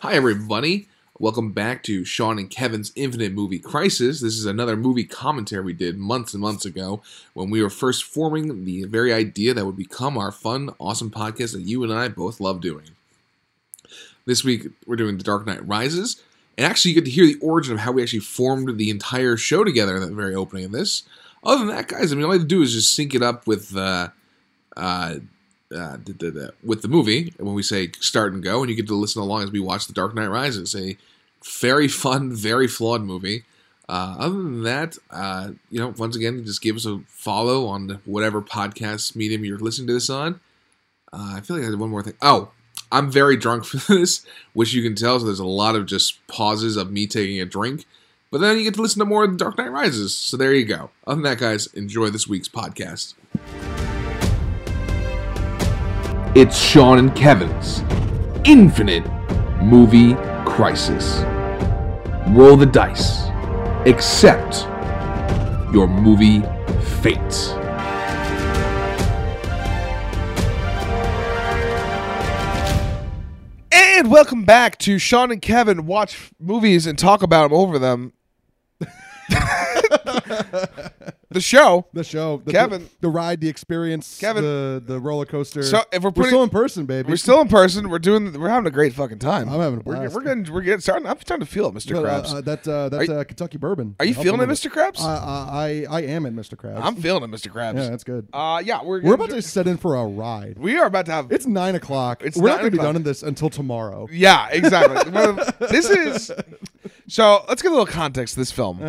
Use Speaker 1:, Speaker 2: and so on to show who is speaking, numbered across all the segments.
Speaker 1: Hi, everybody. Welcome back to Sean and Kevin's Infinite Movie Crisis. This is another movie commentary we did months and months ago when we were first forming the very idea that would become our fun, awesome podcast that you and I both love doing. This week, we're doing The Dark Knight Rises. And actually, you get to hear the origin of how we actually formed the entire show together in the very opening of this. Other than that, guys, I mean, all you have to do is just sync it up with uh, uh, uh, d- d- d- with the movie when we say start and go, and you get to listen along as we watch The Dark Knight Rises, a very fun, very flawed movie. Uh, other than that, uh, you know, once again, just give us a follow on whatever podcast medium you're listening to this on. Uh, I feel like I did one more thing. Oh, I'm very drunk for this, which you can tell. So there's a lot of just pauses of me taking a drink, but then you get to listen to more of The Dark Knight Rises. So there you go. Other than that, guys, enjoy this week's podcast. It's Sean and Kevin's Infinite Movie Crisis. Roll the dice. Accept your movie fate.
Speaker 2: And welcome back to Sean and Kevin watch movies and talk about them over them. the show.
Speaker 3: The show, the,
Speaker 2: Kevin.
Speaker 3: the, ride, the experience,
Speaker 2: Kevin.
Speaker 3: the the roller coaster.
Speaker 2: So, if we're putting-
Speaker 3: still in person, baby,
Speaker 2: We're still in person. We're doing. We're having a great fucking time.
Speaker 3: I'm having a
Speaker 2: We're,
Speaker 3: blast.
Speaker 2: we're getting. We're getting. Starting, I'm starting to feel it, Mr.
Speaker 3: But, uh,
Speaker 2: Krabs.
Speaker 3: uh, that uh, that's uh, Kentucky bourbon.
Speaker 2: Are you
Speaker 3: Helping
Speaker 2: feeling it,
Speaker 3: with uh,
Speaker 2: Mr. Krabs?
Speaker 3: I I I am in Mr. Krabs.
Speaker 2: I'm feeling it, Mr. Krabs.
Speaker 3: yeah, that's good.
Speaker 2: uh, yeah, we're.
Speaker 3: we're
Speaker 2: gonna
Speaker 3: about
Speaker 2: do-
Speaker 3: to set in for a ride.
Speaker 2: We are about to have.
Speaker 3: It's nine o'clock.
Speaker 2: It's
Speaker 3: we're
Speaker 2: nine
Speaker 3: not going to be
Speaker 2: o'clock.
Speaker 3: done in this until tomorrow.
Speaker 2: Yeah, exactly. Well, this is. So let's get a little context to this film.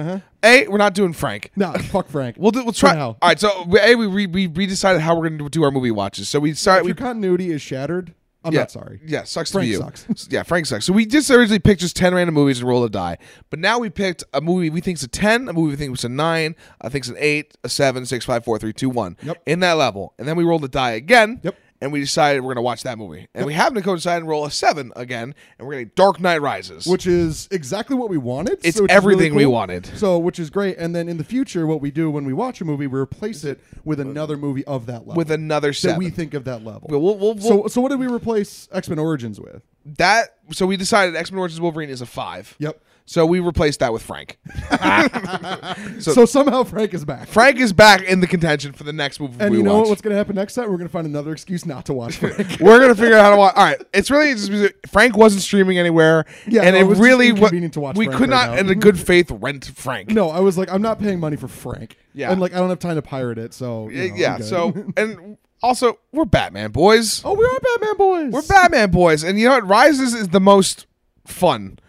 Speaker 2: A, we're not doing Frank.
Speaker 3: Uh-huh. No, fuck Frank.
Speaker 2: We'll do. We'll try.
Speaker 3: now.
Speaker 2: All right. So we- a we re, we we decided how we're going to do our movie watches. So we start.
Speaker 3: if
Speaker 2: we
Speaker 3: your continuity is shattered, I'm
Speaker 2: yeah,
Speaker 3: not sorry.
Speaker 2: Yeah, sucks to
Speaker 3: Frank
Speaker 2: be you.
Speaker 3: sucks.
Speaker 2: yeah, Frank sucks. So we just originally picked just ten random movies and roll a die, but now we picked a movie we think's a ten, a movie we think was a nine, I think's an eight, a seven, six, five, four, three, two, one.
Speaker 3: Yep.
Speaker 2: In that level, and then we rolled a die again.
Speaker 3: Yep.
Speaker 2: And we decided we're gonna watch that movie, and we happen to coincide and roll a seven again, and we're gonna Dark Knight Rises.
Speaker 3: Which is exactly what we wanted.
Speaker 2: It's
Speaker 3: so which is really
Speaker 2: everything we
Speaker 3: cool.
Speaker 2: wanted.
Speaker 3: So, which is great. And then in the future, what we do when we watch a movie, we replace it with another movie of that level.
Speaker 2: with another
Speaker 3: that
Speaker 2: seven.
Speaker 3: we think of that level.
Speaker 2: We'll- we'll- we'll-
Speaker 3: so, so what did we replace X Men Origins with?
Speaker 2: that so we decided X Men Origins Wolverine is a five.
Speaker 3: Yep.
Speaker 2: So we replaced that with Frank.
Speaker 3: So, somehow Frank is back.
Speaker 2: Frank is back in the contention for the next movie.
Speaker 3: and
Speaker 2: we
Speaker 3: you know
Speaker 2: watch.
Speaker 3: what's going to happen next time? We're going to find another excuse not to watch Frank.
Speaker 2: We're gonna figure out how to watch. All right, it's really just because Frank wasn't streaming anywhere,
Speaker 3: Yeah,
Speaker 2: and
Speaker 3: no,
Speaker 2: it,
Speaker 3: it was just
Speaker 2: really wa-
Speaker 3: inconvenient to watch
Speaker 2: We
Speaker 3: Frank
Speaker 2: could
Speaker 3: right
Speaker 2: not,
Speaker 3: now.
Speaker 2: in a good faith, rent Frank.
Speaker 3: no, I was like, I'm not paying money for Frank.
Speaker 2: Yeah.
Speaker 3: And like, I don't have time to pirate it. So you
Speaker 2: Y-
Speaker 3: know, I'm
Speaker 2: yeah.
Speaker 3: good.
Speaker 2: So, and also, we're Batman boys.
Speaker 3: oh, we are Batman boys.
Speaker 2: We're Batman boys, and you know what? Rises is the most fun.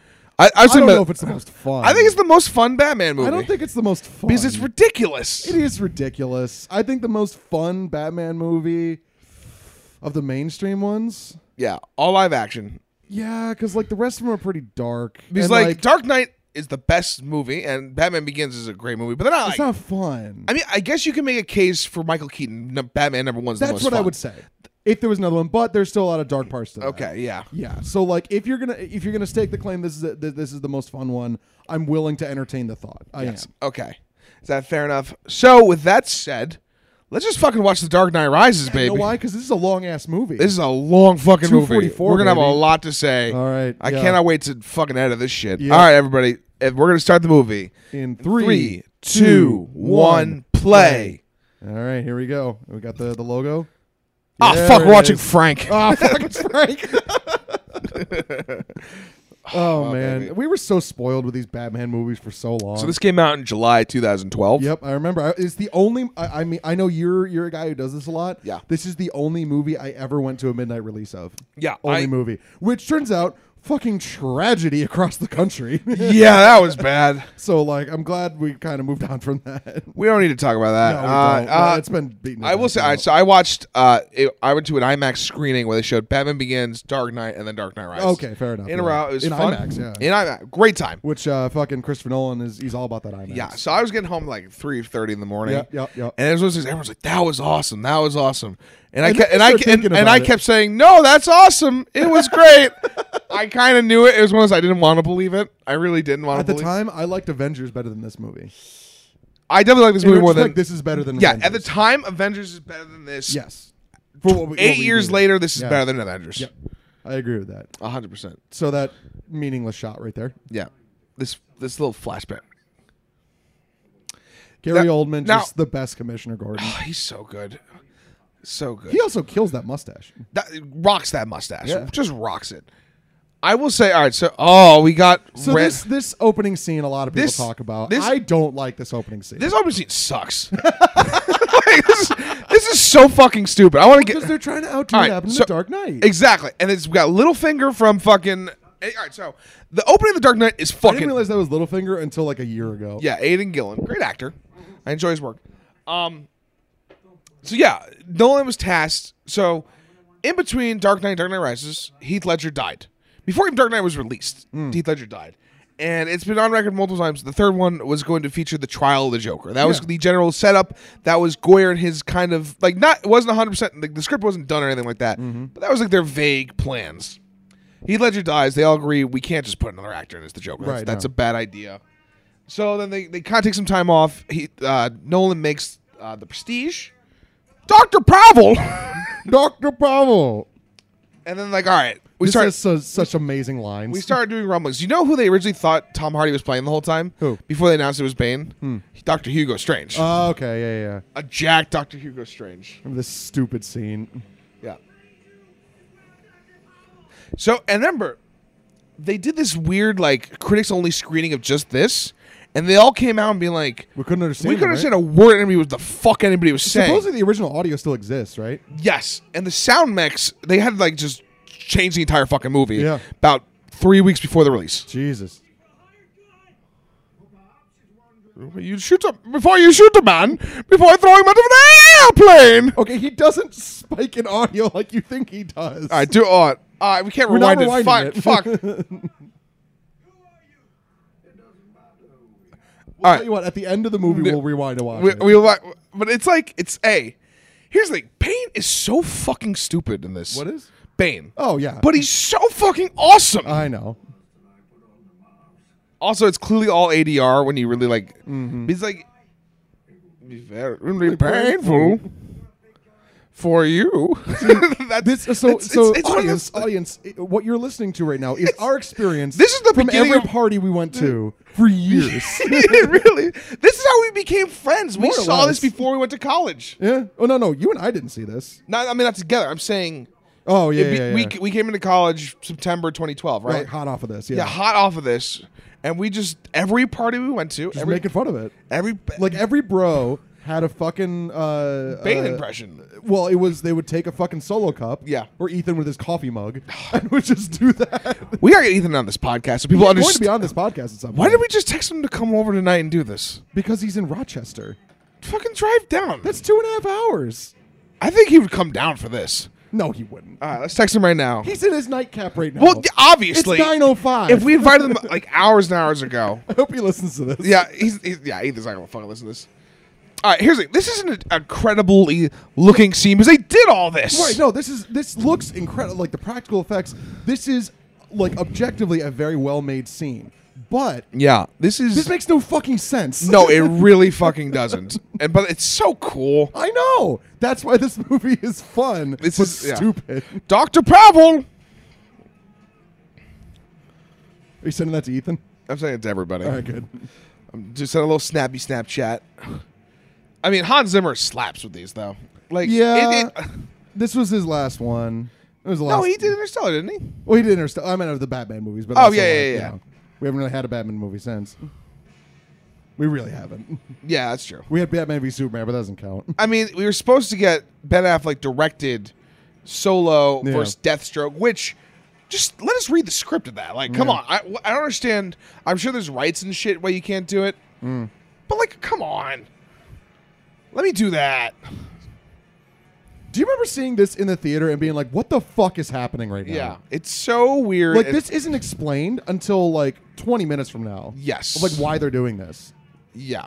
Speaker 2: I, I, was
Speaker 3: I don't
Speaker 2: thinking
Speaker 3: know if
Speaker 2: about-
Speaker 3: it's the most fun.
Speaker 2: I think it's the most fun Batman movie.
Speaker 3: I don't think it's the most fun
Speaker 2: because it's ridiculous.
Speaker 3: It is ridiculous. I think the most fun Batman movie of the mainstream ones.
Speaker 2: yeah, all live action.
Speaker 3: Yeah, because like the rest of them are pretty dark.
Speaker 2: Because
Speaker 3: And,
Speaker 2: like, Dark Knight is the best movie, and Batman Begins is a great movie, but they're not.
Speaker 3: it's
Speaker 2: like,
Speaker 3: not fun.
Speaker 2: I mean, I guess you can make a case for Michael Keaton. num- Batman number one is the
Speaker 3: That's
Speaker 2: most
Speaker 3: what I
Speaker 2: fun.
Speaker 3: would say. If there was another one, but there's still a lot of dark parts to that.
Speaker 2: Okay, yeah.
Speaker 3: Yeah. So like, if you're gonna if you're gonna stake the claim, this is a, th- this is the most fun one. I'm willing to entertain the thought. I am.
Speaker 2: Okay. Is that fair enough? So, with that said, let's just fucking watch The Dark Knight Rises,
Speaker 3: You
Speaker 2: baby.
Speaker 3: know why? Because this is a long ass movie.
Speaker 2: This is a long fucking movie.
Speaker 3: 244,
Speaker 2: We're going to have a
Speaker 3: baby.
Speaker 2: lot to say.
Speaker 3: All right,
Speaker 2: I
Speaker 3: yeah.
Speaker 2: cannot wait to fucking edit this shit.
Speaker 3: Yeah.
Speaker 2: All right, everybody. If we're going to start the movie.
Speaker 3: in
Speaker 2: three,
Speaker 3: three,
Speaker 2: two,
Speaker 3: two,
Speaker 2: one,
Speaker 3: one,
Speaker 2: play.
Speaker 3: All right, here we go. We got the the logo.
Speaker 2: Ah,
Speaker 3: There
Speaker 2: fuck,
Speaker 3: it
Speaker 2: we're watching
Speaker 3: is.
Speaker 2: Frank.
Speaker 3: Ah, fuck, it's Frank. oh, man,
Speaker 2: baby.
Speaker 3: we were so spoiled with these Batman movies for so long.
Speaker 2: so, this came out in July 2012.
Speaker 3: Yep, I remember. I- It's the only. I, I mean, I know you're you're a guy who does this a lot.
Speaker 2: Yeah.
Speaker 3: This is the only movie I ever went to a midnight release of.
Speaker 2: Yeah,
Speaker 3: Only
Speaker 2: I-
Speaker 3: movie, which turns out fucking tragedy across the country.
Speaker 2: yeah, that was bad.
Speaker 3: so like, I'm glad we kind of moved on from that.
Speaker 2: We don't need to talk about that.
Speaker 3: No, we
Speaker 2: Uh,
Speaker 3: don't.
Speaker 2: uh,
Speaker 3: No, it's been beaten.
Speaker 2: I will say, I, so I watched. Uh, it, I went to an IMAX screening where they showed Batman Begins, Dark Knight, and then Dark Knight Rises.
Speaker 3: Okay, fair enough,
Speaker 2: In a
Speaker 3: yeah.
Speaker 2: row, it was
Speaker 3: In
Speaker 2: fun.
Speaker 3: IMAX, yeah.
Speaker 2: In IMAX, great time.
Speaker 3: which uh, fucking Christopher Nolan is. He's all about that IMAX.
Speaker 2: Yeah, so I was getting home like three thirty in the morning.
Speaker 3: Yep, yep, yep.
Speaker 2: And it was one of those things, everyone's like, "That was awesome. That was awesome." And, I
Speaker 3: And
Speaker 2: kept and
Speaker 3: then you
Speaker 2: I ke-
Speaker 3: start
Speaker 2: and,
Speaker 3: thinking
Speaker 2: and
Speaker 3: about
Speaker 2: I
Speaker 3: it.
Speaker 2: kept saying, "No, that's awesome. It was great." I kind of knew it. It was one of those I didn't want to believe it. I really didn't want
Speaker 3: At
Speaker 2: to
Speaker 3: the
Speaker 2: believe.
Speaker 3: time, I liked Avengers better than this movie.
Speaker 2: I definitely like this
Speaker 3: It
Speaker 2: movie
Speaker 3: was
Speaker 2: more
Speaker 3: like,
Speaker 2: than
Speaker 3: this is better than
Speaker 2: Yeah,
Speaker 3: Avengers.
Speaker 2: at the time, Avengers is better than this.
Speaker 3: yes. For what we- what
Speaker 2: Eight
Speaker 3: we
Speaker 2: years
Speaker 3: did.
Speaker 2: later, this is
Speaker 3: Yeah.
Speaker 2: better than Avengers.
Speaker 3: Yep. I agree with that.
Speaker 2: hundred percent.
Speaker 3: So that meaningless shot right there.
Speaker 2: Yeah. This this little flashback.
Speaker 3: Gary
Speaker 2: Now-
Speaker 3: Oldman,
Speaker 2: now-
Speaker 3: just the best Commissioner Gordon.
Speaker 2: Oh, he's so good. So good.
Speaker 3: He also kills that mustache.
Speaker 2: that rocks that mustache.
Speaker 3: Yeah.
Speaker 2: Just rocks it. I will say, all right. So, oh, we got
Speaker 3: So
Speaker 2: red.
Speaker 3: this this opening scene, a lot of people
Speaker 2: This-
Speaker 3: talk about.
Speaker 2: this-
Speaker 3: I don't like this opening scene
Speaker 2: This opening scene sucks. Like, this, this is so fucking stupid. I want to
Speaker 3: because
Speaker 2: get
Speaker 3: they're trying to outdo
Speaker 2: All
Speaker 3: what
Speaker 2: right,
Speaker 3: happened in
Speaker 2: so-
Speaker 3: the Dark Knight.
Speaker 2: exactly, and it's got Littlefinger from fucking. eh, All right, so the opening of the Dark Knight is
Speaker 3: I didn't
Speaker 2: fucking
Speaker 3: realize that was Littlefinger until like a year ago.
Speaker 2: yeah. Aidan Gillen, great actor. I enjoy his work. Um, so yeah, Nolan was tasked. So in between Dark Knight, and Dark Knight Rises, Heath Ledger died. Before even Dark Knight was released,
Speaker 3: Hmm.
Speaker 2: Heath Ledger died. And it's been on record multiple times. The third one was going to feature the trial of the Joker. That was
Speaker 3: Yeah.
Speaker 2: the general setup. That was Goyer and his kind of like not. It wasn't one hundred percent. Like the script wasn't done or anything like that.
Speaker 3: Mm-hmm.
Speaker 2: But that was like their vague plans. Heath Ledger dies. They all agree we can't just put another actor in as the Joker. That's,
Speaker 3: Right,
Speaker 2: that's a
Speaker 3: no.
Speaker 2: bad idea. So then they, they kind of take some time off. He uh, Nolan makes uh, the Prestige, Doctor Pavel,
Speaker 3: Doctor Pavel.
Speaker 2: and then like all right, we
Speaker 3: This
Speaker 2: start
Speaker 3: is so, such amazing lines.
Speaker 2: we started doing rumblings. You know who they originally thought Tom Hardy was playing the whole time?
Speaker 3: Who? Hmm.
Speaker 2: Before they announced it was Bane, Doctor Hugo Strange,
Speaker 3: Oh, okay, yeah, yeah, yeah.
Speaker 2: a jack Doctor Hugo Strange.
Speaker 3: Remember this stupid scene.
Speaker 2: Yeah. So and remember, they did this weird like critics only screening of just this, and they all came out and being like.
Speaker 3: We couldn't understand.
Speaker 2: We couldn't
Speaker 3: it, right?
Speaker 2: understand a word anybody was the fuck anybody was saying.
Speaker 3: Supposedly the original audio still exists, right?
Speaker 2: Yes, and the sound mix they had like just changed the entire fucking movie.
Speaker 3: Yeah.
Speaker 2: about three weeks before the release.
Speaker 3: Jesus.
Speaker 2: You shoot a, before you shoot a man before throwing him out of an airplane.
Speaker 3: Okay, he doesn't spike in audio like you think he does.
Speaker 2: All right, do it. All right, we can't
Speaker 3: We're not
Speaker 2: rewind it. Fuck,
Speaker 3: rewinding
Speaker 2: fuck.
Speaker 3: I'll
Speaker 2: All
Speaker 3: tell
Speaker 2: right,
Speaker 3: you what. At the end of the movie, we'll rewind and watch
Speaker 2: we,
Speaker 3: it.
Speaker 2: we like, but it's like it's a. Here's the thing: Bane is so fucking stupid in this.
Speaker 3: What is?
Speaker 2: Bane?
Speaker 3: Oh yeah,
Speaker 2: But he's so fucking awesome.
Speaker 3: I know.
Speaker 2: Also, it's clearly all ADR when you really like. He's like, Mm-hmm. be very painful for you. That's,
Speaker 3: This so
Speaker 2: it's-
Speaker 3: so
Speaker 2: it's- it's one of
Speaker 3: audience
Speaker 2: those-
Speaker 3: audience. i- What you're listening to right now is our experience.
Speaker 2: This is the
Speaker 3: from
Speaker 2: beginning
Speaker 3: every
Speaker 2: of-
Speaker 3: party we went to for years.
Speaker 2: It really, this is how we became friends. We
Speaker 3: More or
Speaker 2: saw this
Speaker 3: less.
Speaker 2: before we went to college.
Speaker 3: yeah. Oh no no, you and I didn't see this.
Speaker 2: Not, I mean, not together. I'm saying
Speaker 3: Oh yeah
Speaker 2: it be-
Speaker 3: yeah, yeah.
Speaker 2: we we came into college September 2012,
Speaker 3: We're,
Speaker 2: right?
Speaker 3: like, hot off of this. Yeah.
Speaker 2: yeah, hot off of this, and we just every party we went to,
Speaker 3: Just
Speaker 2: every
Speaker 3: making fun of it.
Speaker 2: every
Speaker 3: Like every bro had a fucking uh,
Speaker 2: Bane
Speaker 3: uh,
Speaker 2: impression.
Speaker 3: Well, it was they would take a fucking solo cup.
Speaker 2: Yeah.
Speaker 3: Or Ethan with his coffee mug and would just do that.
Speaker 2: We are Ethan on this podcast, so people
Speaker 3: He's going to
Speaker 2: understand.
Speaker 3: be on this podcast at some point.
Speaker 2: Why did we just text him to come over tonight and do this?
Speaker 3: Because he's in Rochester.
Speaker 2: Fucking drive down.
Speaker 3: That's two and a half hours.
Speaker 2: I think he would come down for this.
Speaker 3: No, he wouldn't.
Speaker 2: All right, let's text him right now.
Speaker 3: He's in his nightcap right now.
Speaker 2: well, yeah, obviously,
Speaker 3: it's nine oh five.
Speaker 2: if we invited him like hours and hours ago,
Speaker 3: I hope he listens to this.
Speaker 2: yeah, he's, he's yeah, Ethan's not gonna fucking listen to this. All right, here's the this isn't an incredibly looking scene because they did all this.
Speaker 3: Right. No, this is this looks incredible. Like the practical effects. This is like objectively a very well made scene, but
Speaker 2: Yeah, this is
Speaker 3: this makes no fucking sense.
Speaker 2: no, it really fucking doesn't. And but it's so cool.
Speaker 3: I know. That's why this movie is fun.
Speaker 2: This
Speaker 3: but
Speaker 2: is- yeah.
Speaker 3: stupid.
Speaker 2: Doctor Pavel.
Speaker 3: Are you sending that to Ethan?
Speaker 2: I'm saying it to everybody.
Speaker 3: All right, good.
Speaker 2: I'm just send a little snappy Snapchat. I mean, Hans Zimmer slaps with these though. Like
Speaker 3: Yeah.
Speaker 2: it- it-
Speaker 3: This was his last one. It was the last.
Speaker 2: no, he did Interstellar, didn't he?
Speaker 3: Well, he did Interstellar. I meant of the Batman movies, but
Speaker 2: Oh,
Speaker 3: also,
Speaker 2: yeah, yeah,
Speaker 3: like,
Speaker 2: yeah,
Speaker 3: you
Speaker 2: yeah.
Speaker 3: know, we haven't really had a Batman movie since. We really haven't.
Speaker 2: Yeah, that's true.
Speaker 3: We had Batman v Superman, but that doesn't count.
Speaker 2: I mean, we were supposed to get Ben Affleck directed solo
Speaker 3: Yeah.
Speaker 2: versus Deathstroke, which just let us read the script of that. Like, come on, I, I don't understand. I'm sure there's rights and shit why you can't do it,
Speaker 3: Mm.
Speaker 2: but like, come on, let me do that.
Speaker 3: Do you remember seeing this in the theater and being like, "What the fuck is happening right now?"
Speaker 2: Yeah, it's so weird.
Speaker 3: Like
Speaker 2: and-
Speaker 3: this isn't explained until like 20 minutes from now.
Speaker 2: Yes.
Speaker 3: Of, like why they're doing this.
Speaker 2: Yeah.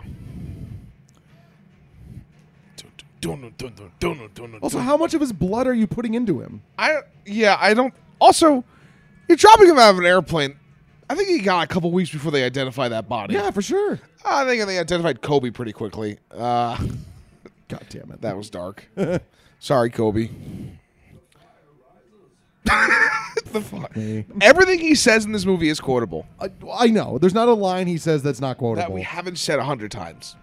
Speaker 3: Also, how much of his blood are you putting into him?
Speaker 2: I yeah, I don't. Also, you're dropping him out of an airplane. I think he got a couple weeks before they identify that body.
Speaker 3: Yeah, for sure.
Speaker 2: I think they identified Kobe pretty quickly. Uh,
Speaker 3: God damn it.
Speaker 2: that was dark. Sorry, Kobe. the fuck?
Speaker 3: me.
Speaker 2: Everything he says in this movie is quotable
Speaker 3: I, I know. There's not a line he says that's not quotable.
Speaker 2: that we haven't said a hundred times.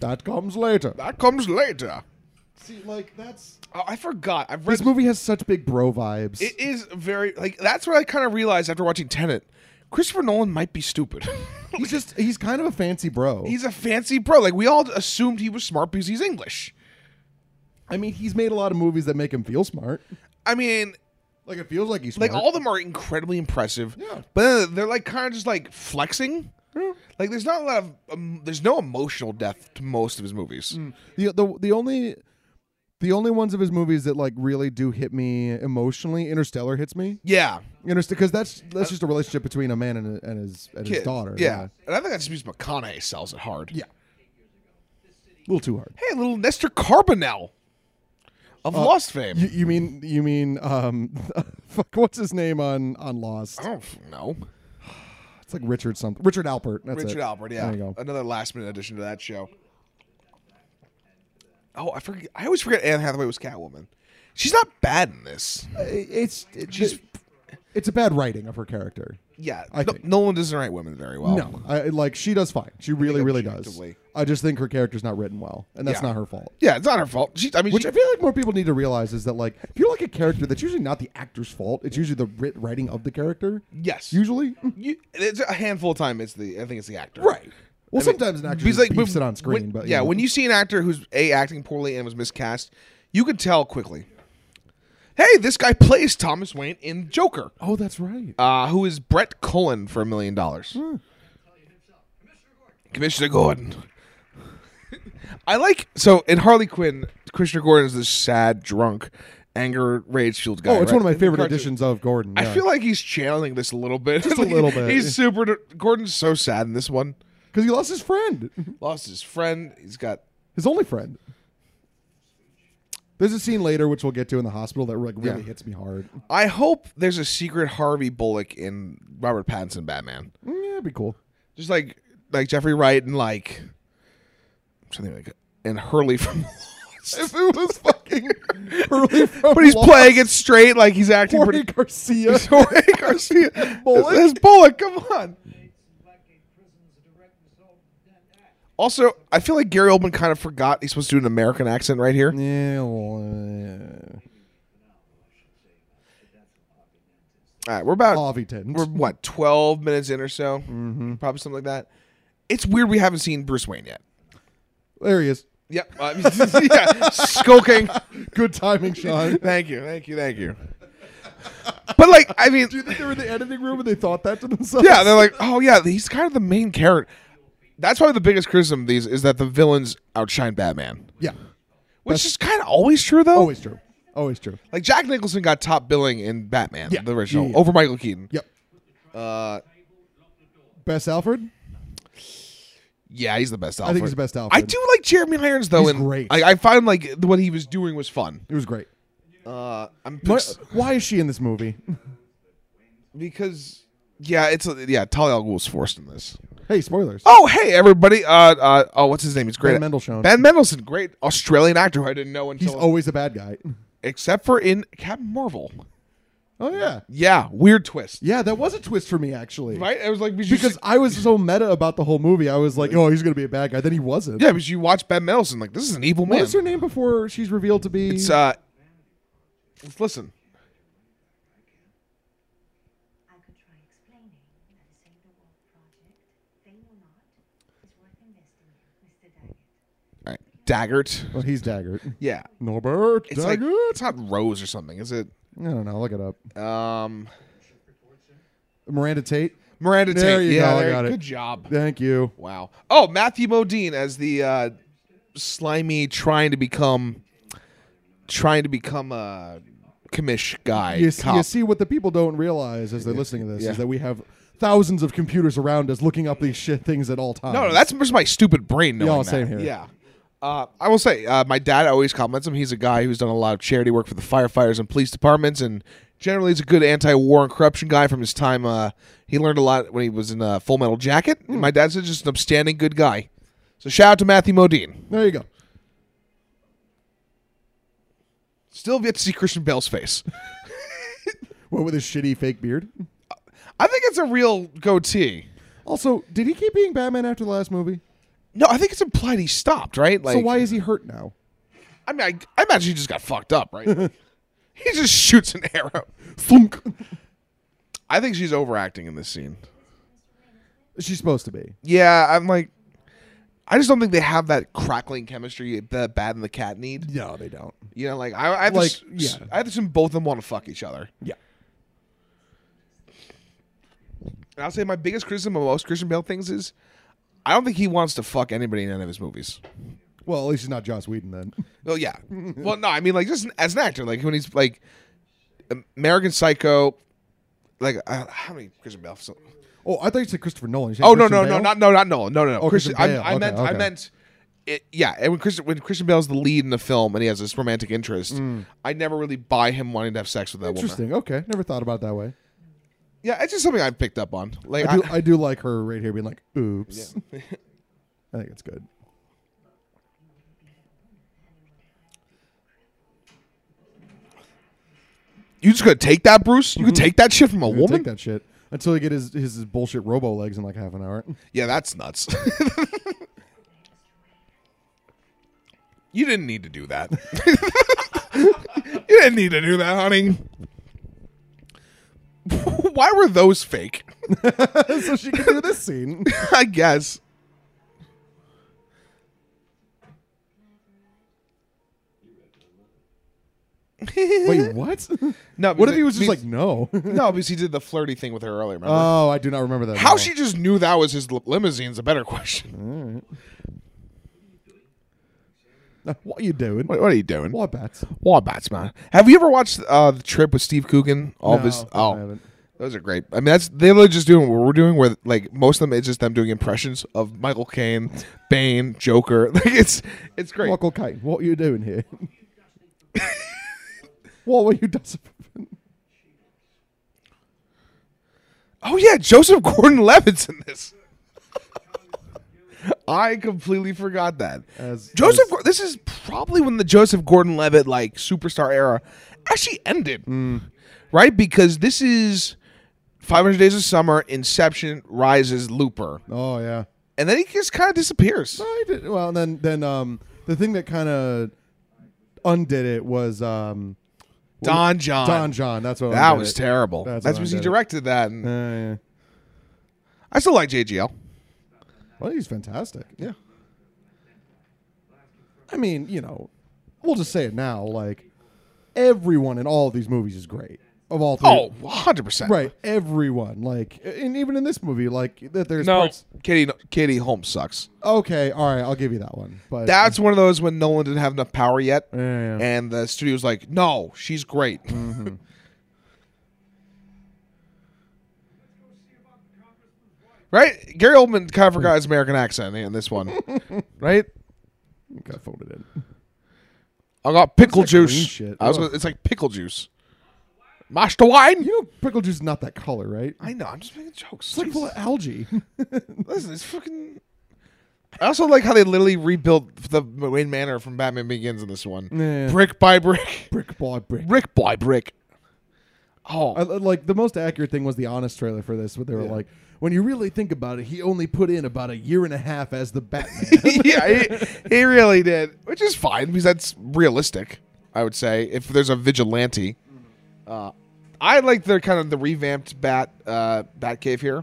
Speaker 3: that comes later.
Speaker 2: That comes later.
Speaker 3: See, like that's
Speaker 2: Oh, I forgot. I've read
Speaker 3: this movie has such big bro vibes.
Speaker 2: It is very like that's what I kind of realized after watching Tenet. Christopher Nolan might be stupid.
Speaker 3: he's just he's kind of a fancy bro.
Speaker 2: he's a fancy bro. Like we all assumed he was smart because he's English.
Speaker 3: I mean, he's made a lot of movies that make him feel smart.
Speaker 2: I mean,
Speaker 3: Like it feels like he's
Speaker 2: like
Speaker 3: smart.
Speaker 2: all of them are incredibly impressive.
Speaker 3: Yeah.
Speaker 2: But then they're like kind of just like flexing. Like there's not a lot of um, there's no emotional depth to most of his movies.
Speaker 3: the the the only the only ones of his movies that like really do hit me emotionally, Interstellar hits me.
Speaker 2: Yeah.
Speaker 3: Interstellar because that's that's just a relationship between a man and, and his and his
Speaker 2: Kid.
Speaker 3: daughter.
Speaker 2: Yeah. And I think that's just because McConaughey sells it hard.
Speaker 3: yeah, a little too hard.
Speaker 2: Hey, little Nestor Carbonell of Lost fame.
Speaker 3: Uh, You, you mean you mean um, fuck, what's his name on on Lost?
Speaker 2: I don't f- know.
Speaker 3: It's like Richard something. Richard Alpert. That's
Speaker 2: Richard
Speaker 3: it.
Speaker 2: Albert, yeah.
Speaker 3: There you go.
Speaker 2: Another last minute addition to that show. Oh, I forget. I always forget Anne Hathaway was Catwoman. She's not bad in this.
Speaker 3: Uh, It's it-
Speaker 2: She's-
Speaker 3: it's a bad writing of her character.
Speaker 2: Yeah,
Speaker 3: I
Speaker 2: no,
Speaker 3: think-
Speaker 2: Nolan doesn't write women very well.
Speaker 3: No, I, like she does fine. She really, really does.
Speaker 2: Oh. objectively.
Speaker 3: I just think her character's not written well, and that's
Speaker 2: Yeah.
Speaker 3: not her fault.
Speaker 2: Yeah, it's not her fault. She, I mean,
Speaker 3: Which
Speaker 2: she-
Speaker 3: I feel like more people need to realize is that like if you like a character, that's usually not the actor's fault. It's usually the writ- writing of the character.
Speaker 2: yes,
Speaker 3: Usually, Mm,
Speaker 2: you, it's a handful of time. It's the I think it's the actor,
Speaker 3: Well,
Speaker 2: I mean,
Speaker 3: sometimes an actor
Speaker 2: because,
Speaker 3: just beefs
Speaker 2: when-
Speaker 3: it on screen,
Speaker 2: when-
Speaker 3: but
Speaker 2: yeah,
Speaker 3: know.
Speaker 2: when you see an actor who's a acting poorly and was miscast, you can tell quickly. Hey, this guy plays Thomas Wayne in Joker,
Speaker 3: oh, that's right.
Speaker 2: uh, who is Brett Cullen for a million dollars.
Speaker 3: Hmm.
Speaker 2: Commissioner Gordon. I like so in Harley Quinn, Commissioner Gordon is this sad, drunk, anger, rage fueled guy.
Speaker 3: oh, it's
Speaker 2: right?
Speaker 3: one of my
Speaker 2: In the
Speaker 3: favorite
Speaker 2: cartoon.
Speaker 3: editions of Gordon.
Speaker 2: I
Speaker 3: yeah.
Speaker 2: feel like he's channeling this a little bit. Just
Speaker 3: a little bit.
Speaker 2: He's super. Gordon's so sad in this one.
Speaker 3: because he lost his friend,
Speaker 2: Lost his friend. He's got.
Speaker 3: his only friend. There's a scene later which we'll get to in the hospital that like really
Speaker 2: Yeah.
Speaker 3: hits me hard.
Speaker 2: I hope there's a secret Harvey Bullock in Robert Pattinson Batman.
Speaker 3: Mm, yeah, it'd be cool.
Speaker 2: Just like like Jeffrey Wright and like something like and Hurley from.
Speaker 3: If it was fucking early from
Speaker 2: but he's
Speaker 3: Lost,
Speaker 2: playing it straight. Like he's acting
Speaker 3: Jorge
Speaker 2: pretty.
Speaker 3: Garcia.
Speaker 2: Jorge Garcia.
Speaker 3: Bullock?
Speaker 2: That's Bullock. Come on. Also, I feel like Gary Oldman kind of forgot he's supposed to do an American accent right here.
Speaker 3: Yeah, well, uh,
Speaker 2: All right, we're about
Speaker 3: Ovington.
Speaker 2: we're what twelve minutes in or so, mm-hmm. probably something like that. It's weird we haven't seen Bruce Wayne yet.
Speaker 3: There he is.
Speaker 2: Yep, uh, yeah, skulking.
Speaker 3: Good timing, Sean.
Speaker 2: Thank you, thank you, thank you. But like, I mean,
Speaker 3: Do you think they were in the editing room and they thought that to themselves?
Speaker 2: yeah, they're like, oh yeah, he's kind of the main character. That's probably the biggest criticism of these is that the villains outshine Batman,
Speaker 3: yeah.
Speaker 2: which is kind of always true though.
Speaker 3: Always true. Always true.
Speaker 2: Like Jack Nicholson got top billing in Batman,
Speaker 3: Yeah.
Speaker 2: the original,
Speaker 3: Yeah, yeah.
Speaker 2: over Michael Keaton.
Speaker 3: Yep.
Speaker 2: Uh,
Speaker 3: Best Alfred.
Speaker 2: Yeah, he's the best Alfred.
Speaker 3: think he's the best
Speaker 2: I
Speaker 3: Alfred.
Speaker 2: do like Jeremy Irons though.
Speaker 3: He's
Speaker 2: and
Speaker 3: great.
Speaker 2: I, I find like what he was doing was fun.
Speaker 3: It was great.
Speaker 2: Uh, I'm
Speaker 3: Mar-
Speaker 2: picks-
Speaker 3: why is she in this movie?
Speaker 2: because yeah, it's a, yeah. Talia al Ghul's forced in this.
Speaker 3: hey, spoilers.
Speaker 2: Oh hey everybody. Uh, uh oh what's his name? He's great.
Speaker 3: Ben Mendelsohn.
Speaker 2: Ben Mendelsohn, great Australian actor who I didn't know until
Speaker 3: He's always a bad guy.
Speaker 2: except for in Captain Marvel.
Speaker 3: Oh yeah.
Speaker 2: Yeah, weird twist.
Speaker 3: Yeah, that was a twist for me actually.
Speaker 2: Right? It was like because
Speaker 3: Because I was so meta about the whole movie, I was like, "Oh, he's gonna be a bad guy." Then he wasn't.
Speaker 2: yeah, because you watch Ben Mendelsohn like this is an evil
Speaker 3: What
Speaker 2: man.
Speaker 3: is her name before she's revealed to be?
Speaker 2: It's uh, let's listen.
Speaker 4: I could try explaining that a Save the World project, fame or not, is worth investing in, Mr. Daggett.
Speaker 2: All right, Daggert.
Speaker 3: well, he's Daggert.
Speaker 2: Yeah,
Speaker 3: Norbert
Speaker 2: it's like
Speaker 3: Daggert.
Speaker 2: it's not Rose or something, is it?
Speaker 3: I don't know. Look it up.
Speaker 2: Um,
Speaker 3: Miranda Tate.
Speaker 2: Miranda
Speaker 3: There
Speaker 2: Tate.
Speaker 3: you
Speaker 2: yeah,
Speaker 3: go, I
Speaker 2: there-
Speaker 3: got it.
Speaker 2: good job.
Speaker 3: Thank you.
Speaker 2: Wow. Oh, Matthew Modine as the uh, slimy, trying to become, trying to become a commish guy.
Speaker 3: you, see,
Speaker 2: cop.
Speaker 3: you see what the people don't realize as they're listening to this
Speaker 2: Yeah.
Speaker 3: is that we have thousands of computers around us looking up these shit things at all times.
Speaker 2: No, no, that's just my stupid brain knowing
Speaker 3: Yeah,
Speaker 2: that.
Speaker 3: same here.
Speaker 2: Yeah. Uh, I will say, uh, my dad always compliments him. He's a guy who's done a lot of charity work for the firefighters and police departments, and generally is a good anti-war and corruption guy from his time. Uh, he learned a lot when he was in uh, Full Metal Jacket. And my dad's just an upstanding good guy. So shout out to Matthew Modine.
Speaker 3: there you go.
Speaker 2: Still have yet to see Christian Bale's face.
Speaker 3: What with his shitty fake beard?
Speaker 2: I think it's a real goatee.
Speaker 3: Also, did he keep being Batman after the last movie?
Speaker 2: No, I think it's implied he stopped, right? Like,
Speaker 3: so why is he hurt now?
Speaker 2: I mean, I, I imagine he just got fucked up, right? he just shoots an arrow.
Speaker 3: Flunk.
Speaker 2: I think she's overacting in this scene.
Speaker 3: She's supposed to be.
Speaker 2: Yeah, I'm like, I just don't think they have that crackling chemistry that Bat and the Cat need.
Speaker 3: No, they don't.
Speaker 2: You know, like I, I have
Speaker 3: Like,
Speaker 2: to, s-
Speaker 3: yeah.
Speaker 2: I have to assume both of them want to fuck each other.
Speaker 3: Yeah.
Speaker 2: And I'll say my biggest criticism of most Christian Bale things is, I don't think he wants to fuck anybody in any of his movies.
Speaker 3: Well, at least he's not Joss Whedon then.
Speaker 2: Well, yeah. well, no, I mean, like, just as an actor, like, when he's like American Psycho, like, uh, how many Christian Bale? So,
Speaker 3: Oh, I thought you said Christopher Nolan. You said
Speaker 2: oh, no,
Speaker 3: Christian
Speaker 2: no, no,
Speaker 3: Bale?
Speaker 2: not, no, not Nolan. No, no, no.
Speaker 3: Oh, Christian Bale.
Speaker 2: I, I
Speaker 3: Okay,
Speaker 2: meant, I
Speaker 3: okay.
Speaker 2: meant, it, yeah. And when Christian, when Christian Bale's the lead in the film and he has this romantic interest, I never really buy him wanting to have sex with that woman.
Speaker 3: Mm. Interesting. Okay, never thought about it that way.
Speaker 2: Yeah, it's just something I picked up on. Like,
Speaker 3: I do,
Speaker 2: I-
Speaker 3: I do like her right here being like, "Oops." I think it's good.
Speaker 2: you just gonna take that, Bruce? You could take that shit from a
Speaker 3: We'll
Speaker 2: woman?
Speaker 3: Mm-hmm. take that shit until he get his, his his bullshit robo legs in like half an hour.
Speaker 2: Yeah, that's nuts. you didn't need to do that. you didn't need to do that, honey. Why were those fake?
Speaker 3: so she can do this scene.
Speaker 2: I guess.
Speaker 3: Wait, what?
Speaker 2: No,
Speaker 3: what if
Speaker 2: because-
Speaker 3: he was just
Speaker 2: because-
Speaker 3: like, "No"?
Speaker 2: no, because he did the flirty thing with her earlier. Remember?
Speaker 3: oh, I do not remember that. at
Speaker 2: How
Speaker 3: all.
Speaker 2: she just knew that was his li- limousine is a better question.
Speaker 3: What you doing?
Speaker 2: What, what are you doing?
Speaker 3: What bats?
Speaker 2: Wombats, man. Have you ever watched uh, the trip with Steve Coogan? All of his
Speaker 3: No, I
Speaker 2: oh,
Speaker 3: haven't.
Speaker 2: those are great. I mean, that's they're literally just doing what we're doing, where like most of them it's just them doing impressions of Michael Caine, Bane, Joker. Like it's it's great.
Speaker 3: Michael Caine, what you doing here? what were you doing?
Speaker 2: Oh yeah, Joseph Gordon-Levitt's in this. I completely forgot that.
Speaker 3: As-
Speaker 2: Joseph,
Speaker 3: as-
Speaker 2: Gor- this is probably when the Joseph Gordon-Levitt like superstar era actually ended,
Speaker 3: Hmm.
Speaker 2: right? Because this is 500 Days of Summer, Inception, Rises, Looper,
Speaker 3: Oh yeah.
Speaker 2: and then he just kind of disappears.
Speaker 3: I did well. And then then um the thing that kind of undid it was um
Speaker 2: Don John.
Speaker 3: Don John. That's what
Speaker 2: That
Speaker 3: undid
Speaker 2: was
Speaker 3: it.
Speaker 2: terrible.
Speaker 3: That's
Speaker 2: That's,
Speaker 3: what
Speaker 2: because
Speaker 3: I
Speaker 2: he
Speaker 3: did.
Speaker 2: directed that. And
Speaker 3: Yeah, yeah.
Speaker 2: I still like JGL.
Speaker 3: Well, he's fantastic. Yeah. I mean, you know, we'll just say it now. Like everyone in all of these movies is great. Of all three,
Speaker 2: Oh, 100 percent.
Speaker 3: right? Everyone, like, and even in this movie, like that. There's
Speaker 2: No,
Speaker 3: parts.
Speaker 2: Katie Katie Holmes sucks.
Speaker 3: Okay, all right, I'll give you that one. But
Speaker 2: That's one of those when Nolan didn't have enough power yet,
Speaker 3: Yeah, yeah.
Speaker 2: and the studio was like, "No, she's great." right? Gary Oldman kind of forgot his American accent in this one, right?
Speaker 3: got folded in.
Speaker 2: I got pickle
Speaker 3: What's that green
Speaker 2: juice.
Speaker 3: shit?
Speaker 2: I was.
Speaker 3: Ugh.
Speaker 2: Gonna, it's like pickle juice. Mashed wine.
Speaker 3: You know, pickle juice is not that color, right?
Speaker 2: I know. I'm just making jokes.
Speaker 3: It's like full of algae.
Speaker 2: Listen, it's fucking. I also like how they literally rebuilt the Wayne Manor from Batman Begins in this one,
Speaker 3: Yeah.
Speaker 2: brick by brick,
Speaker 3: brick by brick.
Speaker 2: brick by brick. Oh,
Speaker 3: I, like the most accurate thing was the honest trailer for this, where they were like, "When you really think about it, he only put in about a year and a half as the Batman."
Speaker 2: yeah, he, he really did, which is fine because that's realistic. I would say if there's a vigilante, uh, I like the kind of the revamped bat uh, bat cave here.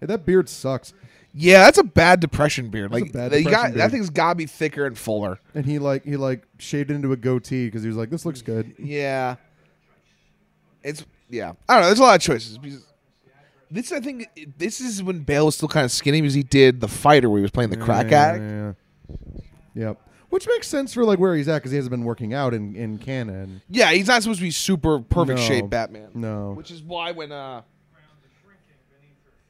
Speaker 3: Hey, that beard sucks.
Speaker 2: Yeah, that's a bad depression beard.
Speaker 3: That's
Speaker 2: like
Speaker 3: a bad
Speaker 2: they got
Speaker 3: depression
Speaker 2: that
Speaker 3: beard.
Speaker 2: thing's got to be thicker and fuller.
Speaker 3: And he like he like shaved it into a goatee because he was like, "This looks good."
Speaker 2: Yeah. It's yeah. I don't know. There's a lot of choices. because- This I think this is when Bale was still kind of skinny because he did the fighter where he was playing the crack addict.
Speaker 3: Yeah, yeah. Yep. Which makes sense for like where he's at because he hasn't been working out in in canon.
Speaker 2: Yeah, he's not supposed to be super perfect
Speaker 3: No.
Speaker 2: shape Batman.
Speaker 3: No.
Speaker 2: Which is why when uh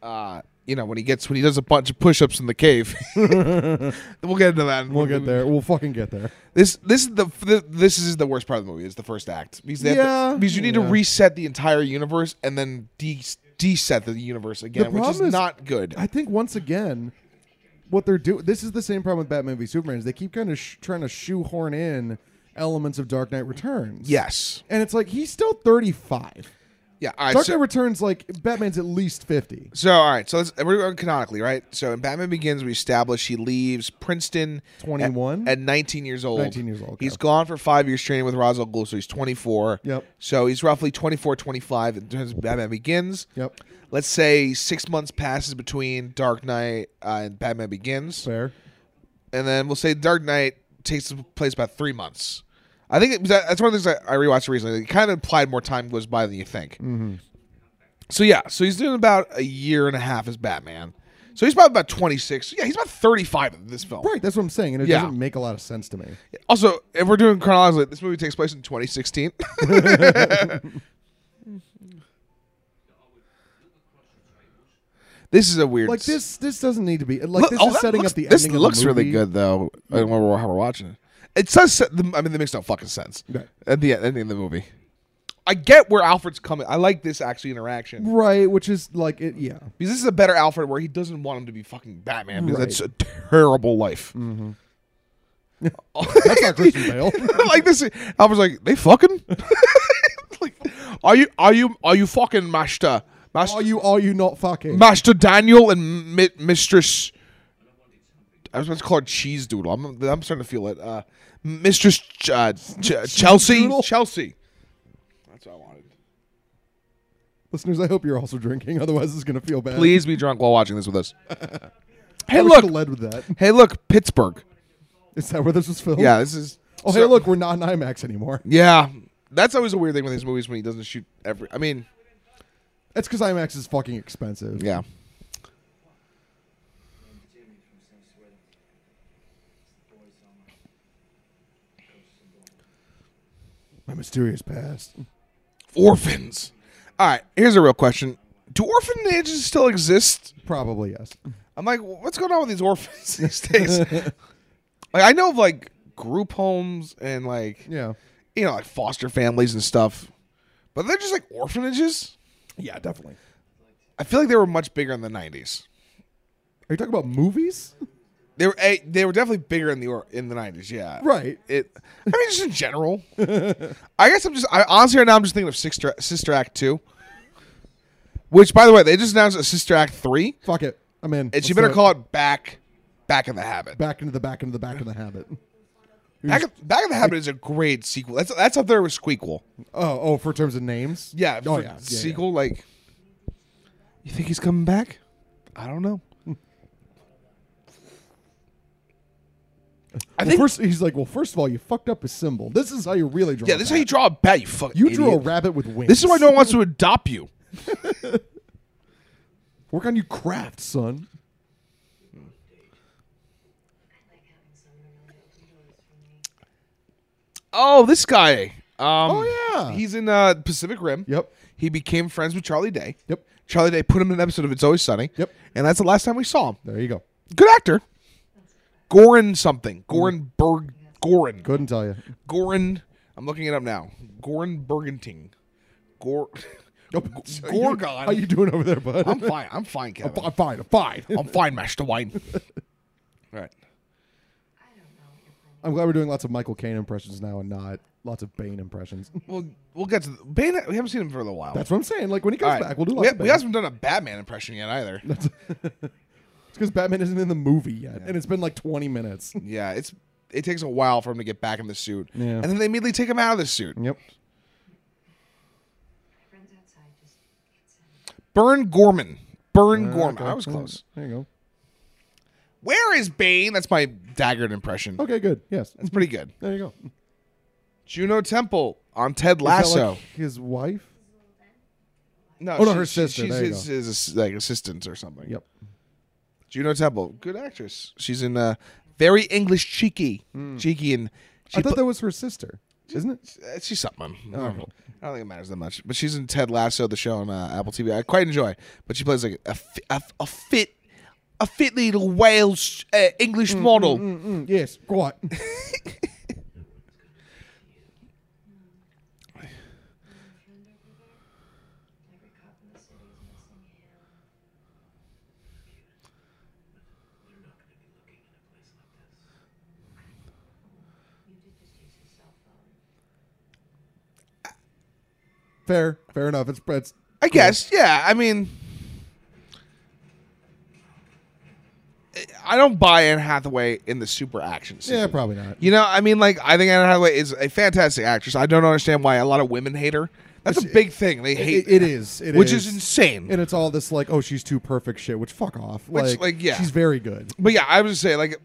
Speaker 2: uh you know when he gets when he does a bunch of push-ups in the cave. we'll get into that. in
Speaker 3: We'll
Speaker 2: one
Speaker 3: get
Speaker 2: movie.
Speaker 3: there. We'll fucking get there.
Speaker 2: This this is the, the this is the worst part of the movie. Is the first act because they have
Speaker 3: Yeah,
Speaker 2: to, because you need to
Speaker 3: yeah.
Speaker 2: reset the entire universe and then de- deset the universe again, which is,
Speaker 3: problem is-
Speaker 2: not good.
Speaker 3: I think once again, what they're doing. This is the same problem with Batman v Superman. Is they keep kind of sh- trying to shoehorn in elements of Dark Knight Returns.
Speaker 2: Yes.
Speaker 3: and it's like he's still thirty five.
Speaker 2: Yeah. All right,
Speaker 3: Dark
Speaker 2: so-
Speaker 3: Knight Returns, like Batman's at least fifty.
Speaker 2: So all right, so let's we're going canonically, right? So in Batman Begins, we establish he leaves Princeton
Speaker 3: 21?
Speaker 2: at, at 19 years old.
Speaker 3: 19 years old, okay.
Speaker 2: He's gone for five years training with Ra's al Ghul, so he's 24.
Speaker 3: Yep.
Speaker 2: So he's roughly 24, 25 in terms of Batman Begins.
Speaker 3: Yep.
Speaker 2: Let's say six months passes between Dark Knight uh, and Batman Begins,
Speaker 3: Fair.
Speaker 2: and then we'll say Dark Knight takes place about three months. I think it, that- that's one of the things I, I rewatched recently. It kind of implied more time goes by than you think. So yeah, so he's doing about a year and a half as Batman. So he's probably about 26. Yeah, he's about 35 in this film.
Speaker 3: Right. That's what I'm saying, and it
Speaker 2: Yeah.
Speaker 3: doesn't make a lot of sense to me.
Speaker 2: Also, if we're doing chronologically, this movie takes place in 2016. this is a weird.
Speaker 3: Like this. This doesn't need to be. Like
Speaker 2: Look-
Speaker 3: this
Speaker 2: oh,
Speaker 3: is
Speaker 2: that
Speaker 3: setting
Speaker 2: looks-
Speaker 3: up the.
Speaker 2: This
Speaker 3: ending of the
Speaker 2: looks really
Speaker 3: movie.
Speaker 2: good though. uh, When we're, how we're watching it, it does. Set the, I mean, that makes no fucking sense.
Speaker 3: Right.
Speaker 2: At the ending of the movie, I get where Alfred's coming. I like this actually interaction.
Speaker 3: Right, which is like it. Yeah.
Speaker 2: Because this is a better Alfred where he doesn't want him to be fucking Batman because
Speaker 3: Right.
Speaker 2: that's a terrible life.
Speaker 3: That's not Christian Bale.
Speaker 2: like this Alfred's like, they fucking like are you are you are you fucking master master
Speaker 3: Are you? Are you not fucking?
Speaker 2: Master Daniel and mi- Mistress I was about to call her Cheese Doodle. I'm I'm starting to feel it. Uh, Mistress Ch- uh, Ch- Chelsea
Speaker 3: Doodle?
Speaker 2: Chelsea. That's what I wanted.
Speaker 3: Listeners, I hope you're also drinking. Otherwise, it's gonna feel bad.
Speaker 2: Please be drunk while watching this with us. hey
Speaker 3: I
Speaker 2: look.
Speaker 3: led with that.
Speaker 2: Hey look, Pittsburgh.
Speaker 3: Is that where this was filmed?
Speaker 2: Yeah, this is
Speaker 3: Oh, hey,
Speaker 2: so-
Speaker 3: look, we're not in IMAX anymore.
Speaker 2: Yeah, that's always a weird thing with these movies when he doesn't shoot every. I mean,
Speaker 3: That's because IMAX is fucking expensive.
Speaker 2: yeah.
Speaker 3: My mysterious past.
Speaker 2: Orphans. All right, here's a real question: Do orphanages still exist?
Speaker 3: Probably yes.
Speaker 2: I'm like, what's going on with these orphans these days? like, I know of like group homes and like
Speaker 3: Yeah.
Speaker 2: you know like foster families and stuff, but they're just like orphanages.
Speaker 3: Yeah, definitely.
Speaker 2: I feel like they were much bigger in the '90s.
Speaker 3: Are you talking about movies?
Speaker 2: They were eh, they were definitely bigger in the or, in the '90s. Yeah,
Speaker 3: Right.
Speaker 2: It. I mean, just in general. I guess I'm just. I, honestly, right now I'm just thinking of Sister Sister Act two. Which, by the way, they just announced a Sister Act three,
Speaker 3: Fuck it. I'm in.
Speaker 2: and you better call it back, back in the habit. Back,
Speaker 3: Back into the back into the back in the habit.
Speaker 2: in- back in the habit is a great sequel. That's that's up there with Squeakquel.
Speaker 3: Oh, oh, for terms of names.
Speaker 2: Yeah,
Speaker 3: Oh
Speaker 2: for
Speaker 3: yeah. yeah,
Speaker 2: sequel like. You think he's coming back? I don't know.
Speaker 3: Yeah.
Speaker 2: I
Speaker 3: Well,
Speaker 2: think.
Speaker 3: first he's like, well, first of all, you fuckkt up his symbol. This is how you really draw.
Speaker 2: yeah,
Speaker 3: a
Speaker 2: this is how you
Speaker 3: bat.
Speaker 2: draw a bat. You fucking.
Speaker 3: You drew a
Speaker 2: idiot.
Speaker 3: rabbit with wings.
Speaker 2: This is why no one wants to adopt you.
Speaker 3: Work on your craft, son.
Speaker 4: like having someone who knows from me.
Speaker 2: Oh, this guy. Um,
Speaker 3: Oh, yeah.
Speaker 2: he's in uh, Pacific Rim.
Speaker 3: Yep.
Speaker 2: He became friends with Charlie Day.
Speaker 3: Yep.
Speaker 2: Charlie Day put him in an episode of It's Always Sunny.
Speaker 3: Yep.
Speaker 2: And that's the last time we saw him.
Speaker 3: There you go.
Speaker 2: Good actor. Goran something. Goran Berg. Goran.
Speaker 3: Couldn't tell you.
Speaker 2: Goran. I'm looking it up now. Goran Bergenting. Gor. Gorgon.
Speaker 3: How you doing over there, bud?
Speaker 2: I'm fine. I'm fine, Kevin.
Speaker 3: I'm fine. I'm fine.
Speaker 2: I'm fine, Master Wine. All right.
Speaker 4: I don't know if I'm
Speaker 3: I'm glad we're doing lots of Michael Caine impressions now and not lots of Bane impressions.
Speaker 2: Well, we'll get to the, Bane. We haven't seen him for a little while.
Speaker 3: That's what I'm saying. Like when he comes
Speaker 2: All right.
Speaker 3: back, we'll do
Speaker 2: we,
Speaker 3: lots of
Speaker 2: we
Speaker 3: Bane.
Speaker 2: haven't done a Batman impression yet either.
Speaker 3: because Batman isn't in the movie yet, and it's been like 20 minutes.
Speaker 2: Yeah, it's it takes a while for him to get back in the suit,
Speaker 3: Yeah.
Speaker 2: and then they immediately take him out of the suit.
Speaker 3: yep.
Speaker 4: my friends outside just get some
Speaker 2: Burn Gorman, Burn Gorman. I was
Speaker 3: Uh, Okay.
Speaker 2: close.
Speaker 3: There you
Speaker 2: Where is Bane? That's my Daggert impression.
Speaker 3: go. Okay, good. Yes.
Speaker 2: That's pretty good.
Speaker 3: There you go. Is
Speaker 2: Juno Temple on Ted
Speaker 3: that,
Speaker 2: Lasso.
Speaker 3: like, his wife.
Speaker 2: no,
Speaker 3: Oh, no,
Speaker 2: she-
Speaker 3: her
Speaker 2: she-
Speaker 3: sister.
Speaker 2: She's
Speaker 3: There you
Speaker 2: his, his ass- like assistant or something.
Speaker 3: Yep.
Speaker 2: Juno Temple, good actress. She's in uh, very English cheeky, cheeky, and
Speaker 3: Hmm. I
Speaker 2: she
Speaker 3: thought Oh. that was her sister, isn't it?
Speaker 2: Uh, she's something. I don't, know. I don't think it matters that much. But she's in Ted Lasso, the show on uh, Apple TV. I quite enjoy. But she plays like a, fi- a, a fit, a fit little Wales uh, English model.
Speaker 3: Mm, yes. Quite.
Speaker 4: friend over there. Every cop in the city is missing him. They're not gonna be
Speaker 3: Fair, fair enough. It's it's
Speaker 2: I guess, yeah. I mean, I don't buy Anne Hathaway in the super action scene.
Speaker 3: yeah, probably not.
Speaker 2: You know, I mean, like, I think Anne Hathaway is a fantastic actress. I don't understand why a lot of women hate her. That's a big thing. They hate
Speaker 3: It, it is. It
Speaker 2: which is,
Speaker 3: is.
Speaker 2: insane.
Speaker 3: and it's all this like, oh, she's too perfect shit. Which fuck off.
Speaker 2: Which,
Speaker 3: like,
Speaker 2: like, yeah.
Speaker 3: she's very good.
Speaker 2: But yeah, I was just saying, like,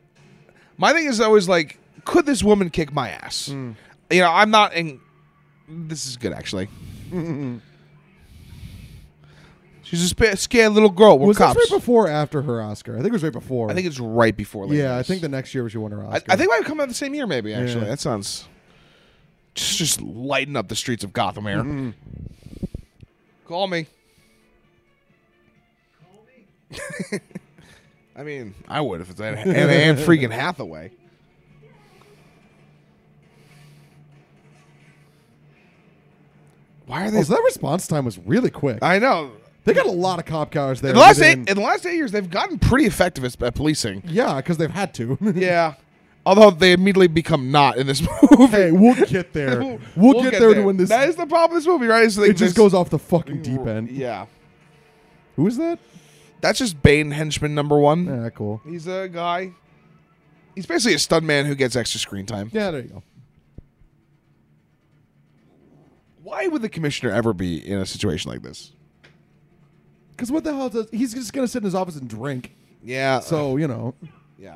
Speaker 2: my thing is always like, could this woman kick my ass?
Speaker 3: Mm.
Speaker 2: You know, I'm not in. This is good, actually. She's a spa scared little girl. We're
Speaker 3: was
Speaker 2: cops.
Speaker 3: this right before, or after her Oscar? I think it was right before.
Speaker 2: I think it's right before. Lady
Speaker 3: yeah, I
Speaker 2: Gaga.
Speaker 3: think the next year she won her
Speaker 2: I,
Speaker 3: Oscar.
Speaker 2: I think might come out the same year, maybe. Actually,
Speaker 3: Yeah.
Speaker 2: that sounds just just lighten up the streets of Gotham here.
Speaker 3: Mm-hmm.
Speaker 2: Call me. I mean, I would if it's Anne, Anne, Anne freaking Hathaway. Why are they?
Speaker 3: Oh, so that response time was really quick.
Speaker 2: I know.
Speaker 3: they got a lot of cop cars there.
Speaker 2: In the last eight,
Speaker 3: within-
Speaker 2: in the last eight years, they've gotten pretty effective at, at policing.
Speaker 3: yeah, because they've had to.
Speaker 2: Yeah. Although they immediately become not in this movie.
Speaker 3: hey, we'll get there. We'll, get, there, to when this.
Speaker 2: That is the problem with this movie, right? It's like
Speaker 3: it
Speaker 2: this-
Speaker 3: just goes off the fucking deep end.
Speaker 2: Yeah.
Speaker 3: Who is that?
Speaker 2: That's just Bane henchman number one.
Speaker 3: Yeah, cool.
Speaker 2: He's a guy. He's basically a stuntman who gets extra screen time.
Speaker 3: Yeah, there you go.
Speaker 2: Why would the commissioner ever be in a situation like this?
Speaker 3: Because what the hell does he's just gonna sit in his office and drink?
Speaker 2: Yeah.
Speaker 3: So you know,
Speaker 2: yeah.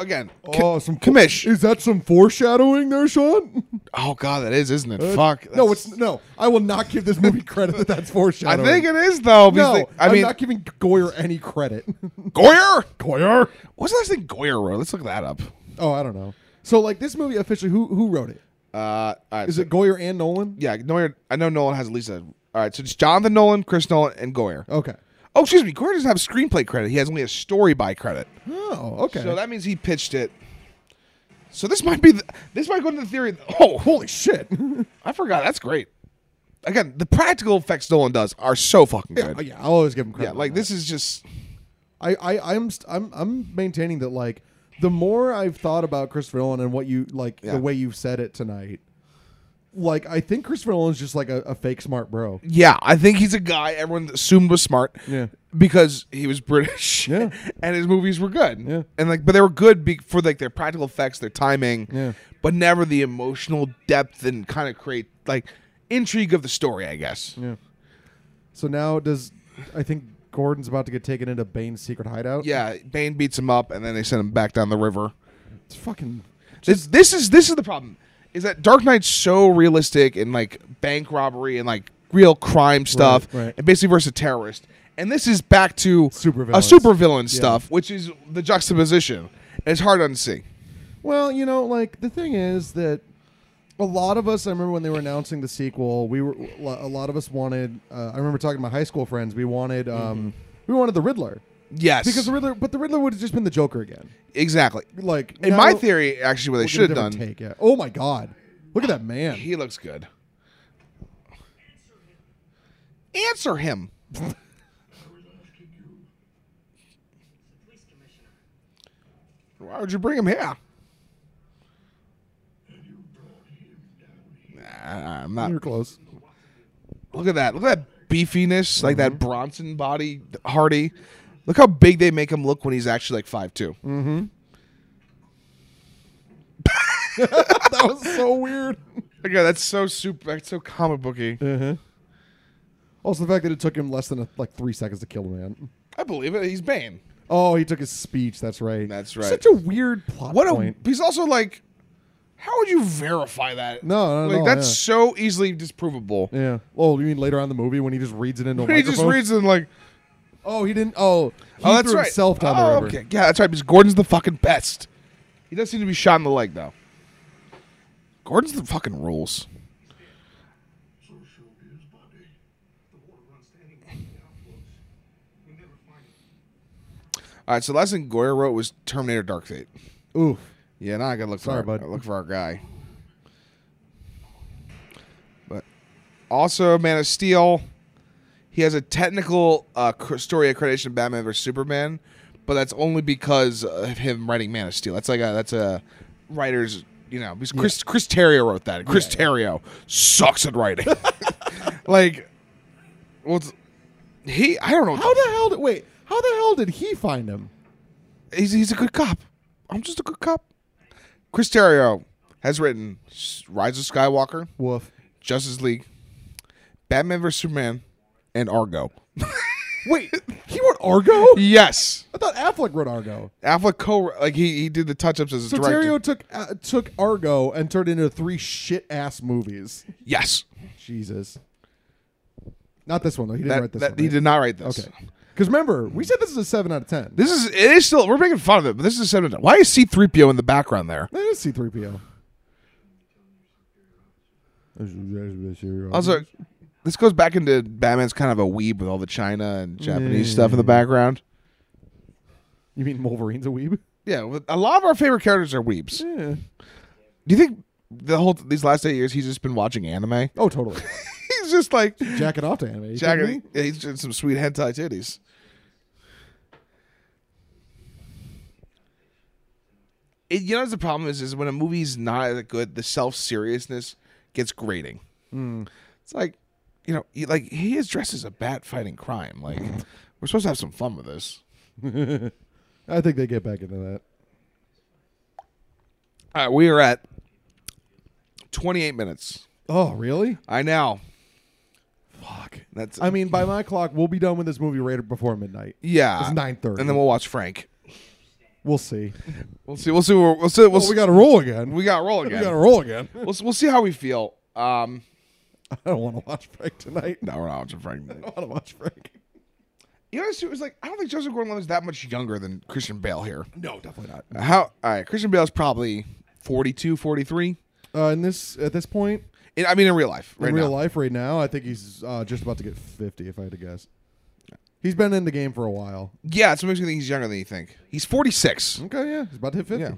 Speaker 2: Again, co-
Speaker 3: oh, some
Speaker 2: commish.
Speaker 3: Is that some foreshadowing there, Sean?
Speaker 2: Oh god, that is, isn't it? Fuck.
Speaker 3: No,
Speaker 2: that's-
Speaker 3: it's no. I will not give this movie credit that that's
Speaker 2: I
Speaker 3: foreshadowing.
Speaker 2: think it is though.
Speaker 3: No,
Speaker 2: because they- I
Speaker 3: am
Speaker 2: mean,
Speaker 3: not giving Goyer any credit.
Speaker 2: Goyer.
Speaker 3: Goyer?
Speaker 2: What's the last thing Goyer wrote? Let's look that up.
Speaker 3: Oh, I don't know. So like this movie officially, who who wrote it?
Speaker 2: Uh, all right,
Speaker 3: Is
Speaker 2: so-
Speaker 3: it Goyer and Nolan?
Speaker 2: Yeah, Goyer. I know Nolan has at least a. All right, so it's Jonathan Nolan, Chris Nolan, and Goyer.
Speaker 3: Okay.
Speaker 2: Oh, excuse me. Goyer doesn't have screenplay credit. He has only a story by credit.
Speaker 3: Oh, okay.
Speaker 2: So that means he pitched it. So this might be. The, this might go into the theory. Oh, holy!
Speaker 3: holy shit. Oh,
Speaker 2: I forgot. That's great. Again, the practical effects Nolan does are so fucking good.
Speaker 3: yeah, I'll always give him credit.
Speaker 2: yeah, like
Speaker 3: on
Speaker 2: this
Speaker 3: that.
Speaker 2: is just.
Speaker 3: I I I'm st- I'm I'm maintaining that like the more I've thought about Christopher Nolan and what you like
Speaker 2: Yeah.
Speaker 3: the way you've said it tonight, like I think Christopher Nolan's just like a, a fake smart bro.
Speaker 2: Yeah, I think he's a guy everyone assumed was smart.
Speaker 3: Yeah.
Speaker 2: Because he was British.
Speaker 3: Yeah.
Speaker 2: And his movies were good.
Speaker 3: Yeah.
Speaker 2: And like, but they were good be- for like their practical effects, their timing.
Speaker 3: Yeah.
Speaker 2: But never the emotional depth and kind of create like intrigue of the story, I guess.
Speaker 3: Mm.
Speaker 2: Yeah.
Speaker 3: So now does I think Gordon's about to get taken into Bane's secret hideout?
Speaker 2: Bane beats him up, and then they send him back down the river.
Speaker 3: It's fucking
Speaker 2: This, this is this is the problem. Is that Dark Knight's so realistic and like bank robbery and like real crime stuff,
Speaker 3: right.
Speaker 2: and basically versus a terrorist. And this is back to a
Speaker 3: Supervillains.
Speaker 2: supervillain
Speaker 3: Yeah.
Speaker 2: stuff, which is the juxtaposition. And it's hard to unsee.
Speaker 3: Well, you know, like the thing is that a lot of us. I remember when they were announcing the sequel, we were a lot of us wanted. Uh, I remember talking to my high school friends. We wanted, um, we wanted the Riddler
Speaker 2: Mm-hmm. Yes,
Speaker 3: because the Riddler, but the Riddler would have just been the Joker again.
Speaker 2: exactly.
Speaker 3: Like
Speaker 2: In
Speaker 3: now
Speaker 2: my
Speaker 3: we'll
Speaker 2: theory, actually, what they
Speaker 3: get a
Speaker 2: should have done.
Speaker 3: different Take, yeah. Oh my God, look at that man.
Speaker 2: He looks good. Answer him.
Speaker 4: Police commissioner.
Speaker 2: Why would you bring him here? Nah, I'm not.
Speaker 3: You're close.
Speaker 2: Look at that. Look at that beefiness, like that Bronson body, Hardy. Look how big they make him look when he's actually like 5'2".
Speaker 3: that was so weird.
Speaker 2: Look at that. That's so super. That's so comic booky.
Speaker 3: Also, the fact that it took him less than a, like three seconds to kill a man.
Speaker 2: I believe it. He's Bane.
Speaker 3: Oh, he took his speech. That's right.
Speaker 2: That's right.
Speaker 3: Such a weird plot
Speaker 2: What
Speaker 3: point.
Speaker 2: a. He's also like. How would you verify that?
Speaker 3: No, not at
Speaker 2: like
Speaker 3: all,
Speaker 2: that's
Speaker 3: yeah.
Speaker 2: so easily disprovable.
Speaker 3: yeah. Oh, you mean later on in the movie when he just reads it into a
Speaker 2: He just
Speaker 3: microphone?
Speaker 2: reads it like,
Speaker 3: Oh, he didn't. Oh, he
Speaker 2: oh, that's
Speaker 3: threw
Speaker 2: right.
Speaker 3: himself down
Speaker 2: oh,
Speaker 3: the river.
Speaker 2: Okay. Yeah, that's right. Because Gordon's the fucking best. He does seem to be shot in the leg though. Gordon's the fucking rules.
Speaker 5: So show me his body. The water runs standing right in the outflows. You'll never find it.
Speaker 2: All right. So the last thing Goyer wrote was Terminator: Dark Fate.
Speaker 3: Oof.
Speaker 2: Yeah, now I gotta look
Speaker 3: Sorry,
Speaker 2: for our,
Speaker 3: bud.
Speaker 2: look for our guy. But also, Man of Steel, he has a technical uh, cr- story accreditation of Batman vs Superman, but that's only because of him writing Man of Steel. That's like a that's a writers, you know, because Chris Chris Terrio wrote that. Chris Terrio sucks at writing. like, well, it's- he I don't know.
Speaker 3: How the hell did wait? How the hell did he find him?
Speaker 2: he's he's a good cop. I'm just a good cop. Chris Terrio has written S- Rise of Skywalker,
Speaker 3: Woof.
Speaker 2: Justice League, Batman vs Superman, and Argo.
Speaker 3: Wait, he wrote Argo?
Speaker 2: yes,
Speaker 3: I thought Affleck wrote Argo.
Speaker 2: Affleck co like he he did the touch ups as a
Speaker 3: So
Speaker 2: director.
Speaker 3: Terrio took uh, took Argo and turned it into three shit ass movies.
Speaker 2: yes,
Speaker 3: Jesus. Not this one though. He didn't
Speaker 2: that,
Speaker 3: write this
Speaker 2: that-
Speaker 3: one.
Speaker 2: he
Speaker 3: right?
Speaker 2: did not write this.
Speaker 3: Okay. Because remember, we said this is a seven out of ten.
Speaker 2: This is it is still we're making fun of it, but this is a seven. Why is C three PO in the background there?
Speaker 3: that is C three PO.
Speaker 2: Also, this goes back into Batman's kind of a weeb with all the China and Japanese stuff in the background.
Speaker 3: you mean Wolverine's a weeb?
Speaker 2: Yeah, with- a lot of our favorite characters are weebs.
Speaker 3: Yeah.
Speaker 2: Do you think the whole these last eight years he's just been watching anime?
Speaker 3: Oh, totally.
Speaker 2: he's just like
Speaker 3: Jack it off to anime. You
Speaker 2: Jack,
Speaker 3: kidding me?
Speaker 2: yeah, he's just some sweet hentai titties. It, you know what the problem is is when a movie's not that good, the self seriousness gets grating.
Speaker 3: Hmm.
Speaker 2: It's like you know, he, like he is dressed as a bat fighting crime. Like we're supposed to have some fun with this.
Speaker 3: I think they get back into that.
Speaker 2: All right, we are at twenty eight minutes.
Speaker 3: Oh, really?
Speaker 2: I know
Speaker 3: Fuck.
Speaker 2: that's
Speaker 3: I mean, by my clock, we'll be done with this movie right before midnight.
Speaker 2: yeah,
Speaker 3: It's 9:30.
Speaker 2: and then we'll watch Frank.
Speaker 3: We'll see.
Speaker 2: We'll see. We'll see. We'll, we'll see. We'll,
Speaker 3: Well, we got to roll again.
Speaker 2: we got roll
Speaker 3: We
Speaker 2: again.
Speaker 3: got to roll again.
Speaker 2: we'll, we'll see how we feel. Um,
Speaker 3: I don't want to watch Frank tonight.
Speaker 2: no, we're not watching Frank.
Speaker 3: I want to watch Frank.
Speaker 2: You know, it's- it was like I don't think Joseph Gordon-Levitt is that much younger than Christian Bale here.
Speaker 3: No, definitely not.
Speaker 2: How? All right, Christian Bale's probably 42, 43.
Speaker 3: Uh, in this, at this point,
Speaker 2: In, I mean, in real life, right
Speaker 3: in real
Speaker 2: now.
Speaker 3: life, right now, I think he's uh, just about to get 50. If I had to guess, he's been in the game for a while.
Speaker 2: Yeah, that's what makes me think he's younger than you think. He's forty six.
Speaker 3: Okay, yeah, he's about to hit 50.
Speaker 2: Yeah.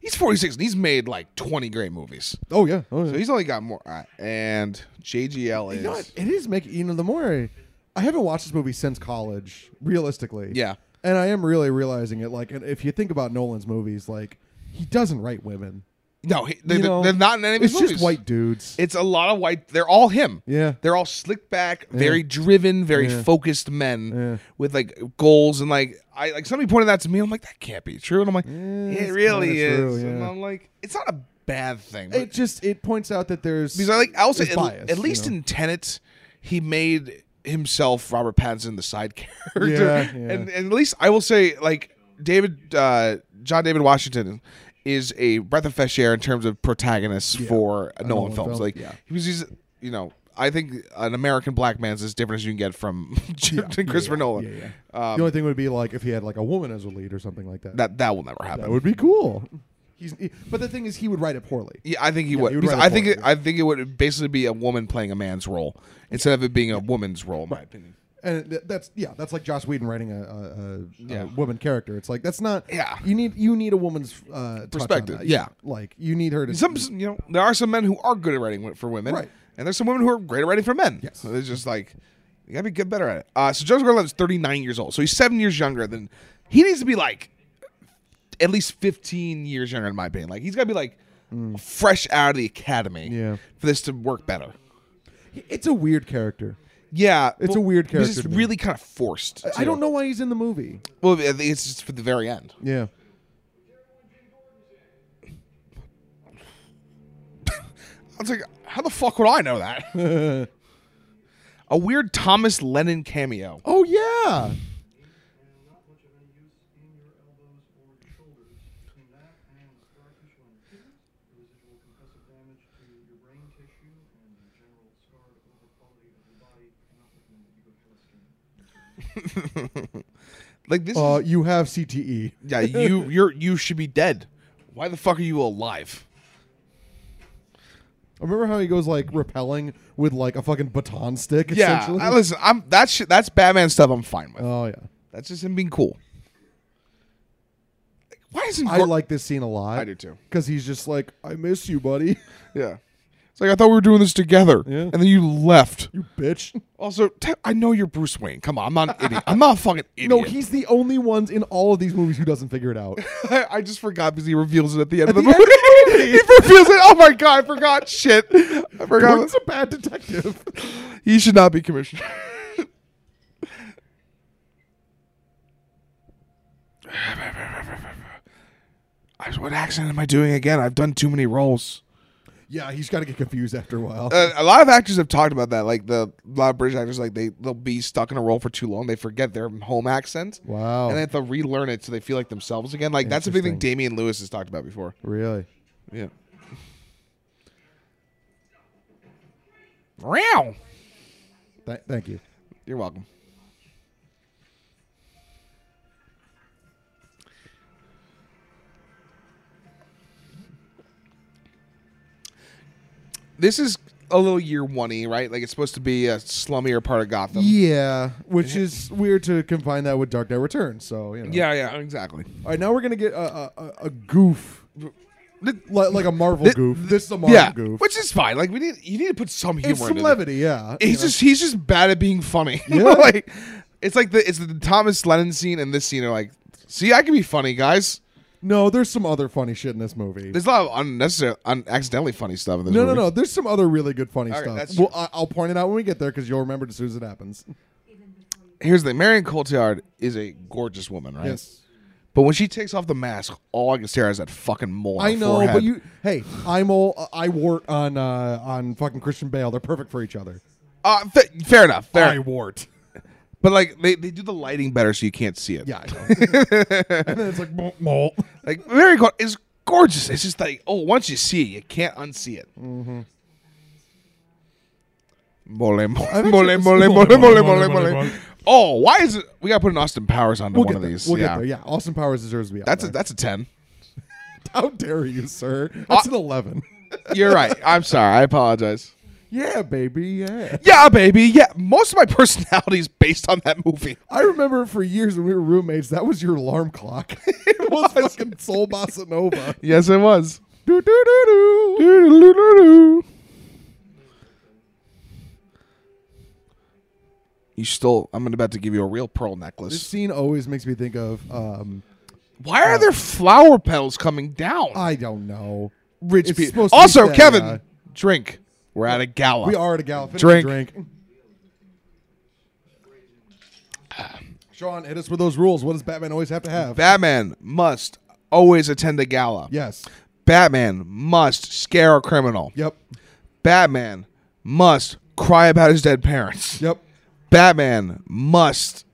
Speaker 2: He's forty six, and he's made like twenty great movies.
Speaker 3: Oh yeah. Oh, yeah.
Speaker 2: So he's only got more. All right, and JGL
Speaker 3: You know what?
Speaker 2: is
Speaker 3: It is making you know the more I, I haven't watched this movie since college, realistically.
Speaker 2: Yeah.
Speaker 3: and I am really realizing it. Like, and if you think about Nolan's movies, like he doesn't write women.
Speaker 2: no, he, they're,
Speaker 3: you know?
Speaker 2: they're not in any of his
Speaker 3: It's
Speaker 2: movies.
Speaker 3: just white dudes.
Speaker 2: It's a lot of white. They're all him.
Speaker 3: Yeah.
Speaker 2: They're all slick back, very driven, very
Speaker 3: Yeah.
Speaker 2: focused men
Speaker 3: Yeah.
Speaker 2: with like goals and like I like somebody pointed that to me. I'm like, that can't be true. And I'm like,
Speaker 3: it's
Speaker 2: it really
Speaker 3: kinda
Speaker 2: is.
Speaker 3: true,
Speaker 2: And
Speaker 3: yeah.
Speaker 2: I'm like, it's not a bad thing. But
Speaker 3: it just it points out that there's
Speaker 2: because I like I'll say
Speaker 3: there's
Speaker 2: at,
Speaker 3: bias,
Speaker 2: at
Speaker 3: you
Speaker 2: least
Speaker 3: know?
Speaker 2: in Tenet, he made himself Robert Pattinson the side character.
Speaker 3: Yeah, yeah.
Speaker 2: And, and at least I will say like David uh, John David Washington is a breath of fresh air in terms of protagonists for Nolan,
Speaker 3: Nolan
Speaker 2: films.
Speaker 3: film,
Speaker 2: Like
Speaker 3: yeah.
Speaker 2: he was he's you know I think an American black man's as different as you can get from Christopher Nolan.
Speaker 3: yeah,
Speaker 2: Um,
Speaker 3: the only thing would be like if he had like a woman as a lead or something like that.
Speaker 2: That that will never happen.
Speaker 3: That would be cool. He's he- but the thing is, he would write it poorly.
Speaker 2: Yeah, I think he
Speaker 3: Yeah,
Speaker 2: would.
Speaker 3: he would
Speaker 2: because
Speaker 3: write a
Speaker 2: I think
Speaker 3: porno,
Speaker 2: it, I think it would basically be a woman playing a man's role instead of it being a woman's role. In my opinion.
Speaker 3: and th- that's yeah, that's like Joss Whedon writing a, a, a,
Speaker 2: Yeah.
Speaker 3: a woman character. It's like that's not
Speaker 2: Yeah.
Speaker 3: You need you need a woman's uh, touch on
Speaker 2: Perspective,
Speaker 3: that.
Speaker 2: yeah.
Speaker 3: like you need her to
Speaker 2: Some you know there are some men who are good at writing wi- for women,
Speaker 3: Right.
Speaker 2: and there's some women who are great at writing for men.
Speaker 3: Yes.
Speaker 2: So it's just like you gotta be good better at it. Uh, so Joseph Gordon-Levitt is 39 years old, so he's seven years younger than he needs to be like at least 15 years younger in my opinion. Like he's gotta be like fresh out of the academy
Speaker 3: Mm. Yeah.
Speaker 2: for this to work better.
Speaker 3: It's a weird character.
Speaker 2: Yeah,
Speaker 3: It's a weird
Speaker 2: He's
Speaker 3: character to
Speaker 2: just
Speaker 3: me.
Speaker 2: really kind of forced.
Speaker 3: I
Speaker 2: too.
Speaker 3: don't know why he's in the movie.
Speaker 2: Well, I think it's just for the very end.
Speaker 3: Yeah,
Speaker 2: I was like, how the fuck would I know that?
Speaker 3: Oh,
Speaker 2: a weird Thomas Lennon cameo.
Speaker 3: Oh yeah.
Speaker 5: Not much of any use in your elbows or your shoulders. Between that and scar tissue on your kidneys, the residual concussive damage to your brain tissue and the general scarred over quality of your body, not looking that you go to a skin.
Speaker 2: Like this,
Speaker 3: Uh,
Speaker 2: is,
Speaker 3: you have E. CTE.
Speaker 2: yeah, you you're you should be dead. Why the fuck are you alive?
Speaker 3: Remember how he goes like repelling with like a fucking baton stick?
Speaker 2: Yeah,
Speaker 3: essentially?
Speaker 2: I- listen, I'm that shit. That's Batman stuff. I'm fine with.
Speaker 3: Oh yeah.
Speaker 2: that's just him being cool. Like, Why isn't
Speaker 3: I
Speaker 2: Gor-
Speaker 3: like this scene a lot.
Speaker 2: I do too.
Speaker 3: Because he's just like, I miss you, buddy.
Speaker 2: Yeah. It's like I thought we were doing this together,
Speaker 3: Yeah.
Speaker 2: and then you left.
Speaker 3: You bitch.
Speaker 2: Also, te- I know you're Bruce Wayne. Come on, I'm not an idiot. I'm not a fucking idiot.
Speaker 3: No, he's the only ones in all of these movies who doesn't figure it out.
Speaker 2: I, I just forgot because he reveals it at the end
Speaker 3: At
Speaker 2: of the,
Speaker 3: the end of the
Speaker 2: movie.
Speaker 3: movie.
Speaker 2: he reveals it. Oh my god, I forgot. Shit, I forgot.
Speaker 3: Gordon's a bad detective.
Speaker 2: He should not be commissioner. I- what accent am I doing again? I've done too many roles.
Speaker 3: yeah, he's got to get confused after a while.
Speaker 2: Uh, a lot of actors have talked about that. Like the a lot of British actors, like they they'll be stuck in a role for too long, they forget their home accent,
Speaker 3: wow.
Speaker 2: and they have to relearn it so they feel like themselves again. Like that's a big thing
Speaker 3: Interesting.
Speaker 2: Damian Lewis has talked about before.
Speaker 3: really?
Speaker 2: Yeah. Wow.
Speaker 3: Th- thank you.
Speaker 2: You're welcome. This is a little year one y, right? Like it's supposed to be a slummier part of Gotham.
Speaker 3: Yeah, Um, which is weird to confine that with Dark Knight Returns. So you know.
Speaker 2: yeah, yeah, exactly.
Speaker 3: All right, now we're gonna get a a, a- a goof,
Speaker 2: Th-
Speaker 3: like, like a Marvel
Speaker 2: Th-
Speaker 3: goof. This is a Marvel
Speaker 2: yeah,
Speaker 3: goof.
Speaker 2: which is fine. Like we need you need to put some humor.
Speaker 3: it's some
Speaker 2: into this.
Speaker 3: levity. Yeah.
Speaker 2: He's just he's just bad at being funny. like it's like the it's the Thomas Lennon scene and this scene are like, see, I can be funny, guys.
Speaker 3: no, there's some other funny shit in this movie.
Speaker 2: There's a lot of unnecessary, un- accidentally funny stuff in this.
Speaker 3: no, no,
Speaker 2: movie.
Speaker 3: no. There's some other really good funny
Speaker 2: All right,
Speaker 3: stuff.
Speaker 2: that's
Speaker 3: well, I, I'll point it out when we get there because you'll remember it as soon as it happens.
Speaker 2: Here's the thing: Marion Cotillard is a gorgeous woman, right?
Speaker 3: Yes,
Speaker 2: But when she takes off the mask, all I can stare at is that fucking mole. on
Speaker 3: I
Speaker 2: her
Speaker 3: know,
Speaker 2: forehead.
Speaker 3: but you. Hey, I'm all I wart on uh, on fucking Christian Bale. They're perfect for each other.
Speaker 2: Uh, fa- fair enough. Fair.
Speaker 3: I wart.
Speaker 2: But like they, they do the lighting better so you can't see it.
Speaker 3: Yeah, I know. and then it's like mol- mol.
Speaker 2: Like Marion Cotillard is gorgeous. It's just like oh, once you see it, you can't unsee it.
Speaker 3: Mm-hmm.
Speaker 2: Mole, mole,
Speaker 3: actually-
Speaker 2: mole, mole, mole, mole, mole, mole. Oh, why is it? We gotta put an Austin Powers onto
Speaker 3: We'll
Speaker 2: one
Speaker 3: get
Speaker 2: of
Speaker 3: there.
Speaker 2: these.
Speaker 3: We'll
Speaker 2: yeah,
Speaker 3: get there. Yeah, Austin Powers deserves to be. Out
Speaker 2: that's a,
Speaker 3: there.
Speaker 2: that's a ten.
Speaker 3: How dare you, sir? That's an eleven.
Speaker 2: You're right. I'm sorry. I apologize.
Speaker 3: yeah, baby. Yeah.
Speaker 2: Yeah, baby. Yeah. Most of my personality is based on that movie.
Speaker 3: I remember for years when we were roommates, that was your alarm clock. it was fucking Soul Bossa Nova.
Speaker 2: Yes, it was.
Speaker 3: do, do, do, do.
Speaker 2: You stole. I'm about to give you a real pearl necklace.
Speaker 3: This scene always makes me think of um,
Speaker 2: Why are there flower petals coming down?
Speaker 3: I don't know.
Speaker 2: Rich
Speaker 3: uh, it's
Speaker 2: people.
Speaker 3: supposed to be
Speaker 2: Also,
Speaker 3: sad,
Speaker 2: Kevin,
Speaker 3: yeah.
Speaker 2: drink. We're at a gala.
Speaker 3: We are at a gallop. Finish
Speaker 2: Drink.
Speaker 3: the drink. Sean, hit us with those rules. What does Batman always have to have?
Speaker 2: Batman must always attend a gala.
Speaker 3: yes.
Speaker 2: Batman must scare a criminal.
Speaker 3: Yep.
Speaker 2: Batman must cry about his dead parents.
Speaker 3: Yep.
Speaker 2: Batman must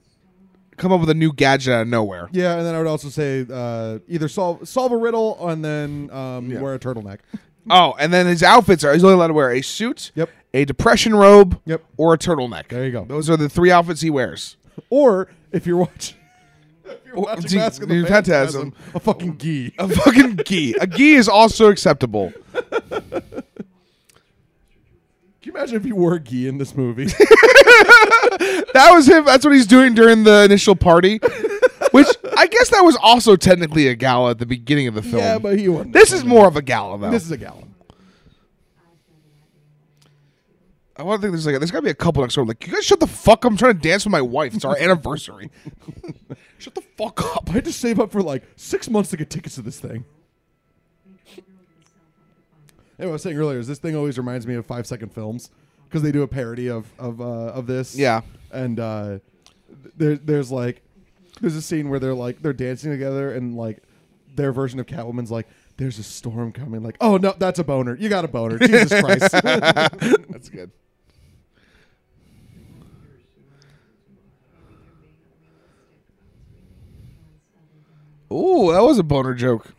Speaker 2: come up with a new gadget out of nowhere.
Speaker 3: Yeah, and then I would also say uh, either solve solve a riddle and then um, wear a turtleneck.
Speaker 2: Oh, and then his outfits are he's only allowed to wear a suit,
Speaker 3: Yep.
Speaker 2: a depression robe,
Speaker 3: Yep.
Speaker 2: or a turtleneck.
Speaker 3: There you go.
Speaker 2: Those are the three outfits he wears.
Speaker 3: Or if you're watching, if you're
Speaker 2: Well,
Speaker 3: watching
Speaker 2: gee,
Speaker 3: Mask of the
Speaker 2: you
Speaker 3: Phantasm,
Speaker 2: Phantasm.
Speaker 3: a fucking gee.
Speaker 2: A fucking gi. A gi is also acceptable.
Speaker 3: Can you imagine if you wore a gi in this movie?
Speaker 2: That was him. That's what he's doing during the initial party, which I guess that was also technically a gala at the beginning of the film.
Speaker 3: yeah, but he wouldn't.
Speaker 2: this is more of a gala though.
Speaker 3: This is a gallon.
Speaker 2: I want to think there's like there's got to be a couple next door. Like, you guys shut the fuck up. I'm trying to dance with my wife. It's our anniversary. shut the fuck up.
Speaker 3: I had to save up for like six months to get tickets to this thing. Anyway, I was saying earlier is this thing always reminds me of five second films because they do a parody of of uh, of this.
Speaker 2: Yeah.
Speaker 3: and uh, th- there, there's like there's a scene where they're like they're dancing together and like their version of Catwoman's like there's a storm coming. Like oh no, that's a boner. You got a boner. Jesus Christ.
Speaker 2: That's good. Ooh, that was a boner joke.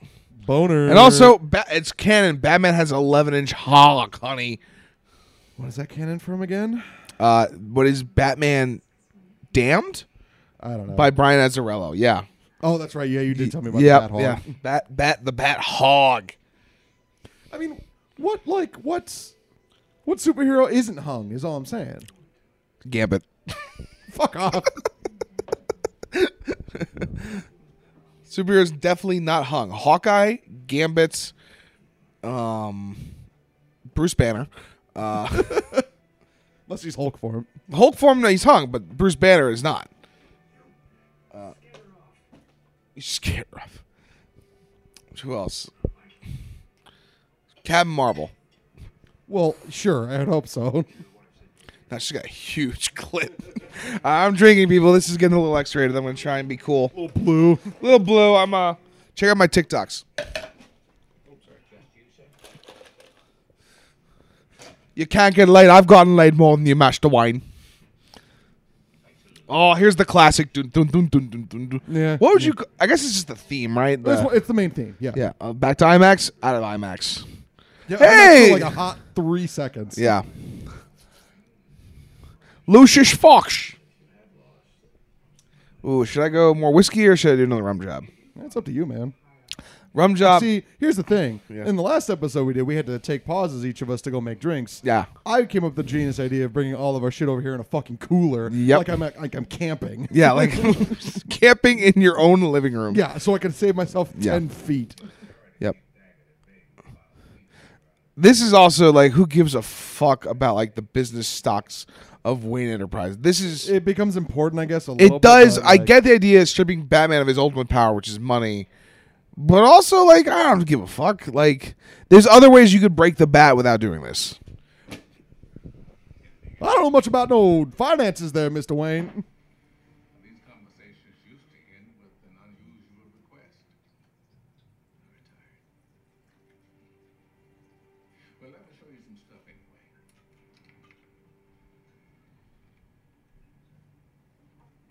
Speaker 3: boner.
Speaker 2: And also, ba- it's canon. Batman has an 11 inch hog, honey.
Speaker 3: what is that canon from again?
Speaker 2: Uh, what is Batman Damned?
Speaker 3: I don't know.
Speaker 2: By Brian Azzarello. Yeah.
Speaker 3: oh, that's right. Yeah, you did tell me about
Speaker 2: Yeah.
Speaker 3: that. Hall.
Speaker 2: Yeah. Bat, bat, the bat hog.
Speaker 3: I mean, what like what's what superhero isn't hung is all I'm saying.
Speaker 2: Gambit.
Speaker 3: Fuck off.
Speaker 2: Superheroes definitely not hung. Hawkeye, Gambit, um, Bruce Banner. Uh,
Speaker 3: Unless he's Hulk form.
Speaker 2: Hulk form, no, he's hung, but Bruce Banner is not. Uh, he's scared off. Who else? Captain Marvel.
Speaker 3: Well, sure. I would hope so.
Speaker 2: Now she's got a huge clip. I'm drinking, people. This is getting a little X-rated. I'm gonna try and be cool. Little blue. Little blue. I'm uh. Check out my TikToks. You can't get laid. I've gotten laid more than you, Master Wine. Oh, here's the classic. Dun, dun, dun, dun, dun, dun, dun.
Speaker 3: Yeah.
Speaker 2: What would you? ca- I guess it's just the theme, right?
Speaker 3: That's
Speaker 2: The-
Speaker 3: what- it's the main theme. Yeah.
Speaker 2: yeah. Uh, back to IMAX. Out of IMAX.
Speaker 3: Yeah, I'm not sure,
Speaker 2: Hey!
Speaker 3: like a hot three seconds.
Speaker 2: Yeah. Lucius Fox. Ooh, should I go more whiskey or should I do another rum job?
Speaker 3: That's up to you, man.
Speaker 2: Rum job.
Speaker 3: See, here's the thing.
Speaker 2: Uh, Yeah.
Speaker 3: In the last episode we did, we had to take pauses each of us to go make drinks.
Speaker 2: Yeah.
Speaker 3: I came up with the genius idea of bringing all of our shit over here in a fucking cooler.
Speaker 2: Yep.
Speaker 3: Like I'm at, like I'm camping.
Speaker 2: Yeah, like camping in your own living room.
Speaker 3: Yeah, so I can save myself
Speaker 2: Yeah.
Speaker 3: ten feet.
Speaker 2: Yep. This is also like who gives a fuck about like the business stocks of Wayne Enterprise. This is it,
Speaker 3: It becomes important, I guess. A little bit,
Speaker 2: does.
Speaker 3: but,
Speaker 2: I
Speaker 3: like,
Speaker 2: get the idea of stripping Batman of his ultimate power, which is money, but also like I don't give a fuck. Like there's other ways you could break the bat without doing this.
Speaker 3: I don't know much about no finances there, Mister Wayne.
Speaker 6: These conversations used to end with an unusual request. I retired. Well, let me show you some stuff anyway.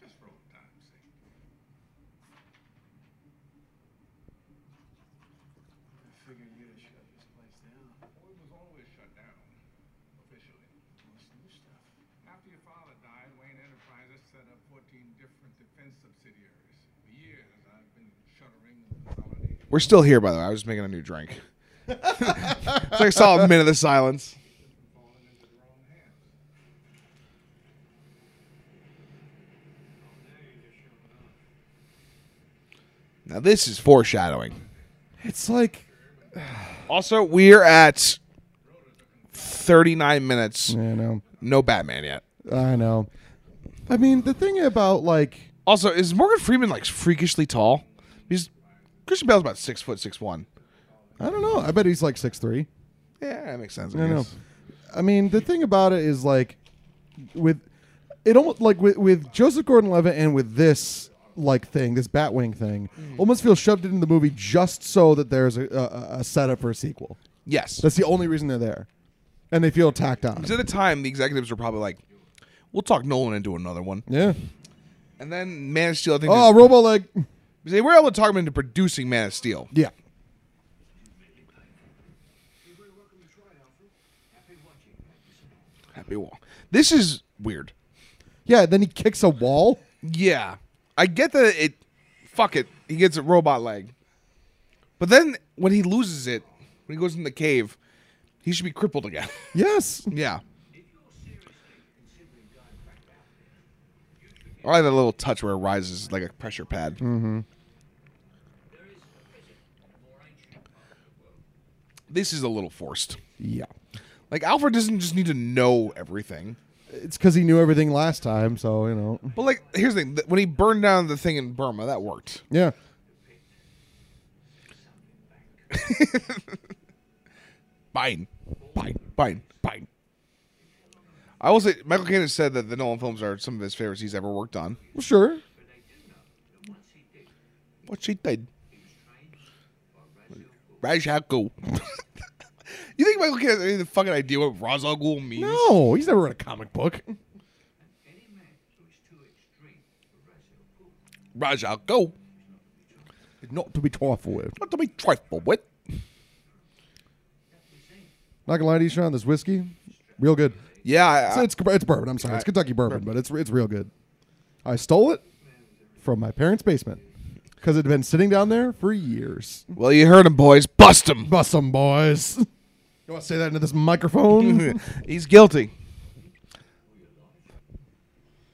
Speaker 6: Just for old time's sake.
Speaker 5: I figured you'd have shut this place down.
Speaker 6: Well, it was always shut down, officially.
Speaker 5: What's the new stuff?
Speaker 6: After your father died, Wayne Enterprises set up 14 different defense subsidiaries. For years, I've been shuttering and consolidating.
Speaker 2: We're still here, by the way. I was just making a new drink. it's like a solid minute of silence.
Speaker 6: fallen into the wrong hands.
Speaker 2: Now this is foreshadowing.
Speaker 3: It's like
Speaker 2: Also, we're at 39 minutes.
Speaker 3: I know,
Speaker 2: No Batman yet.
Speaker 3: I know. I mean, the thing about like
Speaker 2: Also, is Morgan Freeman like freakishly tall? He's Christian Bale's about six foot six one.
Speaker 3: I don't know. I bet he's like six three.
Speaker 2: Yeah, that makes sense. I
Speaker 3: I know.
Speaker 2: guess.
Speaker 3: I mean, the thing about it is like with it almost like with, with Joseph Gordon-Levitt and with this like thing, this Batwing thing, almost feels shoved into the movie just so that there's a, a, a setup for a sequel.
Speaker 2: Yes.
Speaker 3: That's the only reason they're there, and they feel tacked on.
Speaker 2: Because at the time, the executives were probably like, "We'll talk Nolan into another one,"
Speaker 3: Yeah.
Speaker 2: and then Man of Steel. I think
Speaker 3: Oh, Robo Leg.
Speaker 2: they were able to talk him into producing Man of Steel.
Speaker 3: Yeah.
Speaker 2: Happy Wall. This is weird.
Speaker 3: Yeah. Then he kicks a wall.
Speaker 2: Yeah, I get that it. Fuck it, he gets a robot leg, but then when he loses it, when he goes in the cave, he should be crippled again.
Speaker 3: Yes.
Speaker 2: yeah. I like that little touch where it rises like a pressure pad. This is a little forced.
Speaker 3: Yeah.
Speaker 2: Like Alfred doesn't just need to know everything.
Speaker 3: It's because he knew everything last time, so you know.
Speaker 2: But like, here's the thing: th- when he burned down the thing in Burma, that worked.
Speaker 3: Yeah.
Speaker 2: Fine, fine, fine, fine. I will say, Michael Caine has said that the Nolan films are some of his favorites he's ever worked on.
Speaker 3: Well, sure.
Speaker 2: What she did? Rajaku. you think Michael Caine has any fucking idea what Razagul means?
Speaker 3: No, he's never read a comic book.
Speaker 6: Any man who is too extreme for rational proof
Speaker 2: Razagul.
Speaker 3: Not to be trifled with.
Speaker 2: Not to be trifled with.
Speaker 3: Not gonna lie to you, Sean. This whiskey, real good.
Speaker 2: Yeah, I,
Speaker 3: It's it's, it's bourbon. I'm sorry, it's Kentucky bourbon, but it's it's real good. I stole it from my parents' basement because it had been sitting down there for years.
Speaker 2: well, you heard him, boys. Bust him.
Speaker 3: Bust 'em, boys. You want to say that into this microphone?
Speaker 2: he's guilty.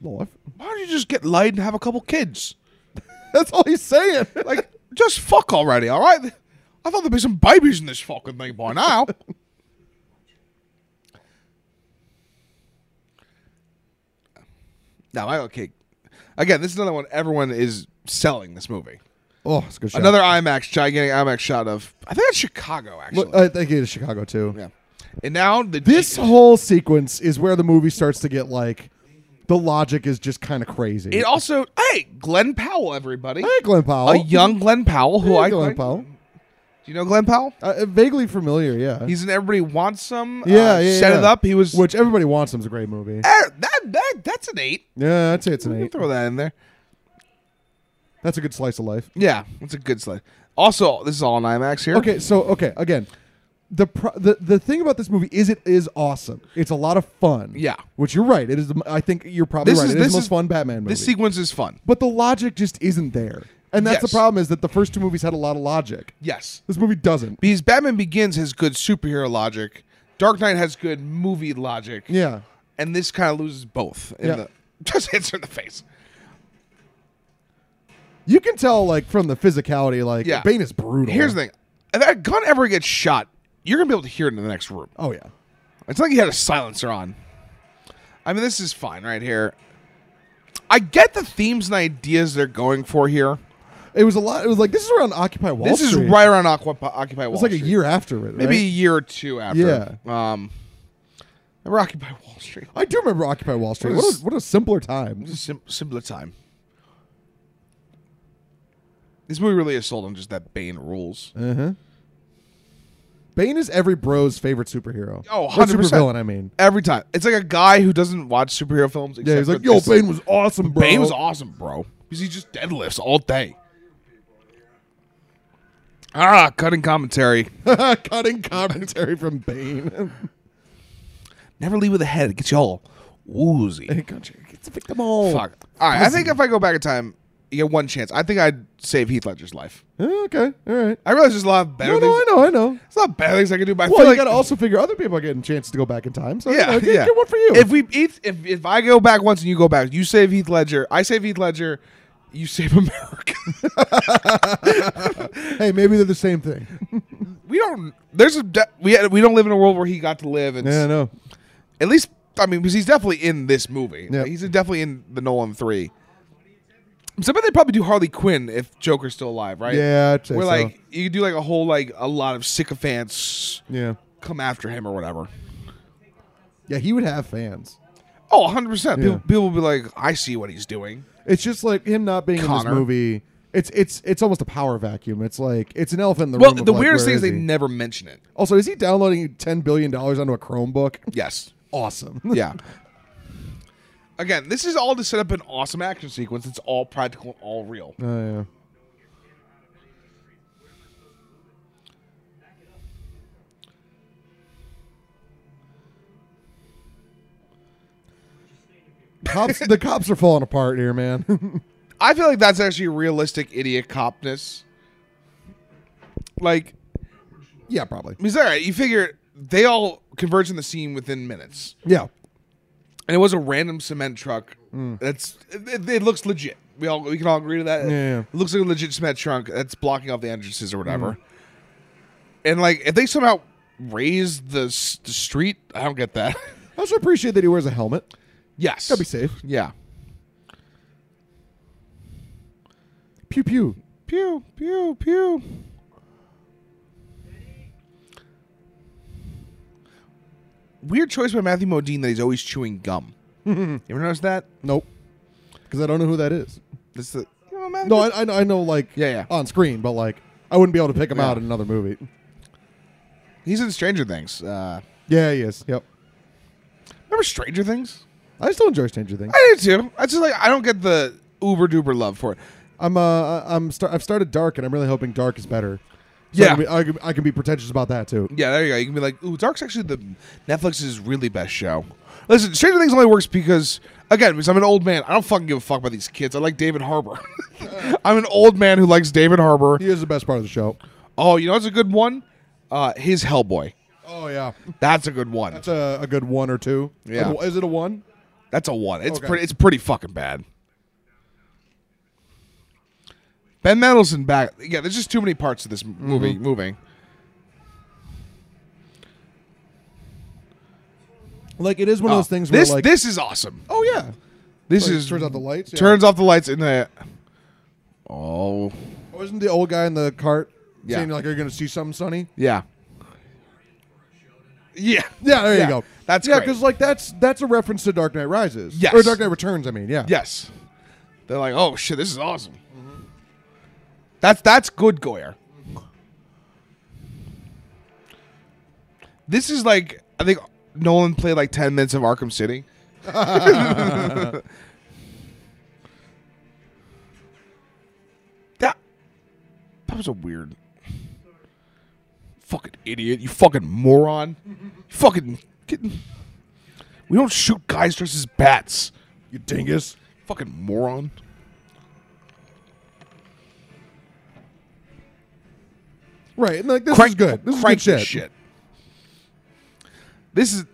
Speaker 3: Lord.
Speaker 2: Why don't you just get laid and have a couple kids?
Speaker 3: That's all he's saying.
Speaker 2: Like, just fuck already, all right? I thought there'd be some babies in this fucking thing by now. No, I okay. Again, this is another one. Everyone is selling this movie.
Speaker 3: Oh, it's a good shot.
Speaker 2: Another IMAX, gigantic IMAX shot of. I think it's Chicago actually.
Speaker 3: Look, I think it is Chicago too.
Speaker 2: yeah. And now the
Speaker 3: uh, This whole sequence is where the movie starts to get like the logic is just kind of crazy.
Speaker 2: It also hey Glenn Powell, everybody,
Speaker 3: hey, Glenn Powell.
Speaker 2: a young Glenn Powell who
Speaker 3: Hey,
Speaker 2: I
Speaker 3: Glenn
Speaker 2: like-
Speaker 3: Powell.
Speaker 2: Do you know Glenn Powell?
Speaker 3: Uh, vaguely familiar, yeah.
Speaker 2: He's in Everybody Wants Some.
Speaker 3: yeah,
Speaker 2: uh,
Speaker 3: yeah,
Speaker 2: Set
Speaker 3: yeah.
Speaker 2: it up. He was
Speaker 3: which everybody wants him's a great movie.
Speaker 2: Eh, that that that's an eight.
Speaker 3: Yeah, I'd say it's
Speaker 2: We
Speaker 3: an
Speaker 2: can
Speaker 3: eight.
Speaker 2: throw that in there.
Speaker 3: That's a good slice of life.
Speaker 2: Yeah, it's a good slide. Also, this is all in IMAX here.
Speaker 3: Okay, so okay, again, the pro- the the thing about this movie is it is awesome. It's a lot of fun.
Speaker 2: Yeah.
Speaker 3: which you're right. It is. the- I think you're probably
Speaker 2: This
Speaker 3: right.
Speaker 2: is-
Speaker 3: it is
Speaker 2: this
Speaker 3: the most
Speaker 2: is-
Speaker 3: fun Batman movie.
Speaker 2: This sequence is fun.
Speaker 3: but the logic just isn't there, and that's
Speaker 2: Yes.
Speaker 3: the problem. Is that the first two movies had a lot of logic.
Speaker 2: Yes,
Speaker 3: This movie doesn't.
Speaker 2: because Batman Begins has good superhero logic. Dark Knight has good movie logic.
Speaker 3: Yeah,
Speaker 2: and this kind of loses both. In
Speaker 3: Yeah.
Speaker 2: the, just hits her in the face.
Speaker 3: you can tell like from the physicality. Like
Speaker 2: Yeah.
Speaker 3: Bane is brutal.
Speaker 2: Here's the thing: if that gun ever gets shot, you're gonna be able to hear it in the next room.
Speaker 3: Oh yeah.
Speaker 2: It's not like he had a silencer on. I mean, this is fine right here. I get the themes and ideas they're going for here.
Speaker 3: It was a lot. It was like this is around Occupy Wall
Speaker 2: this
Speaker 3: Street.
Speaker 2: is right around Occupy, Occupy Wall
Speaker 3: It's like a
Speaker 2: Street.
Speaker 3: year after it.
Speaker 2: maybe a
Speaker 3: right?
Speaker 2: year or two after. Yeah. Um, remember Occupy Wall Street?
Speaker 3: I do remember Occupy Wall Street.
Speaker 2: What
Speaker 3: What
Speaker 2: is-
Speaker 3: a, what a simpler time.
Speaker 2: Sim- simpler time. This movie really is sold on just that Bane rules.
Speaker 3: Uh huh. Bane is every bro's favorite superhero.
Speaker 2: Oh,
Speaker 3: Or
Speaker 2: 100%.
Speaker 3: supervillain, I mean.
Speaker 2: Every time, it's like a guy who doesn't watch superhero films.
Speaker 3: Yeah,
Speaker 2: except
Speaker 3: he's like,
Speaker 2: for
Speaker 3: yo,
Speaker 2: this.
Speaker 3: Bane was awesome, bro.
Speaker 2: Bane was awesome, bro. Because he just deadlifts all day. Ah, cutting commentary.
Speaker 3: Cutting commentary from Bane.
Speaker 2: Never leave with a head. It gets you all woozy.
Speaker 3: It's a victim all.
Speaker 2: Fuck. All right, I think if I go back in time, you get one chance. I think I'd save Heath Ledger's life.
Speaker 3: Yeah, okay, all right.
Speaker 2: I realize there's a lot of better
Speaker 3: No, no, I
Speaker 2: things.
Speaker 3: know, I know.
Speaker 2: There's a lot of better things I can do, but I
Speaker 3: Well,
Speaker 2: feel
Speaker 3: you
Speaker 2: like,
Speaker 3: got to also figure other people are getting chances to go back in time. So, you
Speaker 2: yeah,
Speaker 3: know, get,
Speaker 2: yeah.
Speaker 3: get one for you.
Speaker 2: If we if, if if I go back once and you go back, you save Heath Ledger. I save Heath Ledger. You save America.
Speaker 3: hey, maybe they're the same thing.
Speaker 2: we don't. There's a de- we we don't live in a world where he got to live. And
Speaker 3: yeah, I know.
Speaker 2: At least, I mean, because he's definitely in this movie.
Speaker 3: Yeah.
Speaker 2: He's definitely in the Nolan three. So, I bet they probably do Harley Quinn if Joker's still alive, right?
Speaker 3: Yeah, I'd say
Speaker 2: Where
Speaker 3: so.
Speaker 2: like you could do like a whole like a lot of sycophants
Speaker 3: Yeah.
Speaker 2: come after him or whatever.
Speaker 3: Yeah, he would have fans.
Speaker 2: Oh, 100 percent.
Speaker 3: Yeah.
Speaker 2: People people will be like, I see what he's doing.
Speaker 3: It's just like him not being in
Speaker 2: Connor.
Speaker 3: this movie. It's it's it's almost a power vacuum. It's like it's an elephant in the
Speaker 2: Well,
Speaker 3: room. of,
Speaker 2: the
Speaker 3: like,
Speaker 2: weirdest
Speaker 3: where
Speaker 2: thing is they
Speaker 3: he?
Speaker 2: never mention it.
Speaker 3: Also, is he downloading ten billion dollars onto a Chromebook?
Speaker 2: Yes.
Speaker 3: Awesome.
Speaker 2: Yeah. Again, this is all to set up an awesome action sequence. It's all practical and all real.
Speaker 3: Oh yeah. Cops, the cops are falling apart here, man.
Speaker 2: I feel like that's actually realistic idiot copness. Like,
Speaker 3: yeah, probably.
Speaker 2: I mean, it's all right. You figure they all converge in the scene within minutes,
Speaker 3: Yeah,
Speaker 2: and it was a random cement truck. That's it, it looks legit. We all we can all agree to that.
Speaker 3: Yeah, yeah.
Speaker 2: It looks like a legit cement trunk that's blocking off the entrances or whatever. And like, if they somehow raise the, s- the street, I don't get that.
Speaker 3: I also appreciate that he wears a helmet.
Speaker 2: yes,
Speaker 3: Gotta be safe.
Speaker 2: Yeah.
Speaker 3: Pew pew.
Speaker 2: Pew pew pew. Weird choice by Matthew Modine that he's always chewing gum. you ever notice that?
Speaker 3: Nope. Because I don't know who that is.
Speaker 2: This is the, Matthew
Speaker 3: No, I, I, know- I know like
Speaker 2: Yeah, yeah.
Speaker 3: on screen, but like I wouldn't be able to pick him
Speaker 2: Yeah.
Speaker 3: out in another movie.
Speaker 2: He's in Stranger Things. Uh,
Speaker 3: Yeah, he is. Yep.
Speaker 2: remember Stranger Things?
Speaker 3: I still enjoy Stranger Things.
Speaker 2: I did too. I just like I don't get the uber duper love for it.
Speaker 3: I'm uh I- I'm star- I've started Dark and I'm really hoping Dark is better. So
Speaker 2: Yeah.
Speaker 3: I can, be, I, can, I can be pretentious about that too.
Speaker 2: Yeah, there you go. You can be like, "Ooh, Dark's actually the Netflix's really best show." Listen, Stranger Things only works because again, because I'm an old man. I don't fucking give a fuck about these kids. I like David Harbour. I'm an old man who likes David Harbour.
Speaker 3: He is the best part of the show.
Speaker 2: Oh, you know what's a good one? Uh, his Hellboy.
Speaker 3: Oh yeah,
Speaker 2: That's a good one.
Speaker 3: that's a, a good one or two.
Speaker 2: Yeah.
Speaker 3: Like, is it a one?
Speaker 2: That's a one. It's
Speaker 3: Okay.
Speaker 2: pretty. It's pretty fucking bad. Ben Mendelsohn back. Yeah, there's just too many parts of this m- movie
Speaker 3: Mm-hmm.
Speaker 2: moving.
Speaker 3: Like it is one
Speaker 2: Oh,
Speaker 3: of those things where
Speaker 2: This
Speaker 3: like
Speaker 2: Oh, this is awesome.
Speaker 3: oh yeah,
Speaker 2: This
Speaker 3: Like,
Speaker 2: is
Speaker 3: turns out the lights, yeah.
Speaker 2: Turns off the lights in the. Oh
Speaker 3: Wasn't the old guy in the cart
Speaker 2: Yeah.
Speaker 3: saying like, "Are you going to see something, Sonny?"
Speaker 2: yeah, yeah,
Speaker 3: Yeah, there
Speaker 2: Yeah,
Speaker 3: you go.
Speaker 2: that's
Speaker 3: yeah,
Speaker 2: great.
Speaker 3: because like that's that's a reference to Dark Knight Rises.
Speaker 2: Yes.
Speaker 3: or Dark Knight Returns. I mean, yeah,
Speaker 2: yes. They're like, oh shit, this is awesome. That's that's good Goyer. This is like I think Nolan played like ten minutes of Arkham City. that that was a weird fucking idiot. You fucking moron. You fucking kidding. We don't shoot guys dressed as bats.
Speaker 3: You dingus.
Speaker 2: Fucking moron.
Speaker 3: Right, and like this
Speaker 2: Crank-
Speaker 3: is good. This is
Speaker 2: crank
Speaker 3: good shit.
Speaker 2: This is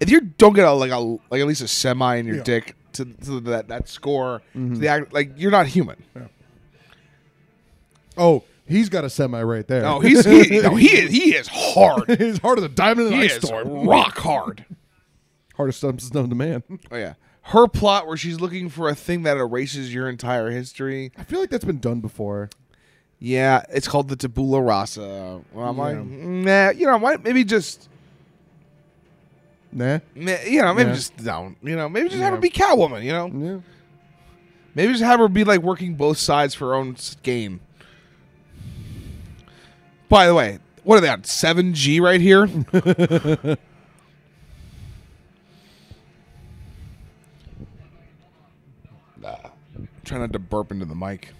Speaker 2: if you don't get a, like a like at least a semi in your
Speaker 3: Yeah. Mm-hmm.
Speaker 2: dick to, to that that score, to the act, like you're not human.
Speaker 3: Oh, he's got a semi right there.
Speaker 2: No, he's he, no, he is he is hard.
Speaker 3: he's harder than diamond in the
Speaker 2: He
Speaker 3: ice
Speaker 2: is
Speaker 3: storm.
Speaker 2: rock hard.
Speaker 3: Hardest substance known to man.
Speaker 2: Oh yeah, her plot where she's looking for a thing that erases your entire history.
Speaker 3: I feel like that's been done before.
Speaker 2: Yeah, it's called the tabula rasa. Well, I'm like, nah, you know, what? maybe just,
Speaker 3: Nah.
Speaker 2: nah, you know, maybe
Speaker 3: Yeah.
Speaker 2: just don't, you know, maybe just have her
Speaker 3: Yeah.
Speaker 2: be Catwoman, you know,
Speaker 3: Yeah.
Speaker 2: maybe just have her be like working both sides for her own s- game. By the way, what are they on seven G right here? Nah. Try not to burp into the mic.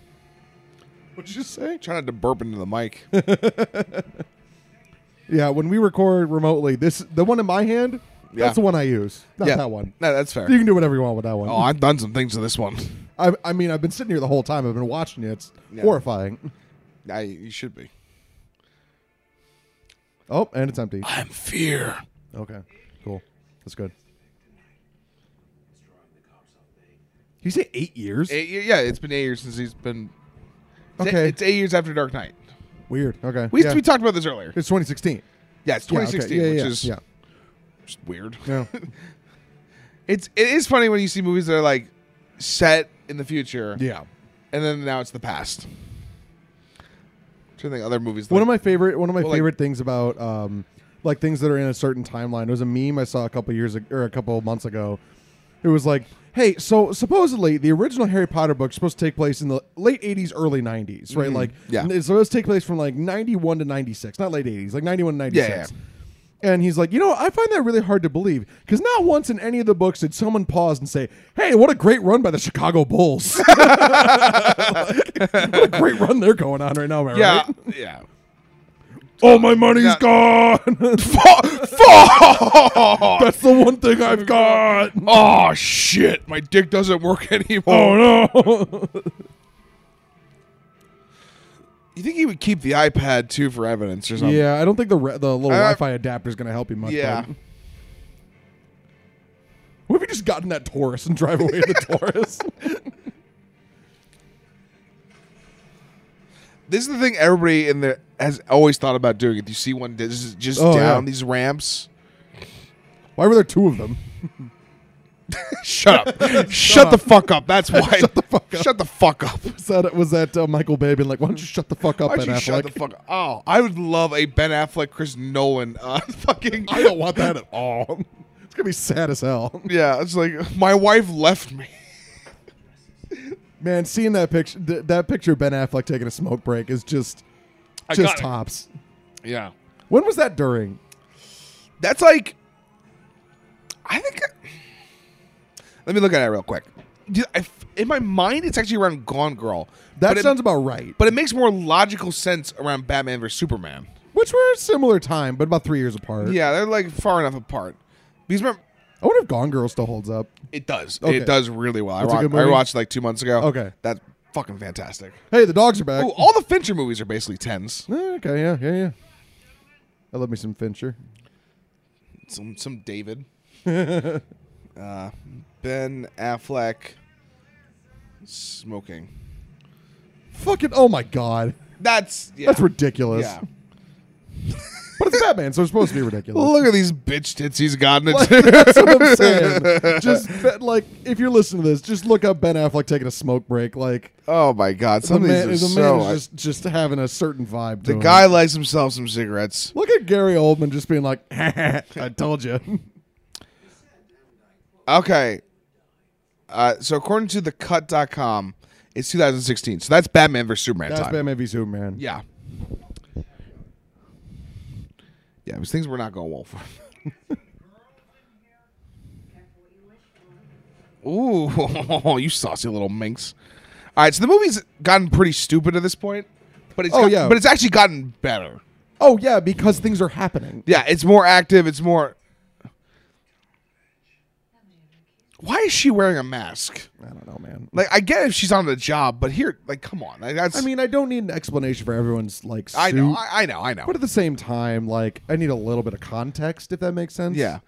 Speaker 3: What'd you say?
Speaker 2: Try not to burp into the mic.
Speaker 3: Yeah, when we record remotely, this the one in my hand.
Speaker 2: Yeah.
Speaker 3: That's the one I use. Not
Speaker 2: Yeah.
Speaker 3: that one.
Speaker 2: No, that's fair.
Speaker 3: You can do whatever you want with that one.
Speaker 2: Oh, I've done some things to this one.
Speaker 3: I, I mean, I've been sitting here the whole time. I've been watching it. It's
Speaker 2: Yeah.
Speaker 3: horrifying.
Speaker 2: I, you should be.
Speaker 3: Oh, and it's empty.
Speaker 2: I'm fear.
Speaker 3: Okay, cool. That's good. You say eight years?
Speaker 2: Eight, ye- Eh, yeah, it's been eight years since he's been. it's
Speaker 3: Okay.
Speaker 2: eight, it's eight years after Dark Knight.
Speaker 3: Weird. Okay.
Speaker 2: We,
Speaker 3: yeah.
Speaker 2: we talked about this earlier.
Speaker 3: it's 2016.
Speaker 2: Yeah, it's
Speaker 3: Yeah, okay.
Speaker 2: 2016,
Speaker 3: Yeah, yeah,
Speaker 2: which
Speaker 3: yeah,
Speaker 2: is
Speaker 3: yeah.
Speaker 2: just weird.
Speaker 3: Yeah.
Speaker 2: It's it is funny when you see movies that are like set in the future,
Speaker 3: yeah.
Speaker 2: and then now it's the past. i trying to think of other movies.
Speaker 3: One
Speaker 2: like-
Speaker 3: of my favorite one of my
Speaker 2: Well, like-
Speaker 3: favorite things about um, like things that are in a certain timeline. It was a meme I saw a couple years ago, or a couple months ago. It was like, hey, so supposedly the original Harry Potter book supposed to take place in the late '80s, early '90s, right? Like,
Speaker 2: Mm-hmm. Yeah.
Speaker 3: it's supposed to take place from like '91 to '96, not late '80s, like '91 to
Speaker 2: Yeah,
Speaker 3: '96.
Speaker 2: yeah.
Speaker 3: And he's like, you know, I find that really hard to believe because not once in any of the books did someone pause and say, "Hey, what a great run by the Chicago Bulls! Like, what a great run they're going on right now, am I
Speaker 2: yeah,
Speaker 3: right?
Speaker 2: yeah.
Speaker 3: All my money's
Speaker 2: Now-
Speaker 3: gone.
Speaker 2: Fuck!
Speaker 3: That's the one thing I've got.
Speaker 2: oh shit! My dick doesn't work anymore.
Speaker 3: Oh, no.
Speaker 2: You think he would keep the iPad too for evidence or something?
Speaker 3: yeah, I don't think the re- the little
Speaker 2: Uh,
Speaker 3: Wi-Fi adapter is going to help you much.
Speaker 2: Yeah.
Speaker 3: bud. What if you just got in that Taurus and drive away in the Taurus?
Speaker 2: This is the thing everybody in there has always thought about doing. If you see one this is just
Speaker 3: Oh,
Speaker 2: down
Speaker 3: yeah.
Speaker 2: these ramps,
Speaker 3: Why were there two of them?
Speaker 2: shut up, shut, the fuck up. That's why. shut the fuck up. Shut the fuck up.
Speaker 3: Was that was that uh, Michael Bay being like, "Why don't you shut the fuck up,
Speaker 2: Why'd
Speaker 3: Ben
Speaker 2: you
Speaker 3: Affleck?"
Speaker 2: shut the fuck up? Oh, I would love a Ben Affleck, Chris Nolan, uh, fucking.
Speaker 3: I don't want that at all. It's gonna be sad as hell,
Speaker 2: Yeah, it's like my wife left me.
Speaker 3: man. Seeing that picture, th- that picture of Ben Affleck taking a smoke break is just,
Speaker 2: I
Speaker 3: just
Speaker 2: got it.
Speaker 3: tops.
Speaker 2: Yeah,
Speaker 3: When was that during?
Speaker 2: that's like. I think. Let me look at it real quick. Dude, I, in my mind, it's actually around Gone Girl.
Speaker 3: That
Speaker 2: but it-
Speaker 3: sounds about right.
Speaker 2: But it makes more logical sense around Batman versus Superman.
Speaker 3: which were a similar time, but about three years apart.
Speaker 2: Yeah, they're like far enough apart. Because remember,
Speaker 3: I wonder if Gone Girl still holds up.
Speaker 2: it does.
Speaker 3: Okay.
Speaker 2: It does really well. I,
Speaker 3: That's a
Speaker 2: wa-
Speaker 3: good
Speaker 2: I
Speaker 3: movie?
Speaker 2: watched it like two months ago.
Speaker 3: Okay.
Speaker 2: That's fucking fantastic.
Speaker 3: Hey, the dogs are back.
Speaker 2: Ooh, all the Fincher movies are basically tens.
Speaker 3: Eh, okay, yeah, yeah, yeah. I love me some Fincher.
Speaker 2: Some some David. uh, ben Affleck smoking.
Speaker 3: Fucking oh my god,
Speaker 2: That's yeah.
Speaker 3: that's ridiculous.
Speaker 2: Yeah.
Speaker 3: But it's Batman, so it's supposed to be ridiculous.
Speaker 2: Look at these bitch tits he's gotten
Speaker 3: Like,
Speaker 2: into.
Speaker 3: that's what I'm saying. Just that- like if you're listening to this, just look up Ben Affleck taking a smoke break. Like
Speaker 2: oh my god,
Speaker 3: the
Speaker 2: some of these
Speaker 3: man,
Speaker 2: are
Speaker 3: the
Speaker 2: so.
Speaker 3: man is just, just having a certain vibe. To
Speaker 2: the
Speaker 3: him.
Speaker 2: guy lights himself some cigarettes.
Speaker 3: Look at Gary Oldman just being like, "I told you."
Speaker 2: Okay. Uh, so according to the cut.com, it's 2016. So that's Batman versus Superman
Speaker 3: That's
Speaker 2: time.
Speaker 3: Batman v Superman.
Speaker 2: Yeah. Yeah, it was things were not going well for him. Ooh, you saucy little minx. All right, so the movie's gotten pretty stupid at this point, but it's
Speaker 3: Oh,
Speaker 2: got-
Speaker 3: yeah.
Speaker 2: but it's actually gotten better.
Speaker 3: Oh yeah, because things are happening.
Speaker 2: Yeah, it's more active. It's more. Why is she wearing a mask?
Speaker 3: I don't know, man.
Speaker 2: Like, I get if she's on the job, but here, like, come on, like, that's.
Speaker 3: I mean, I don't need an explanation for everyone's like. Suit,
Speaker 2: I know, I, I know, I know.
Speaker 3: but at the same time, like, I need a little bit of context if that makes sense.
Speaker 2: Yeah.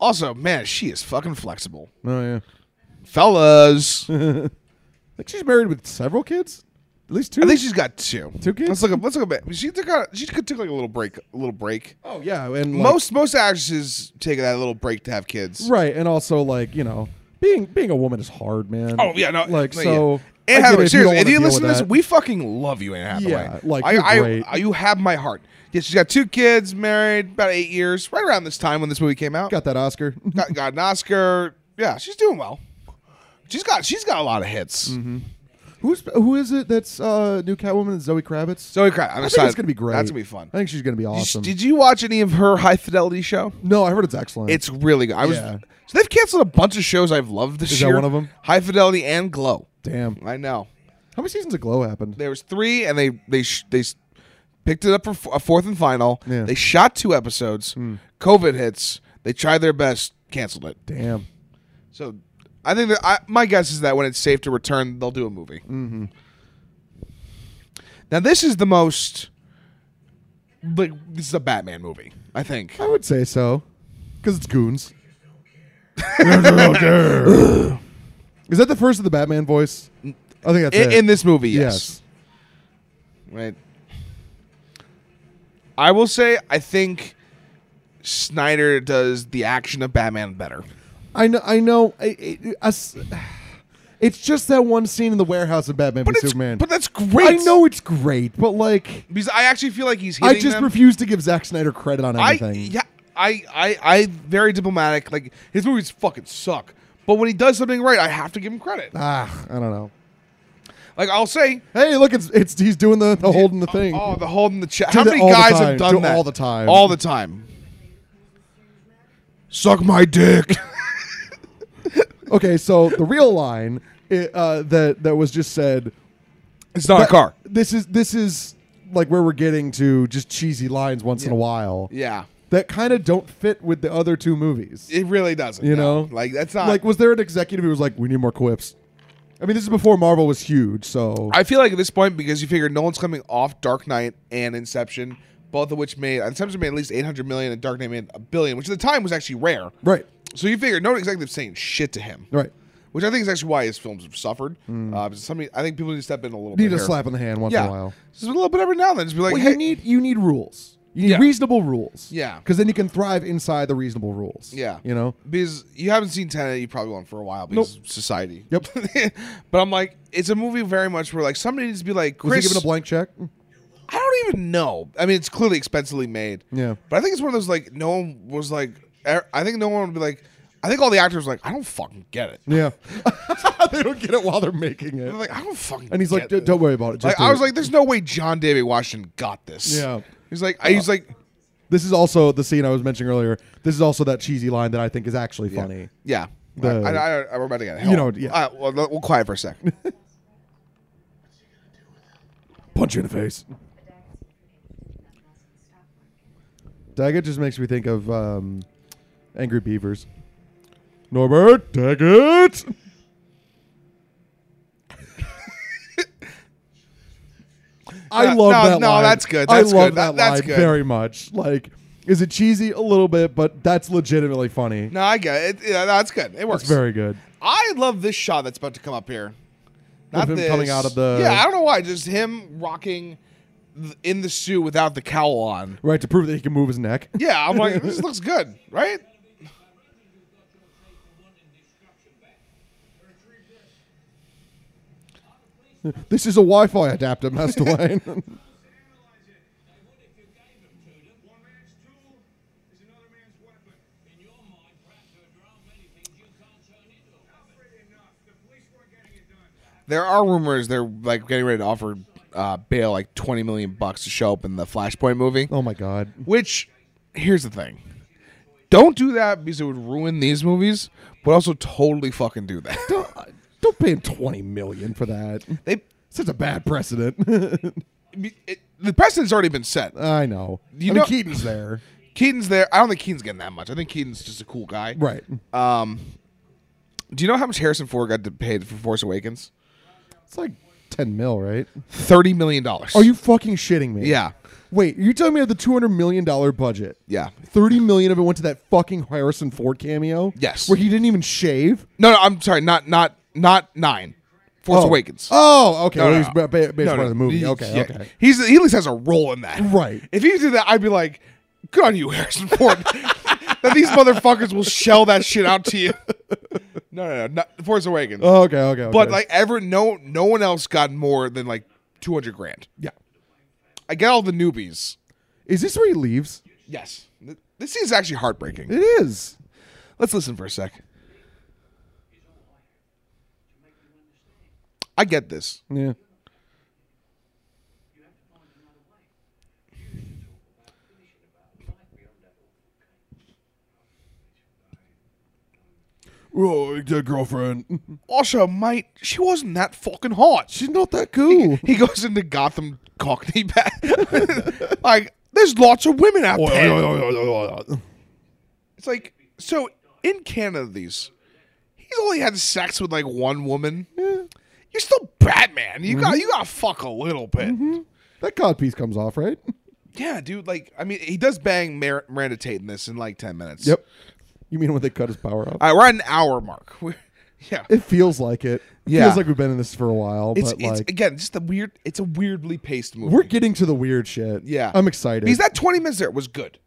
Speaker 2: Also, man, she is fucking flexible,
Speaker 3: Oh yeah.
Speaker 2: fellas.
Speaker 3: Like she's married with several kids, at least two.
Speaker 2: I think she's got two.
Speaker 3: Two kids?
Speaker 2: Let's look up. Let's look up. She took out. She took like a little break. A little break.
Speaker 3: oh yeah, and like,
Speaker 2: most most actresses take that little break to have kids.
Speaker 3: right, and also like you know, being being a woman is hard, man.
Speaker 2: Oh yeah, no.
Speaker 3: like
Speaker 2: no,
Speaker 3: so.
Speaker 2: yeah.
Speaker 3: I
Speaker 2: Anne
Speaker 3: get
Speaker 2: Hathaway,
Speaker 3: it
Speaker 2: seriously, if
Speaker 3: don't
Speaker 2: you
Speaker 3: wanna
Speaker 2: listen to
Speaker 3: deal
Speaker 2: this,
Speaker 3: with
Speaker 2: we fucking love you, Anne Hathaway.
Speaker 3: Yeah, like,
Speaker 2: I,
Speaker 3: you're
Speaker 2: I,
Speaker 3: great.
Speaker 2: I- you have my heart. Yeah, she's got two kids, married about eight years, right around this time when this movie came out.
Speaker 3: that. got that Oscar.
Speaker 2: got, got an Oscar. Yeah, she's doing well. She's got she's got a lot of hits.
Speaker 3: Mm-hmm. Who's who is it? That's uh, new Catwoman, Zoe Kravitz.
Speaker 2: Zoe Kravitz. I'm
Speaker 3: I think
Speaker 2: excited.
Speaker 3: it's gonna be great.
Speaker 2: That's gonna be fun.
Speaker 3: I think she's gonna be
Speaker 2: Did-
Speaker 3: awesome.
Speaker 2: Did you watch any of her high fidelity show?
Speaker 3: no, I heard it's excellent.
Speaker 2: It's really good. I was
Speaker 3: Yeah.
Speaker 2: so they've canceled a bunch of shows I've loved this
Speaker 3: Is that
Speaker 2: year.
Speaker 3: one of 'em?
Speaker 2: High fidelity and Glow.
Speaker 3: damn.
Speaker 2: I know
Speaker 3: How many seasons of Glow happened?
Speaker 2: there was three, and they they sh- they s- picked it up for f- a fourth and final.
Speaker 3: Yeah. Hmm.
Speaker 2: They shot two episodes. COVID hits. They tried their best, canceled it.
Speaker 3: Damn.
Speaker 2: So I think that I, my guess is that when it's safe to return, they'll do a movie.
Speaker 3: Mm-hmm.
Speaker 2: Now this is the most like this is a Batman movie. I think.
Speaker 3: I would say so, because it's goons. is that the first of the Batman voice? I think that's
Speaker 2: in,
Speaker 3: it.
Speaker 2: in this movie, yes.
Speaker 3: Yes.
Speaker 2: Right. I will say, I think Snyder does the action of Batman better.
Speaker 3: I know. I know. I, I, us- it's just that one scene in the warehouse of Batman
Speaker 2: But
Speaker 3: v
Speaker 2: it's
Speaker 3: Superman.
Speaker 2: but that's great.
Speaker 3: I know it's great, but like,
Speaker 2: because I actually feel like he's.
Speaker 3: I
Speaker 2: Hitting
Speaker 3: just
Speaker 2: them.
Speaker 3: refuse to give Zack Snyder credit on
Speaker 2: I
Speaker 3: anything.
Speaker 2: yeah. I I I very diplomatic. Like his movies fucking suck. But when he does something right, I have to give him credit.
Speaker 3: Ah, I don't know.
Speaker 2: Like I'll say,
Speaker 3: Hey, look, it's it's he's doing the, the holding the thing.
Speaker 2: oh, the holding the chest. How
Speaker 3: the-
Speaker 2: many
Speaker 3: all the
Speaker 2: guys
Speaker 3: time.
Speaker 2: have done
Speaker 3: Do
Speaker 2: that
Speaker 3: all the time.
Speaker 2: All the time. Suck my dick.
Speaker 3: Okay, so the real line i uh, that that was just said.
Speaker 2: it's not
Speaker 3: but
Speaker 2: a car.
Speaker 3: This is this is like where we're getting to just cheesy lines once in a while
Speaker 2: Yeah.
Speaker 3: that kind of don't fit with the other two movies.
Speaker 2: It really doesn't.
Speaker 3: You
Speaker 2: no.
Speaker 3: know?
Speaker 2: like that's not
Speaker 3: like, was there an executive who was like, "We need more quips"? I mean, this is before Marvel was huge, so
Speaker 2: I feel like at this point because you figure Nolan's coming off Dark Knight and Inception, both of which made Inception made at least eight hundred million and Dark Knight made a billion, which at the time was actually rare.
Speaker 3: right,
Speaker 2: So you figure no executive's saying shit to him,
Speaker 3: right. Hmm.
Speaker 2: which I think is actually why his films have suffered. Uh, because somebody, I think people need to step in a little
Speaker 3: Need
Speaker 2: bit.
Speaker 3: a
Speaker 2: here.
Speaker 3: slap in the hand once
Speaker 2: yeah,
Speaker 3: in a while.
Speaker 2: just a little bit every now and then. Just be like,
Speaker 3: Well,
Speaker 2: hey,
Speaker 3: you need you need rules. You need
Speaker 2: Yeah.
Speaker 3: reasonable rules.
Speaker 2: Yeah.
Speaker 3: because then you can thrive inside the reasonable rules.
Speaker 2: Yeah.
Speaker 3: you know.
Speaker 2: because you haven't seen Tenet, you probably won't for a while because of society.
Speaker 3: Yep.
Speaker 2: but I'm like, it's a movie very much where like somebody needs to be like,
Speaker 3: Was
Speaker 2: Chris,
Speaker 3: he given a blank check?
Speaker 2: I don't even know. I mean, it's clearly expensively made.
Speaker 3: Yeah.
Speaker 2: But I think it's one of those like no one was like. er- I think no one would be like. I think all the actors were like, I don't fucking get it.
Speaker 3: Yeah, they don't get it while they're making
Speaker 2: They're
Speaker 3: it.
Speaker 2: like, I don't fucking.
Speaker 3: And he's like,
Speaker 2: get
Speaker 3: "D-
Speaker 2: it."
Speaker 3: "Don't worry about it."
Speaker 2: Like,
Speaker 3: Just do
Speaker 2: I was
Speaker 3: it."
Speaker 2: like, there's no way John David Washington got this.
Speaker 3: Yeah.
Speaker 2: He's like, I, he's like,
Speaker 3: "This is also the scene I was mentioning earlier. This is also that cheesy line that I think is actually funny."
Speaker 2: yeah.
Speaker 3: The-
Speaker 2: I, I, I, we're about to get hell.
Speaker 3: You know, yeah.
Speaker 2: All right, well, let- we'll quiet for a sec.
Speaker 3: Punch you in the face. Daggett just makes me think of um, Angry Beavers. Norbert Daggett. I
Speaker 2: Uh, no,
Speaker 3: love that
Speaker 2: no,
Speaker 3: line.
Speaker 2: that's good.
Speaker 3: I
Speaker 2: That's
Speaker 3: love
Speaker 2: good. That-
Speaker 3: that,
Speaker 2: that's
Speaker 3: line
Speaker 2: good.
Speaker 3: very much. Like, is it cheesy a little bit, but that's legitimately funny.
Speaker 2: no, I get it. Yeah, that's good. It works.
Speaker 3: That's very good.
Speaker 2: I love this shot that's about to come up here. Not
Speaker 3: him
Speaker 2: this.
Speaker 3: coming out of the-
Speaker 2: Yeah, I don't know why. Just him rocking th- in the suit without the cowl on.
Speaker 3: Right, to prove that he can move his neck.
Speaker 2: Yeah, I'm like, this looks good, right?
Speaker 3: This is a Wi Fi adapter, Master Wayne.
Speaker 6: Analyze it. They would if you gave them to them. One man's tool is another man's weapon. In your mind, Bradford, there aren't many things you can't turn into a weapon. enough. The police weren't getting it done.
Speaker 2: There are rumors they're like getting ready to offer uh, Bale like 20 million bucks to show up in the Flashpoint movie.
Speaker 3: oh my God.
Speaker 2: Which, here's the thing. Don't do that because it would ruin these movies, but also totally fucking do that.
Speaker 3: Don't, uh, don't pay him 20 million for that.
Speaker 2: they,
Speaker 3: Such a bad precedent.
Speaker 2: it, the precedent's already been set.
Speaker 3: I know.
Speaker 2: You
Speaker 3: I mean,
Speaker 2: know-
Speaker 3: Keaton's there.
Speaker 2: Uh, Keaton's there. I don't think Keaton's getting that much. I think Keaton's just a cool guy.
Speaker 3: Right.
Speaker 2: Um, do you know how much Harrison Ford got to paid for Force Awakens?
Speaker 3: It's like 10 mil, right?
Speaker 2: Thirty million dollars.
Speaker 3: Are you fucking shitting me?
Speaker 2: Yeah,
Speaker 3: Wait, you're telling me of the $200 million budget,
Speaker 2: yeah.
Speaker 3: 30 million of it went to that fucking Harrison Ford cameo?
Speaker 2: Yes.
Speaker 3: Where he didn't even shave?
Speaker 2: No, no. I'm sorry. Not, not, not nine. Force
Speaker 3: oh.
Speaker 2: Awakens.
Speaker 3: Oh, okay.
Speaker 2: No,
Speaker 3: well,
Speaker 2: no,
Speaker 3: he's
Speaker 2: no.
Speaker 3: ba- ba- based
Speaker 2: No,
Speaker 3: on
Speaker 2: no.
Speaker 3: the movie.
Speaker 2: He-
Speaker 3: Okay,
Speaker 2: yeah.
Speaker 3: okay.
Speaker 2: He's he at least has a role in that.
Speaker 3: Right.
Speaker 2: If he did that, I'd be like, good on you, Harrison Ford. that these motherfuckers will shell that shit out to you. No, no, no. Not Force Awakens.
Speaker 3: Oh, okay, okay, okay.
Speaker 2: But like ever, no, no one else got more than like two hundred grand.
Speaker 3: yeah.
Speaker 2: I get all the newbies.
Speaker 3: Is this where he leaves?
Speaker 2: Yes, Th- this scene's actually heartbreaking.
Speaker 3: It is.
Speaker 2: Let's listen for a sec. I get this.
Speaker 3: Yeah. Oh, dead girlfriend.
Speaker 2: Also, mate, she wasn't that fucking hot. She-
Speaker 3: She's not that cool.
Speaker 2: he goes into Gotham Cockney bat. like, there's lots of women out there. It's like, so in Canada, these he's only had sex with like one woman. You're still Batman. You
Speaker 3: Mm-hmm.
Speaker 2: got you got to fuck a little bit.
Speaker 3: that codpiece comes off, right?
Speaker 2: Yeah, dude. Like, I mean, he does bang Mar- Miranda Tate in this in like ten minutes.
Speaker 3: Yep. You mean when they cut his power off?
Speaker 2: All right, we're at an hour mark. We're, yeah.
Speaker 3: it feels like it. It
Speaker 2: Yeah.
Speaker 3: Feels like we've been in this for a while,
Speaker 2: It's,
Speaker 3: but
Speaker 2: it's
Speaker 3: like
Speaker 2: again just a weird. It's a weirdly paced movie.
Speaker 3: we're getting to the weird shit.
Speaker 2: yeah.
Speaker 3: I'm excited.
Speaker 2: Because that twenty minutes there was good.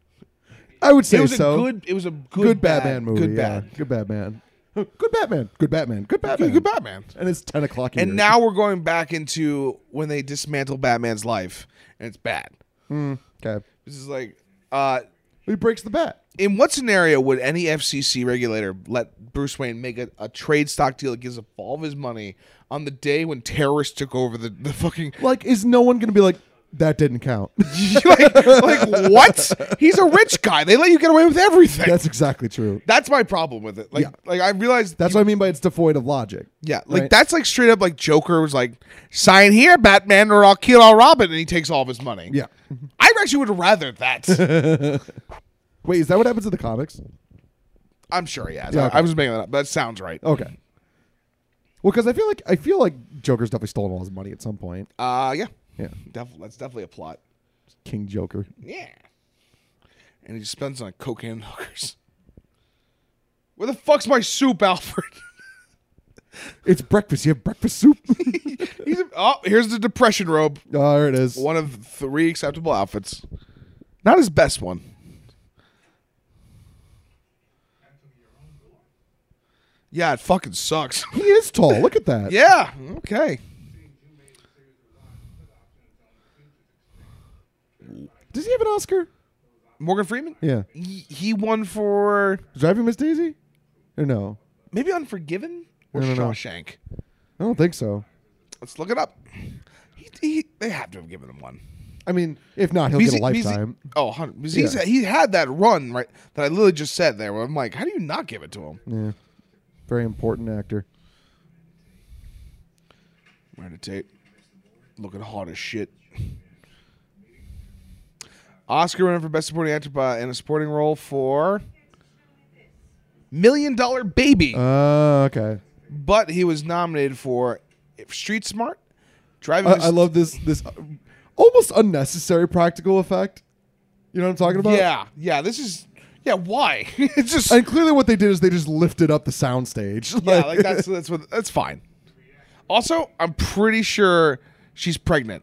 Speaker 3: I would say
Speaker 2: It was
Speaker 3: so.
Speaker 2: a good. It was a good,
Speaker 3: good Batman movie.
Speaker 2: Good
Speaker 3: yeah.
Speaker 2: bad.
Speaker 3: Good Batman. Good Batman. Good Batman. Good Batman.
Speaker 2: Good, good Batman.
Speaker 3: And it's ten o'clock.
Speaker 2: And
Speaker 3: here.
Speaker 2: now we're going back into when they dismantle Batman's life, and it's bad.
Speaker 3: okay,
Speaker 2: This is like, uh,
Speaker 3: he breaks the bat.
Speaker 2: in what scenario would any FCC regulator let Bruce Wayne make a, a trade stock deal that gives up all of his money on the day when terrorists took over the, the fucking
Speaker 3: Like, is no one gonna be like that? Didn't count.
Speaker 2: like, like what? He's a rich guy. They let you get away with everything. That's,
Speaker 3: That's exactly true.
Speaker 2: my problem with it. Like,
Speaker 3: Yeah.
Speaker 2: like I realized
Speaker 3: That's what I mean by it's devoid of logic.
Speaker 2: yeah, like
Speaker 3: Right.
Speaker 2: that's like straight up like Joker was like, sign here, Batman, or I'll kill all Robin, and he takes all of his money.
Speaker 3: Yeah.
Speaker 2: I actually would rather that.
Speaker 3: Wait, is that what happens in the comics?
Speaker 2: I'm sure he has.
Speaker 3: Yeah,
Speaker 2: I-
Speaker 3: okay.
Speaker 2: I, was making that up. That sounds right.
Speaker 3: Okay. Well, because I feel like I feel like Joker's definitely stolen all his money at some point.
Speaker 2: Uh, yeah,
Speaker 3: Yeah,
Speaker 2: Def- that's definitely a plot.
Speaker 3: King Joker.
Speaker 2: Yeah. And he just spends on cocaine and hookers. Where the fuck's my soup, Alfred?
Speaker 3: It's breakfast. You have breakfast soup.
Speaker 2: He's a, oh, here's the depression robe.
Speaker 3: oh, there it is.
Speaker 2: One of three acceptable outfits. Not his best one. Yeah, it fucking sucks.
Speaker 3: He is tall. Look at that.
Speaker 2: yeah, okay.
Speaker 3: Does he have an Oscar?
Speaker 2: Morgan Freeman?
Speaker 3: Yeah.
Speaker 2: He, he won for
Speaker 3: Driving Miss Daisy? Or no?
Speaker 2: maybe Unforgiven or
Speaker 3: No, no, no.
Speaker 2: Shawshank.
Speaker 3: I don't think so.
Speaker 2: Let's look it up. He, he, they have to have given him one.
Speaker 3: I mean, if not, he'll
Speaker 2: Because
Speaker 3: get a
Speaker 2: he- because he-
Speaker 3: lifetime.
Speaker 2: oh, 100. Because he's,
Speaker 3: Yeah.
Speaker 2: he had that run right that I literally just said there. Where I'm like, how do you not give it to him?
Speaker 3: yeah. Very important actor.
Speaker 2: Miranda Tate, looking hot as shit. Oscar winner for best supporting actor by, in a supporting role for Million Dollar Baby,
Speaker 3: Uh, okay.
Speaker 2: but he was nominated for Street Smart,
Speaker 3: I,
Speaker 2: Driving. Miss-
Speaker 3: I love this this uh, almost unnecessary practical effect. You know what I'm talking about?
Speaker 2: Yeah, yeah. This is yeah. Why? it's just
Speaker 3: And clearly, what they did is they just lifted up the soundstage.
Speaker 2: Yeah, like that's that's what that's fine. Also, I'm pretty sure she's pregnant.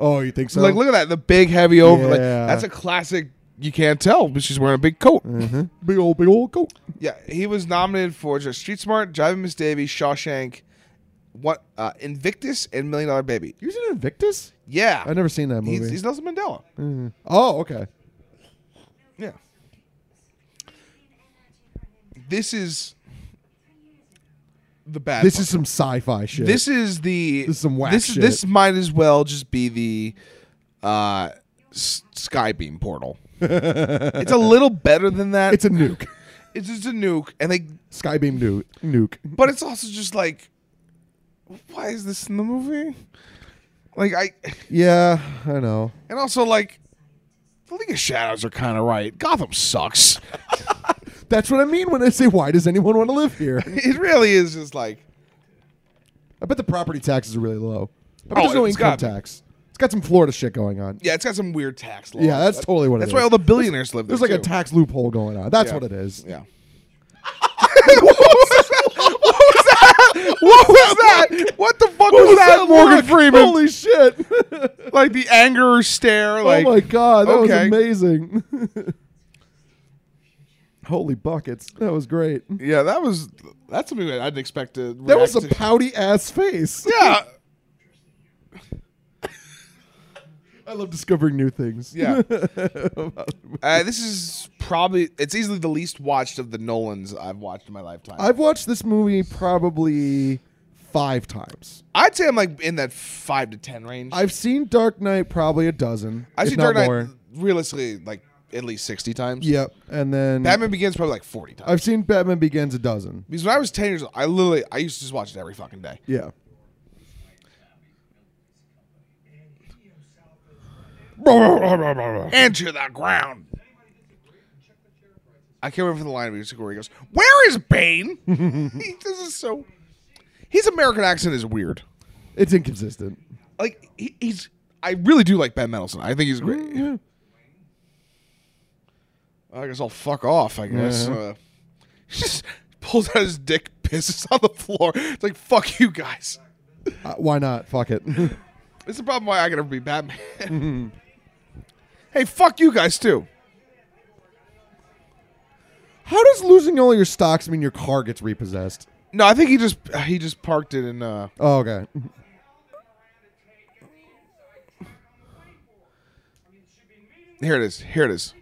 Speaker 3: Oh, you think so?
Speaker 2: Like, look at that. The big, heavy over. Like,
Speaker 3: Yeah.
Speaker 2: that's a classic. You can't tell, but she's wearing a big coat.
Speaker 3: big old, big old coat.
Speaker 2: Yeah, he was nominated for just Street Smart, Driving Miss Daisy, Shawshank, what uh, Invictus, and Million Dollar Baby.
Speaker 3: He was in Invictus.
Speaker 2: Yeah,
Speaker 3: I've never seen that movie.
Speaker 2: he's, he's Nelson Mandela.
Speaker 3: oh, okay.
Speaker 2: Yeah, this is the bad.
Speaker 3: This
Speaker 2: part.
Speaker 3: is some sci-fi shit.
Speaker 2: this is the
Speaker 3: This is some whack
Speaker 2: this
Speaker 3: shit.
Speaker 2: this might as well just be the uh, s- Skybeam portal. it's a little better than that.
Speaker 3: it's a nuke.
Speaker 2: it's just a nuke, and they
Speaker 3: Skybeam nu- nuke.
Speaker 2: But it's also just like, why is this in the movie? Like I,
Speaker 3: Yeah, I know.
Speaker 2: and also like, the League of Shadows are kind of right. Gotham sucks.
Speaker 3: That's what I mean when I say, why does anyone want to live here?
Speaker 2: it really is just like,
Speaker 3: I bet the property taxes are really low. I bet
Speaker 2: Oh,
Speaker 3: there's no
Speaker 2: it's
Speaker 3: income
Speaker 2: gotta be.
Speaker 3: tax. It's got some Florida shit going on.
Speaker 2: yeah, it's got some weird tax laws.
Speaker 3: Yeah, that's totally what it
Speaker 2: That's why
Speaker 3: is.
Speaker 2: all the billionaires live there.
Speaker 3: There's like a
Speaker 2: too.
Speaker 3: tax loophole going on. That's
Speaker 2: Yeah.
Speaker 3: what it is.
Speaker 2: Yeah. what was that? What was that? What was that? What the fuck was, that?
Speaker 3: Morgan
Speaker 2: look?
Speaker 3: Freeman? Holy shit!
Speaker 2: Like the anger stare. Like,
Speaker 3: oh my god, that
Speaker 2: okay.
Speaker 3: was amazing. Holy buckets, that was great.
Speaker 2: yeah, that was that's something that I didn't expect to.
Speaker 3: That was a
Speaker 2: react to.
Speaker 3: pouty ass face.
Speaker 2: Yeah.
Speaker 3: I love discovering new things.
Speaker 2: Yeah. uh, this is probably it's easily the least watched of the Nolans I've watched in my lifetime. i
Speaker 3: I've watched this movie probably five times.
Speaker 2: would say I'm like in that five to ten range.
Speaker 3: I've seen Dark Knight probably a dozen.
Speaker 2: I've
Speaker 3: if
Speaker 2: seen
Speaker 3: not
Speaker 2: Dark Knight
Speaker 3: more.
Speaker 2: realistically like at least sixty times.
Speaker 3: Yep, and then
Speaker 2: Batman Begins probably like forty times.
Speaker 3: I've seen Batman Begins a dozen.
Speaker 2: because when I was ten years old, I literally I used to just watch it every fucking day.
Speaker 3: Yeah.
Speaker 2: Into the ground. I can't remember the line of music where he goes, "Where is Bane?" He- this is so. His American accent is weird.
Speaker 3: It's inconsistent.
Speaker 2: like he, he's I really do like Ben Mendelsohn. I think he's great.
Speaker 3: Uh, Mm-hmm.
Speaker 2: I guess I'll fuck off. I guess uh, he just pulls out his dick, pisses on the floor. It's like fuck you guys.
Speaker 3: Uh, why not? Fuck it.
Speaker 2: It's the problem why I can never be Batman. hey, fuck you guys too.
Speaker 3: How does losing all your stocks mean your car gets repossessed?
Speaker 2: No, I think he just he just parked it in. Uh,
Speaker 3: Oh, okay.
Speaker 2: here it is. Here it is.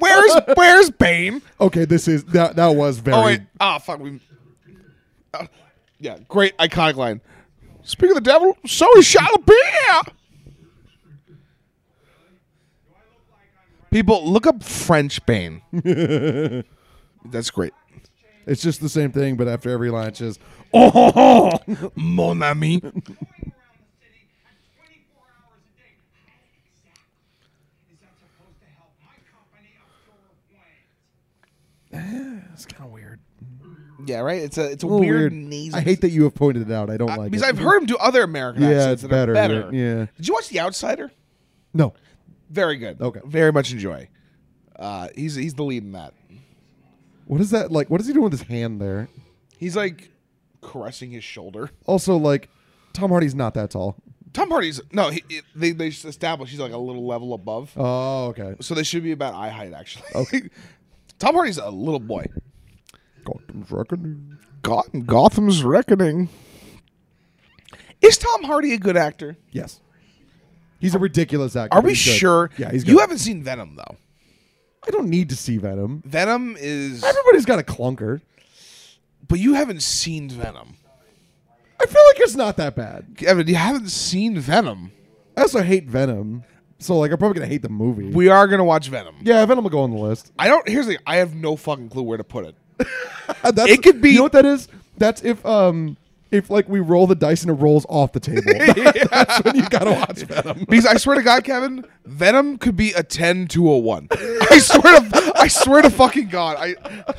Speaker 2: where's where's Bane?
Speaker 3: Okay, this is that. That was very.
Speaker 2: Oh wait! Ah, fuck. We. Ah, yeah, great iconic line. Speak of the devil, so he shall be. People, look up French Bane. That's great.
Speaker 3: It's just the same thing, but after every line, it's just
Speaker 2: Oh, mon ami.
Speaker 3: it's kind of weird.
Speaker 2: Yeah, right. It's a it's a
Speaker 3: A little
Speaker 2: weird,
Speaker 3: weird.
Speaker 2: nasal-
Speaker 3: I hate that you have pointed it out. I don't
Speaker 2: Uh,
Speaker 3: like
Speaker 2: because
Speaker 3: it.
Speaker 2: I've heard him do other American
Speaker 3: Yeah,
Speaker 2: accents
Speaker 3: it's
Speaker 2: that are
Speaker 3: better,
Speaker 2: better.
Speaker 3: yeah.
Speaker 2: Did you watch The Outsider?
Speaker 3: No.
Speaker 2: Very good.
Speaker 3: Okay.
Speaker 2: Very much enjoy. Uh, he's he's the lead in that.
Speaker 3: What is that like? What is he doing with his hand there?
Speaker 2: He's like caressing his shoulder.
Speaker 3: Also, like, Tom Hardy's not that tall.
Speaker 2: Tom Hardy's no. He, he- they they established he's like a little level above,
Speaker 3: Oh, okay.
Speaker 2: so they should be about eye height actually. Tom Hardy's a little boy.
Speaker 3: Gotham's reckoning.
Speaker 2: Gotham, Gotham's reckoning. Is Tom Hardy a good actor?
Speaker 3: Yes. He's a ridiculous actor.
Speaker 2: Are
Speaker 3: but
Speaker 2: we
Speaker 3: he's good.
Speaker 2: sure?
Speaker 3: Yeah, he's good.
Speaker 2: You haven't seen Venom though.
Speaker 3: I don't need to see Venom.
Speaker 2: Venom is,
Speaker 3: Everybody's got a clunker.
Speaker 2: but you haven't seen Venom.
Speaker 3: I feel like it's not that bad.
Speaker 2: Evan, you haven't seen Venom.
Speaker 3: I also hate Venom, so like I'm probably gonna hate the movie.
Speaker 2: We are gonna watch Venom.
Speaker 3: yeah, Venom will go on the list.
Speaker 2: I don't. Here's the. thing, I have no fucking clue where to put it.
Speaker 3: That's,
Speaker 2: It could be-
Speaker 3: You know what that is? That's if um if like we roll the dice and it rolls off the table. That's when you gotta watch Venom.
Speaker 2: Because I swear to God, Kevin, Venom could be a 10 to a 1. I swear to I swear to fucking God. I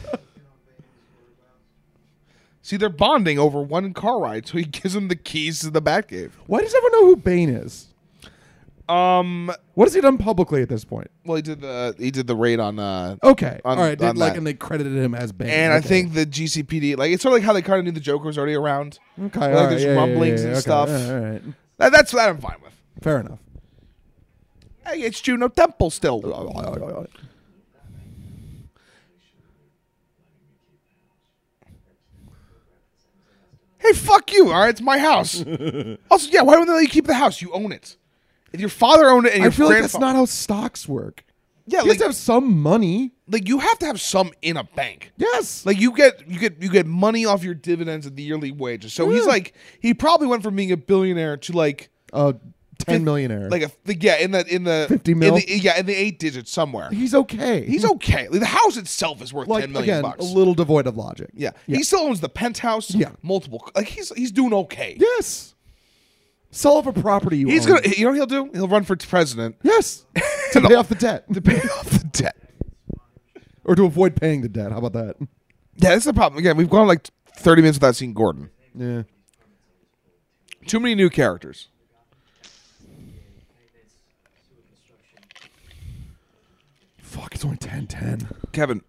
Speaker 2: See, they're bonding over one car ride, so he gives him the keys to the Batcave.
Speaker 3: Why does everyone know who Bane is?
Speaker 2: Um.
Speaker 3: What has he done publicly at this point?
Speaker 2: Well, he did the he did the raid on. Uh,
Speaker 3: Okay,
Speaker 2: On-
Speaker 3: all right, they,
Speaker 2: on
Speaker 3: like,
Speaker 2: that.
Speaker 3: and they credited him as Bane.
Speaker 2: and I
Speaker 3: Oh, Okay.
Speaker 2: think the GCPD like it's sort of like how they kind of knew the Joker was already around.
Speaker 3: okay,
Speaker 2: like
Speaker 3: all right,
Speaker 2: there's
Speaker 3: yeah, yeah,
Speaker 2: rumblings
Speaker 3: yeah,
Speaker 2: and
Speaker 3: okay,
Speaker 2: stuff.
Speaker 3: All right, all right.
Speaker 2: That, that's that I'm fine with.
Speaker 3: fair enough.
Speaker 2: Hey, it's Juno Temple still. Hey, fuck you! All right, it's my house. also, yeah, why wouldn't they let you keep the house? You own it. If your father owned it, and
Speaker 3: I
Speaker 2: your
Speaker 3: feel like that's
Speaker 2: grandfa-
Speaker 3: not how stocks work.
Speaker 2: Yeah,
Speaker 3: You have
Speaker 2: like,
Speaker 3: to have some money.
Speaker 2: like you have to have some in a bank.
Speaker 3: Yes,
Speaker 2: Like you get you get you get money off your dividends and the yearly wages. So he's
Speaker 3: Yeah.
Speaker 2: like he probably went from being a billionaire to like
Speaker 3: a ten
Speaker 2: Fif-
Speaker 3: millionaire.
Speaker 2: like a like, yeah in the in the
Speaker 3: 50
Speaker 2: in
Speaker 3: mil?
Speaker 2: the- yeah in the eight digits somewhere.
Speaker 3: he's okay.
Speaker 2: He's okay. Like, the house itself is worth
Speaker 3: like
Speaker 2: ten million
Speaker 3: again
Speaker 2: bucks.
Speaker 3: a little devoid of logic.
Speaker 2: yeah.
Speaker 3: yeah.
Speaker 2: he still owns the penthouse.
Speaker 3: Yeah.
Speaker 2: multiple. Like he's he's doing okay.
Speaker 3: yes. Sell off a property. You
Speaker 2: he's
Speaker 3: own.
Speaker 2: gonna. You know what he'll do? He'll run for president
Speaker 3: yes to pay off the debt
Speaker 2: to pay off the debt.
Speaker 3: or to avoid paying the debt. How about that?
Speaker 2: Yeah, that's the problem. Again, we've gone like thirty minutes without seeing Gordon.
Speaker 3: Yeah.
Speaker 2: Too many new characters.
Speaker 3: Fuck, it's only ten ten.
Speaker 2: Kevin,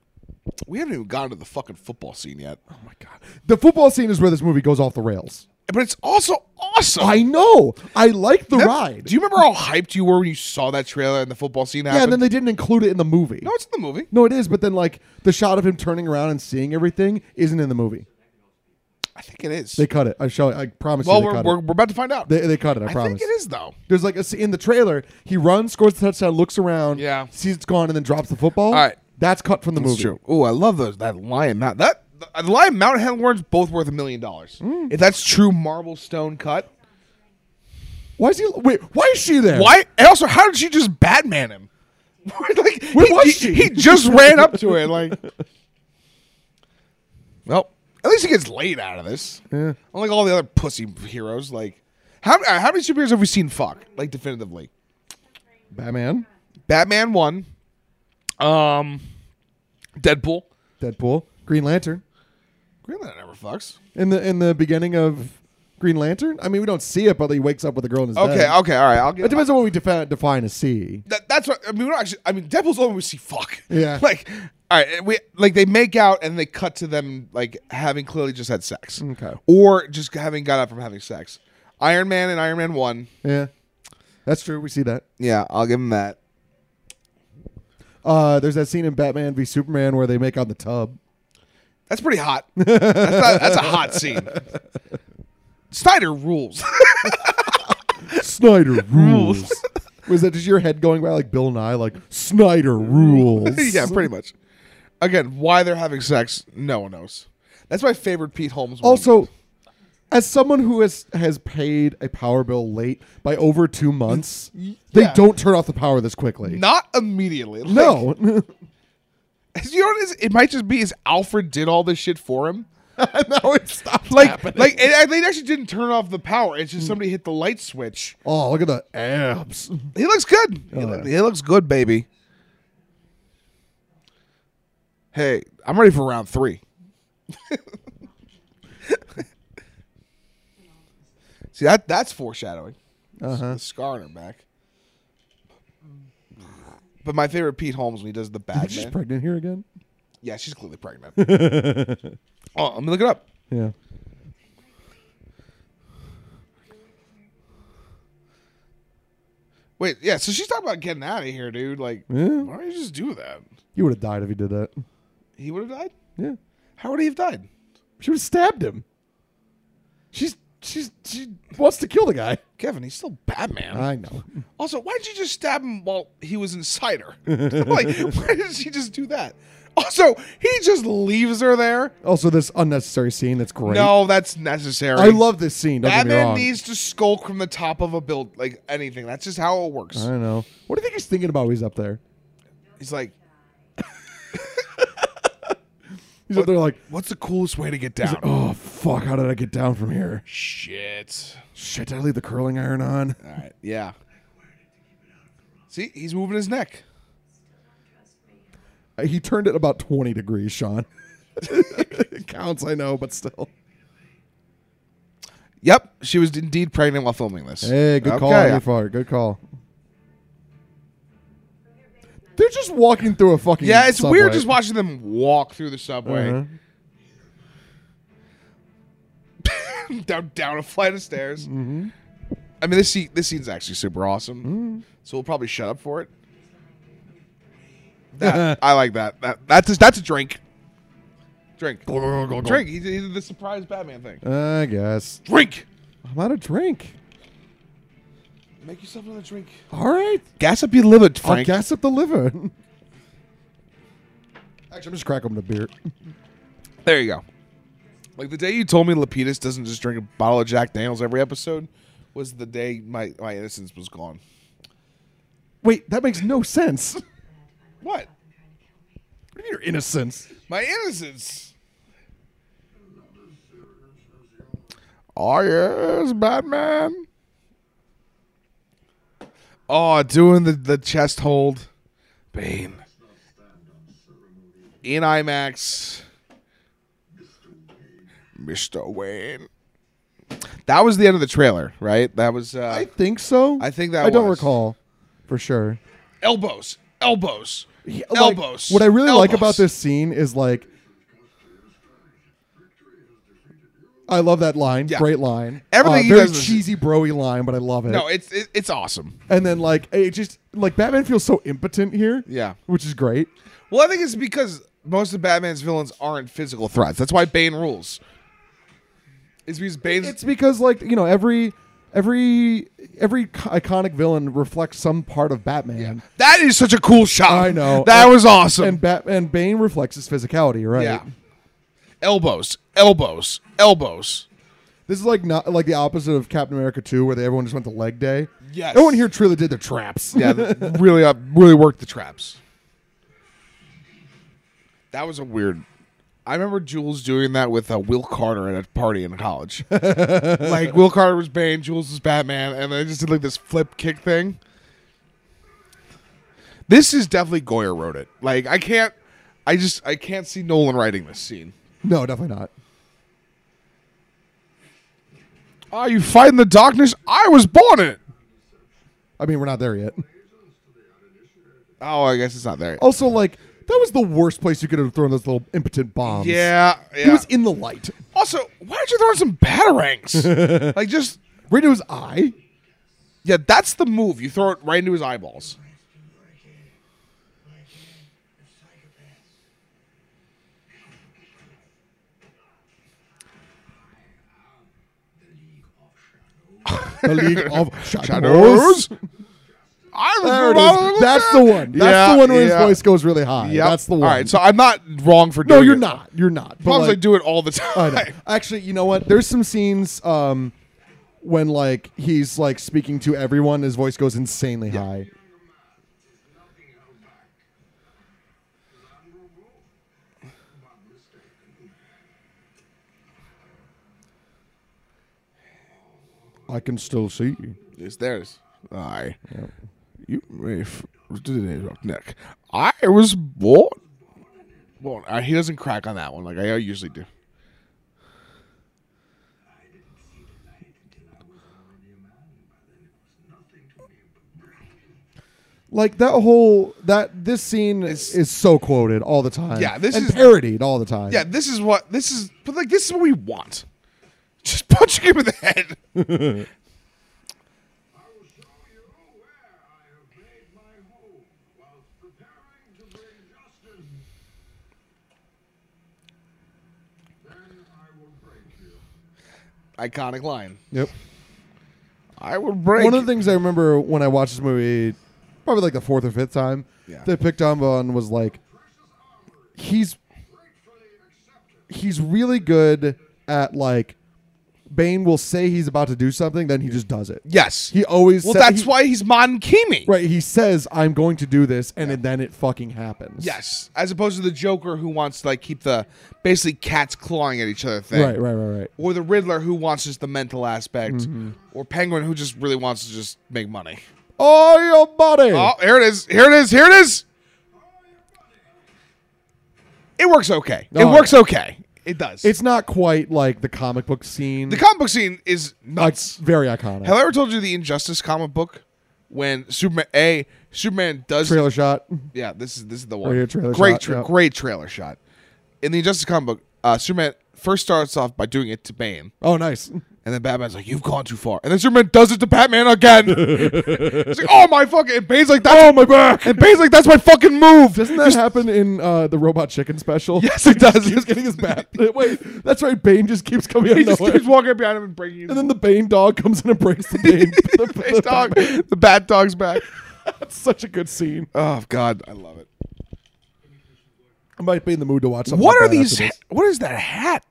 Speaker 2: we haven't even gotten to the fucking football scene yet.
Speaker 3: Oh my god. The football scene is where this movie goes off the rails.
Speaker 2: But it's also awesome.
Speaker 3: I know. I like the
Speaker 2: That-
Speaker 3: ride.
Speaker 2: Do you remember how hyped you were when you saw that trailer and the football scene happened?
Speaker 3: yeah, and then they didn't include it in the movie.
Speaker 2: no, it's in the movie.
Speaker 3: No, it is, but then like the shot of him turning around and seeing everything isn't in the movie.
Speaker 2: I think it is.
Speaker 3: They cut it. I show. I promise
Speaker 2: well,
Speaker 3: you, they
Speaker 2: we're,
Speaker 3: cut
Speaker 2: we're,
Speaker 3: it.
Speaker 2: we're about to find out.
Speaker 3: They, they cut it. I,
Speaker 2: I
Speaker 3: promise.
Speaker 2: think it is though.
Speaker 3: There's like a s- in the trailer, he runs, scores the touchdown, looks around,
Speaker 2: Yeah.
Speaker 3: sees it's gone, and then drops the football. All
Speaker 2: right.
Speaker 3: that's cut from the movie.
Speaker 2: Oh, I love those that lion mount that the, the lion mount and horns both worth a million dollars.
Speaker 3: Mm.
Speaker 2: If that's true, marble stone cut.
Speaker 3: Why is he? Wait, why is she there?
Speaker 2: Why? And also, how did she just Batman him? like,
Speaker 3: Where
Speaker 2: he,
Speaker 3: was
Speaker 2: he-
Speaker 3: she?
Speaker 2: He just ran up to it. Like, well, at least he gets laid out of this. Unlike all the other pussy heroes. Like, how uh, how many superheroes have we seen fuck? Like, definitively,
Speaker 3: Batman,
Speaker 2: Batman one, um, Deadpool.
Speaker 3: Deadpool, Green Lantern.
Speaker 2: Green Lantern never fucks.
Speaker 3: In the in the beginning of Green Lantern, I mean, we don't see it, but he wakes up with a girl in his
Speaker 2: Okay,
Speaker 3: bed.
Speaker 2: okay, all right. I'll get.
Speaker 3: It depends on what we defi- define as see.
Speaker 2: that, that's what I mean. We're not actually, I mean, Devil's only we see fuck.
Speaker 3: Yeah.
Speaker 2: Like, all right, we like they make out and they cut to them like having clearly just had sex.
Speaker 3: Okay.
Speaker 2: Or just having got up from having sex. Iron Man and Iron Man One.
Speaker 3: Yeah, that's true. We see that.
Speaker 2: Yeah, I'll give him that.
Speaker 3: Uh, there's that scene in Batman v Superman where they make out in the tub.
Speaker 2: That's pretty hot. that's, not, that's a hot scene. Snyder rules.
Speaker 3: Snyder rules. Was that just your head going by like Bill Nye, like Snyder rules?
Speaker 2: yeah, pretty much. Again, why they're having sex, no one knows. That's my favorite Pete Holmes. one.
Speaker 3: Also, as someone who has has paid a power bill late by over two months, they
Speaker 2: yeah.
Speaker 3: don't turn off the power this quickly.
Speaker 2: not immediately. Like,
Speaker 3: No,
Speaker 2: you know what it, is? it might just be is Alfred did all this shit for him.
Speaker 3: no, it stopped. Hmm.
Speaker 2: like like and, and they actually didn't turn off the power. It's just somebody hit the light switch.
Speaker 3: oh, look at the abs.
Speaker 2: He looks good. He, lo- he looks good, baby. Hey, I'm ready for round three. See that that's foreshadowing.
Speaker 3: Uh-huh.
Speaker 2: The scar on her back. But my favorite Pete Holmes when he does the bad
Speaker 3: She's
Speaker 2: man.
Speaker 3: pregnant here again.
Speaker 2: yeah, she's clearly pregnant. oh, I'm gonna look it up.
Speaker 3: Yeah.
Speaker 2: Wait, yeah, so she's talking about getting out of here, dude. Like,
Speaker 3: Yeah.
Speaker 2: why don't you just do that?
Speaker 3: You would have died if he did that.
Speaker 2: He would have died?
Speaker 3: Yeah.
Speaker 2: How would he have died?
Speaker 3: She would have stabbed him. She's she's she wants to kill the guy.
Speaker 2: Kevin, he's still Batman.
Speaker 3: I know.
Speaker 2: also, why did you just stab him while he was inside her? like, why did she just do that? Also, he just leaves her there.
Speaker 3: Also, this unnecessary scene that's great.
Speaker 2: No, that's necessary.
Speaker 3: I love this scene. Don't get me
Speaker 2: Batman
Speaker 3: wrong.
Speaker 2: needs to skulk from the top of a build, like anything. That's just how it works.
Speaker 3: I don't know. What do you think he's thinking about when he's up there?
Speaker 2: He's like,
Speaker 3: He's up there like,
Speaker 2: what's the coolest way to get down?
Speaker 3: oh fuck, how did I get down from here?
Speaker 2: Shit.
Speaker 3: Shit, did I leave the curling iron on?
Speaker 2: All right, yeah. See, he's moving his neck.
Speaker 3: He turned it about 20 degrees, Sean. it counts, I know, but still.
Speaker 2: Yep, she was indeed pregnant while filming this.
Speaker 3: Hey, good call,
Speaker 2: Okay.
Speaker 3: Andy Farr. Good call. They're just walking through a fucking.
Speaker 2: Yeah, it's
Speaker 3: subway.
Speaker 2: weird just watching them walk through the subway
Speaker 3: Uh-huh.
Speaker 2: down down a flight of stairs. Uh-huh. Mm-hmm. I mean, this scene this scene's actually super awesome. So we'll probably shut up for it. That- I like that. That that's a, that's a drink. Drink. Drink. He, he did the surprise Batman thing.
Speaker 3: I guess
Speaker 2: Drink.
Speaker 3: I'm out of drink.
Speaker 2: Make yourself another drink.
Speaker 3: All right,
Speaker 2: Gas up your liver,
Speaker 3: I'll
Speaker 2: Frank.
Speaker 3: gas up the liver. Actually, I'm just crack open a beer.
Speaker 2: There you go. Like the day you told me Lapidus doesn't just drink a bottle of Jack Daniels every episode was the day my, my innocence was gone.
Speaker 3: Wait, that makes no sense.
Speaker 2: What?
Speaker 3: Your innocence.
Speaker 2: My innocence. Oh yes, Batman. Oh, doing the, the chest hold. Bane. In IMAX. Mr. Wayne. That was the end of the trailer, right? That was uh,
Speaker 3: I think so.
Speaker 2: I think that
Speaker 3: I don't
Speaker 2: was.
Speaker 3: recall for sure.
Speaker 2: elbows. Elbows.
Speaker 3: Like,
Speaker 2: elbows.
Speaker 3: what I really like
Speaker 2: Elbows.
Speaker 3: about this scene is like, I love that line.
Speaker 2: Yeah.
Speaker 3: Great line.
Speaker 2: Everything he
Speaker 3: uh, very
Speaker 2: does is-
Speaker 3: cheesy, broy line, but I love it.
Speaker 2: No, it's it, it's awesome.
Speaker 3: and then like it just like Batman feels so impotent here.
Speaker 2: Yeah.
Speaker 3: which is great.
Speaker 2: Well, I think it's because most of Batman's villains aren't physical threats. That's why Bane rules. It's because Bane's
Speaker 3: It's because like you know every every every co- iconic villain reflects some part of Batman.
Speaker 2: that is such a cool shot.
Speaker 3: I know.
Speaker 2: that
Speaker 3: And-
Speaker 2: was awesome.
Speaker 3: And Bat and Bane reflects his physicality, right?
Speaker 2: yeah, elbows, elbows, elbows.
Speaker 3: This is like not like the opposite of Captain America 2 where they, everyone just went to leg day.
Speaker 2: Yes.
Speaker 3: Everyone here truly did their traps.
Speaker 2: Yeah, that really, uh, really worked the traps. That was a weird. I remember Jules doing that with uh, Will Carter at a party in college. like Will Carter was Bane, Jules was Batman, and they just did like this flip kick thing. This is definitely Goyer wrote it. Like I can't, I just I can't see Nolan writing this scene.
Speaker 3: No, definitely not.
Speaker 2: Are Ah, you fighting the darkness? I was born in it.
Speaker 3: I mean, we're not there yet.
Speaker 2: Oh, I guess it's not there.
Speaker 3: Also, like, that was the worst place you could have thrown those little impotent bombs.
Speaker 2: yeah, yeah.
Speaker 3: He was in the light.
Speaker 2: also, why aren't you throwing some batarangs? like just
Speaker 3: Right into his eye.
Speaker 2: Yeah, that's the move. You throw it right into his eyeballs.
Speaker 3: The League of Shadows.
Speaker 2: Shadows. I was
Speaker 3: There it is. That's the one. That's
Speaker 2: Yeah,
Speaker 3: the one where
Speaker 2: yeah.
Speaker 3: his voice goes really high.
Speaker 2: Yep.
Speaker 3: That's the one.
Speaker 2: All right, so I'm not wrong for doing
Speaker 3: no, you're
Speaker 2: it.
Speaker 3: not. You're not. But,
Speaker 2: Problems
Speaker 3: like-
Speaker 2: I do it all the time.
Speaker 3: I know. Actually, you know what? There's some scenes um, when like he's like speaking to everyone, his voice goes insanely high. I can still see you.
Speaker 2: It's theirs. I. You may f- neck. I was born. Born. Uh, he doesn't crack on that one like I usually do.
Speaker 3: Like that whole that this scene is so quoted all the time.
Speaker 2: Yeah, this
Speaker 3: and
Speaker 2: is-
Speaker 3: parodied all the time.
Speaker 2: Yeah, this is what this is. But like, this is what we want. Just punching him in the head.
Speaker 6: I will show you where I have made my home whilst preparing to bring justice. Then I will break you.
Speaker 2: Iconic line.
Speaker 3: Yep.
Speaker 2: I will break.
Speaker 3: One of the things I remember when I watched this movie, probably like the fourth or fifth time,
Speaker 2: Yeah.
Speaker 3: that I picked up on was like, he's he's really good at like, Bane will say he's about to do something, then he just does it.
Speaker 2: Yes.
Speaker 3: he always.
Speaker 2: well,
Speaker 3: sa-
Speaker 2: that's
Speaker 3: he-
Speaker 2: why he's Mon Kimi.
Speaker 3: Right, he says I'm going to do this, and then it fucking happens.
Speaker 2: Yes. As opposed to the Joker who wants to like keep the basically cats clawing at each other thing.
Speaker 3: Right, right, right, right.
Speaker 2: Or the Riddler who wants just the mental aspect.
Speaker 3: Mm-hmm.
Speaker 2: Or Penguin who just really wants to just make money.
Speaker 3: Oh, your body.
Speaker 2: Oh, here it is. Here it is. Here it is. It works okay. it
Speaker 3: Oh,
Speaker 2: works okay. It does.
Speaker 3: It's not quite like the comic book scene.
Speaker 2: the comic book scene is nuts.
Speaker 3: Very iconic.
Speaker 2: Have I ever told you the Injustice comic book? when Superman a Superman does
Speaker 3: Trailer shot.
Speaker 2: yeah, this is this is the one.
Speaker 3: here, trailer
Speaker 2: great,
Speaker 3: shot, yeah.
Speaker 2: great trailer shot. In the Injustice comic book, uh, Superman first starts off by doing it to Bane,
Speaker 3: Oh, nice.
Speaker 2: and then Batman's like, "You've gone too far," and then Superman does it to Batman again. it's like, "Oh my fucking!" And Bane's like, "That's oh my back!" And Bane's like, "That's my fucking move."
Speaker 3: Doesn't that happen in uh, the Robot Chicken special?
Speaker 2: Yes, it does.
Speaker 3: He's getting his bat. Wait, that's right. Bane just keeps coming out
Speaker 2: He
Speaker 3: of
Speaker 2: just
Speaker 3: nowhere.
Speaker 2: keeps walking up behind him and breaking. His
Speaker 3: and then the Bane dog comes in and breaks the Bane. the, the
Speaker 2: His dog, the bat dog's back.
Speaker 3: That's such a good scene.
Speaker 2: Oh God, I love it.
Speaker 3: I might be in the mood to watch something.
Speaker 2: What
Speaker 3: like
Speaker 2: are
Speaker 3: that after
Speaker 2: these?
Speaker 3: this.
Speaker 2: What is that hat?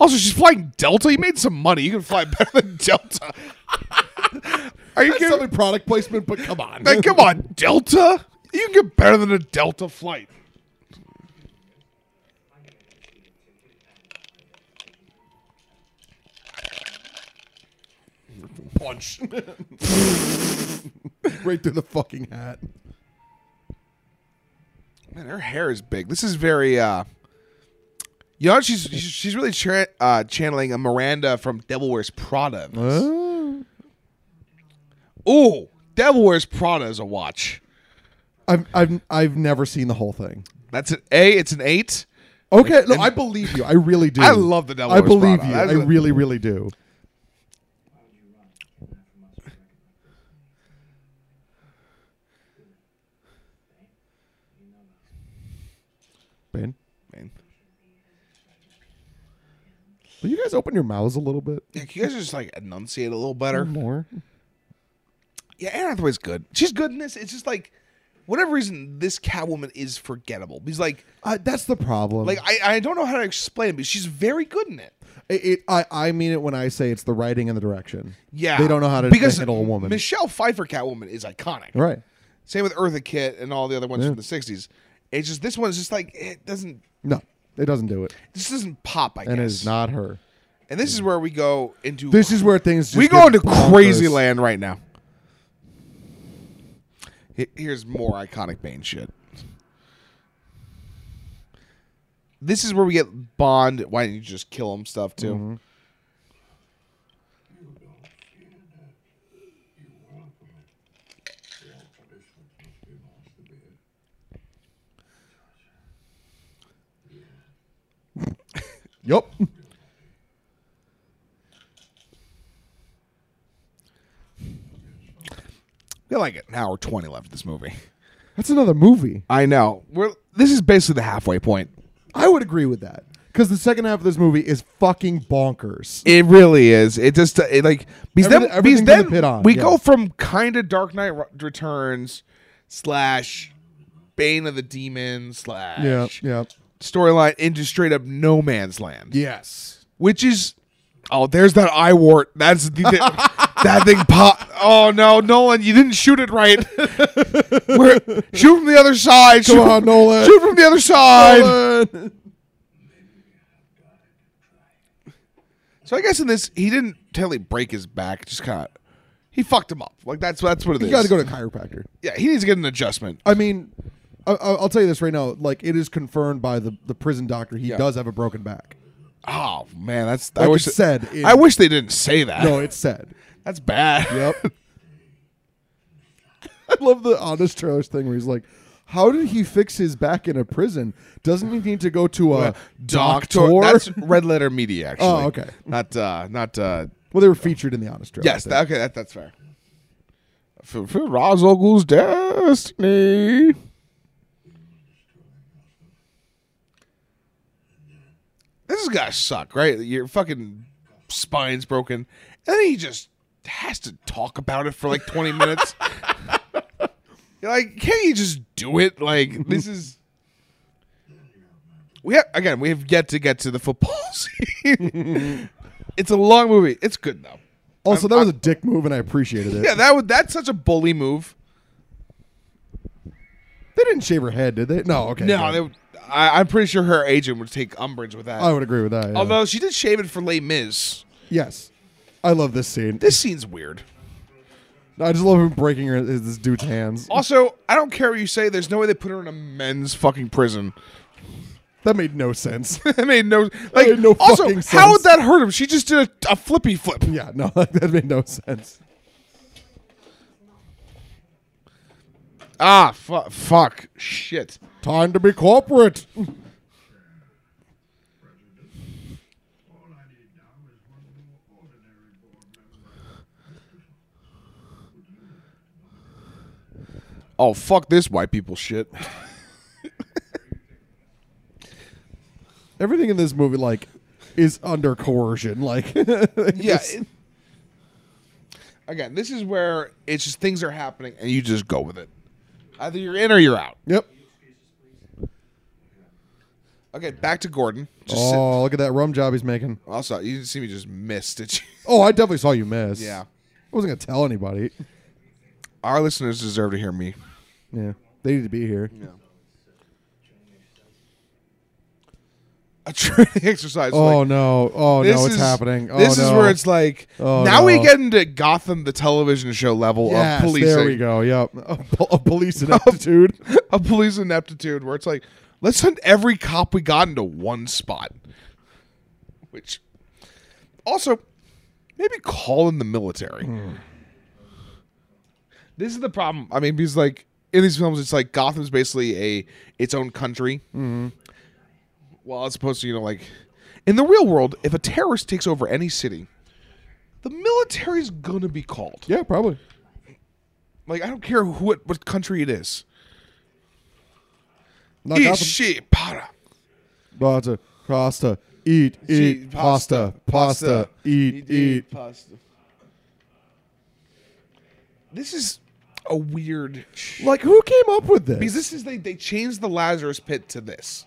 Speaker 2: Also, she's flying Delta. You made some money. You can fly better than Delta. Are you
Speaker 3: That's
Speaker 2: kidding? me?
Speaker 3: something product placement, but come on.
Speaker 2: Like, come on, Delta. You can get better than a Delta flight.
Speaker 3: punch. right through the fucking hat.
Speaker 2: Man, her hair is big. This is very. uh You know, she's she's she's really tra- uh, channeling a Miranda from Devil Wears Prada. in this. Ooh, Devil Wears Prada is a watch.
Speaker 3: I've, I've, I've never seen the whole thing.
Speaker 2: That's an A. It's an eight.
Speaker 3: Okay, no, I believe you. I really do.
Speaker 2: I love the Devil
Speaker 3: I
Speaker 2: Wears
Speaker 3: believe
Speaker 2: Prada.
Speaker 3: you.
Speaker 2: That's
Speaker 3: I
Speaker 2: a-
Speaker 3: really, really do. Ben,
Speaker 2: Man.
Speaker 3: will you guys open your mouths a little bit
Speaker 2: Yeah, can you guys just like enunciate a little better?
Speaker 3: more?
Speaker 2: Yeah, Anne Hathaway's good. She's good in this. It's just like, whatever reason, this Catwoman is forgettable. Because like,
Speaker 3: Uh, that's the problem.
Speaker 2: like I, I don't know how to explain it, but she's very good in it.
Speaker 3: It, it, I, I mean it when I say it's the writing and the direction.
Speaker 2: Yeah,
Speaker 3: They don't know how to
Speaker 2: because
Speaker 3: handle a woman.
Speaker 2: Michelle Pfeiffer Catwoman is iconic.
Speaker 3: right.
Speaker 2: Same with Eartha Kitt and all the other ones
Speaker 3: Yeah.
Speaker 2: from the '60s. It's just this one's just like it doesn't.
Speaker 3: No, it doesn't do it.
Speaker 2: This doesn't pop. I
Speaker 3: And
Speaker 2: guess.
Speaker 3: it's not her.
Speaker 2: And this is where we go into.
Speaker 3: This is where things just
Speaker 2: we
Speaker 3: get
Speaker 2: go into
Speaker 3: bonkers.
Speaker 2: crazy land right now. He- Here's more iconic Bane shit. This is where we get Bond. Why didn't you just kill him? Stuff too.
Speaker 3: Mm-hmm. Yep.
Speaker 2: We got like an hour twenty left of this movie.
Speaker 3: That's another movie.
Speaker 2: I know. We're this is basically the halfway point.
Speaker 3: I would agree with that because the second half of this movie is fucking bonkers.
Speaker 2: It really is. It just it like because then,
Speaker 3: Everything-
Speaker 2: because
Speaker 3: everything
Speaker 2: then
Speaker 3: with a pit on,
Speaker 2: we
Speaker 3: yeah.
Speaker 2: go from kind of Dark Knight Ri- Returns slash Bane of the Demon slash
Speaker 3: Yeah. Yeah.
Speaker 2: storyline into straight up no man's land,
Speaker 3: Yes.
Speaker 2: which is oh, there's that eye wart. That's the, that- that thing pop. Oh no, Nolan, you didn't shoot it right. We're, shoot from the other side.
Speaker 3: Come
Speaker 2: shoot,
Speaker 3: on, Nolan.
Speaker 2: shoot from the other side.
Speaker 3: Nolan.
Speaker 2: So I guess in this, he didn't totally break his back. Just kind of he fucked him up. Like that's that's what it is.
Speaker 3: You got to go to a chiropractor.
Speaker 2: Yeah, he needs to get an adjustment.
Speaker 3: I mean, I, I- I'll tell you this right now. Like, it is confirmed by the, the prison doctor. He does have a broken back.
Speaker 2: Oh man, that's I
Speaker 3: Like
Speaker 2: wish
Speaker 3: it said in-
Speaker 2: I wish they didn't say that.
Speaker 3: No, it's sad.
Speaker 2: that's bad.
Speaker 3: Yep. I love the honest trailers thing where he's like, "How did he fix his back in a prison? Doesn't he need to go to a doctor?"
Speaker 2: Doctor, that's red letter media. Actually,
Speaker 3: Oh, okay.
Speaker 2: Not uh, not uh,
Speaker 3: well, they were featured in the honest trailer.
Speaker 2: yes.
Speaker 3: thing.
Speaker 2: That, okay, that, that's fair. For, for Ra's al Ghul's destiny. This is gotta suck, right? Your fucking spine's broken, and then he just has to talk about it for like twenty minutes. You're like, can't you just do it? Like this is. We have again. We have yet to get to the football scene. it's a long movie. It's good though.
Speaker 3: also,
Speaker 2: I'm-
Speaker 3: that was a
Speaker 2: I'm-
Speaker 3: dick move, and I appreciated it.
Speaker 2: Yeah, that would that's such a bully move.
Speaker 3: they didn't shave her head, did they? No. Okay.
Speaker 2: No,
Speaker 3: good.
Speaker 2: they would, I, I'm pretty sure her agent would take umbrage with that.
Speaker 3: I would agree with that. yeah.
Speaker 2: Although she did shave it for Les Mis.
Speaker 3: yes, I love this scene.
Speaker 2: This scene's weird.
Speaker 3: I just love him breaking her, his, this dude's hands.
Speaker 2: Also, I don't care what you say. There's no way they put her in a men's fucking prison.
Speaker 3: That made no sense.
Speaker 2: that made no like.
Speaker 3: made no
Speaker 2: also,
Speaker 3: fucking
Speaker 2: how would
Speaker 3: sense.
Speaker 2: that hurt him? She just did a, a flippy flip.
Speaker 3: yeah. No, that made no sense.
Speaker 2: Ah, fu- fuck. Shit.
Speaker 3: Time to be corporate.
Speaker 5: All I need now is one more ordinary board member.
Speaker 2: Oh, fuck this white people shit.
Speaker 3: Everything in this movie, like, is under coercion. Like,
Speaker 2: Yeah.
Speaker 3: yes.
Speaker 2: it- again, this is where it's just things are happening and you just go with it. Either you're in or you're out.
Speaker 3: Yep.
Speaker 2: Okay, back to Gordon. Just sit-
Speaker 3: Oh, look at that rum job he's making.
Speaker 2: Also, you didn't see me just miss, did you?
Speaker 3: Oh, I definitely saw you miss.
Speaker 2: Yeah.
Speaker 3: I wasn't gonna tell anybody.
Speaker 2: Our listeners deserve to hear me.
Speaker 3: Yeah. They need to be here.
Speaker 2: A training exercise.
Speaker 3: Oh
Speaker 2: like,
Speaker 3: no! Oh
Speaker 2: this
Speaker 3: no! It's
Speaker 2: is-
Speaker 3: happening. Oh,
Speaker 2: this is
Speaker 3: no.
Speaker 2: where it's like
Speaker 3: Oh,
Speaker 2: now we
Speaker 3: no.
Speaker 2: get into Gotham, the television show level
Speaker 3: Yes,
Speaker 2: of policing,
Speaker 3: There we go. Yep. A, pol- a police ineptitude.
Speaker 2: of police ineptitude, where it's like let's send every cop we got into one spot, which also maybe call in the military. Hmm. This is the problem. I mean, because like in these films, it's like Gotham's basically a its own country. Well, as opposed to you know, like in the real world, if a terrorist takes over any city, the military's gonna be called.
Speaker 3: yeah, probably.
Speaker 2: Like I don't care who it, what country it is.
Speaker 3: Not
Speaker 2: Eat
Speaker 3: Gotham.
Speaker 2: shit, para.
Speaker 3: Pasta, pasta, eat, eat, pasta, pasta, eat, eat.
Speaker 2: pasta. This is a weird.
Speaker 3: Like, who came up with
Speaker 2: Because
Speaker 3: this?
Speaker 2: this is they they changed the Lazarus pit to this.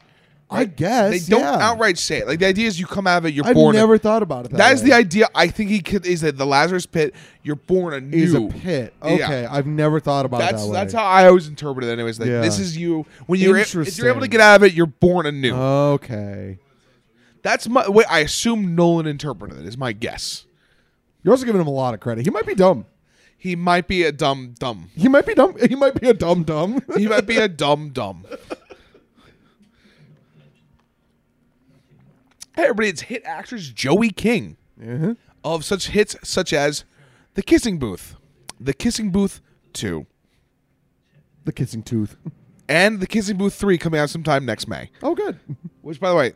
Speaker 3: I guess
Speaker 2: They don't
Speaker 3: yeah.
Speaker 2: outright say it. Like the idea is you come out of it, you're
Speaker 3: I've
Speaker 2: born.
Speaker 3: never
Speaker 2: a,
Speaker 3: thought about it. That
Speaker 2: that is
Speaker 3: way.
Speaker 2: the idea. I think he could is that the Lazarus pit. You're born anew.
Speaker 3: Is a pit.
Speaker 2: Yeah.
Speaker 3: Okay, I've never thought about
Speaker 2: That's
Speaker 3: it that way.
Speaker 2: that's how I always interpret it. Anyways, like
Speaker 3: Yeah.
Speaker 2: this is you when you're a- if you're able to
Speaker 3: Interesting. Uh,
Speaker 2: get out of it, you're born anew.
Speaker 3: Okay,
Speaker 2: that's my way. I assume Nolan interpreted it. Is my guess.
Speaker 3: you're also giving him a lot of credit. He might be dumb.
Speaker 2: He might be a dumb dumb.
Speaker 3: He might be dumb. He might be a dumb dumb.
Speaker 2: He might be a dumb dumb. Hey everybody, it's hit actress Joey King
Speaker 3: Uh-huh.
Speaker 2: of such hits such as The Kissing Booth, The Kissing Booth 2,
Speaker 3: the kissing tooth.
Speaker 2: and The Kissing Booth 3 coming out sometime next May.
Speaker 3: Oh, good.
Speaker 2: Which by the way,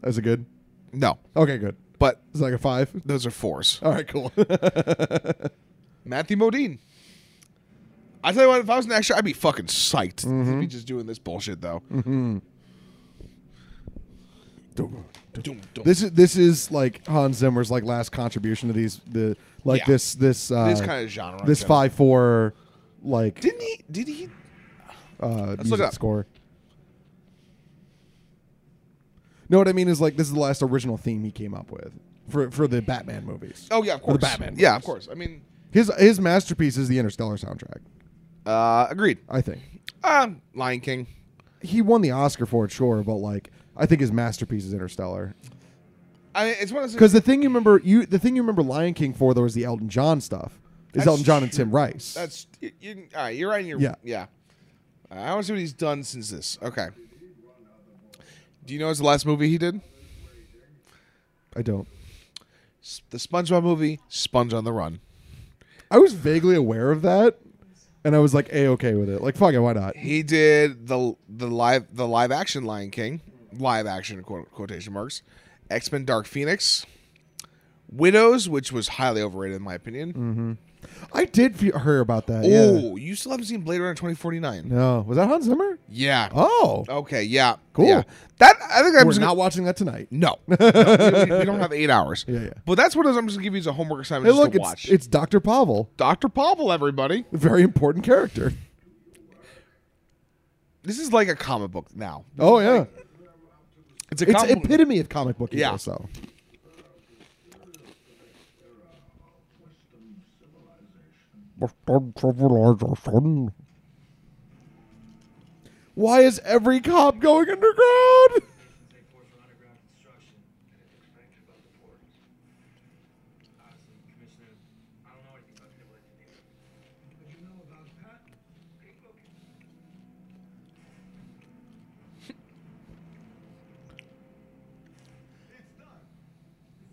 Speaker 3: That's a good.
Speaker 2: no.
Speaker 3: Okay, good.
Speaker 2: But
Speaker 3: It's like a five.
Speaker 2: those are fours.
Speaker 3: All right, cool.
Speaker 2: Matthew Modine. I tell you what, if I was an actor, I'd be fucking psyched
Speaker 3: Mm-hmm.
Speaker 2: to be just doing this bullshit though. Dum, dum.
Speaker 3: Mm-hmm. This is this is like Hans Zimmer's like last contribution to these the like
Speaker 2: Yeah.
Speaker 3: this this uh,
Speaker 2: This kind of genre in
Speaker 3: this
Speaker 2: general.
Speaker 3: five four like
Speaker 2: Didn't he? Did he?
Speaker 3: uh,
Speaker 2: look it
Speaker 3: music
Speaker 2: up.
Speaker 3: score. No, what I mean is like this is the last original theme he came up with for for the Batman movies.
Speaker 2: Oh yeah, of
Speaker 3: Or
Speaker 2: course.
Speaker 3: the Batman
Speaker 2: Yeah, of
Speaker 3: movies.
Speaker 2: course. I mean,
Speaker 3: His his masterpiece is the Interstellar soundtrack.
Speaker 2: uh, agreed.
Speaker 3: I think
Speaker 2: Um, Lion King.
Speaker 3: he won the Oscar for it, sure, but like I think his masterpiece is Interstellar.
Speaker 2: I mean, it's one of those.
Speaker 3: Because the thing you remember you the thing you remember Lion King for though is the Elton John stuff. Is
Speaker 2: That's
Speaker 3: Elton John and
Speaker 2: true.
Speaker 3: Tim Rice?
Speaker 2: that's you, you, all right. You're right. and You're
Speaker 3: Yeah.
Speaker 2: yeah. I want to see what he's done since this. Okay. Do you know what's the last movie he did?
Speaker 3: I don't.
Speaker 2: S- The SpongeBob movie, Sponge on the Run.
Speaker 3: I was vaguely aware of that, and I was like, a okay with it. Like, fuck it, why not?
Speaker 2: He did the the live the live action Lion King, live action quote, quotation marks, X Men Dark Phoenix, Widows, which was highly overrated in my opinion.
Speaker 3: I did fe- hear about that. Mm-hmm. yeah.
Speaker 2: Oh, you still haven't seen Blade Runner twenty forty nine?
Speaker 3: No, was that Hans Zimmer?
Speaker 2: Yeah.
Speaker 3: Oh,
Speaker 2: Okay. Yeah.
Speaker 3: Cool.
Speaker 2: yeah. That I think I'm
Speaker 3: we're
Speaker 2: just
Speaker 3: not
Speaker 2: gonna-
Speaker 3: watching that tonight.
Speaker 2: no. No, we, we don't have eight hours.
Speaker 3: Yeah, yeah.
Speaker 2: But that's what it is. I'm just gonna give you as a homework assignment.
Speaker 3: Hey,
Speaker 2: just
Speaker 3: look,
Speaker 2: to
Speaker 3: it's
Speaker 2: watch.
Speaker 3: it's Doctor Pavel,
Speaker 2: Doctor Pavel, everybody.
Speaker 3: a very important character.
Speaker 2: This is like a comic book now.
Speaker 3: Oh yeah,
Speaker 2: It's a
Speaker 3: it's
Speaker 2: comic. book.
Speaker 3: epitome of comic book.
Speaker 2: Yeah.
Speaker 3: Yeah. So why is every cop going underground?
Speaker 5: Take port for underground construction and it looks great about the port. Honestly, Commissioner, I don't know anything about civil engineering. But you know about that? Take a look. It's done.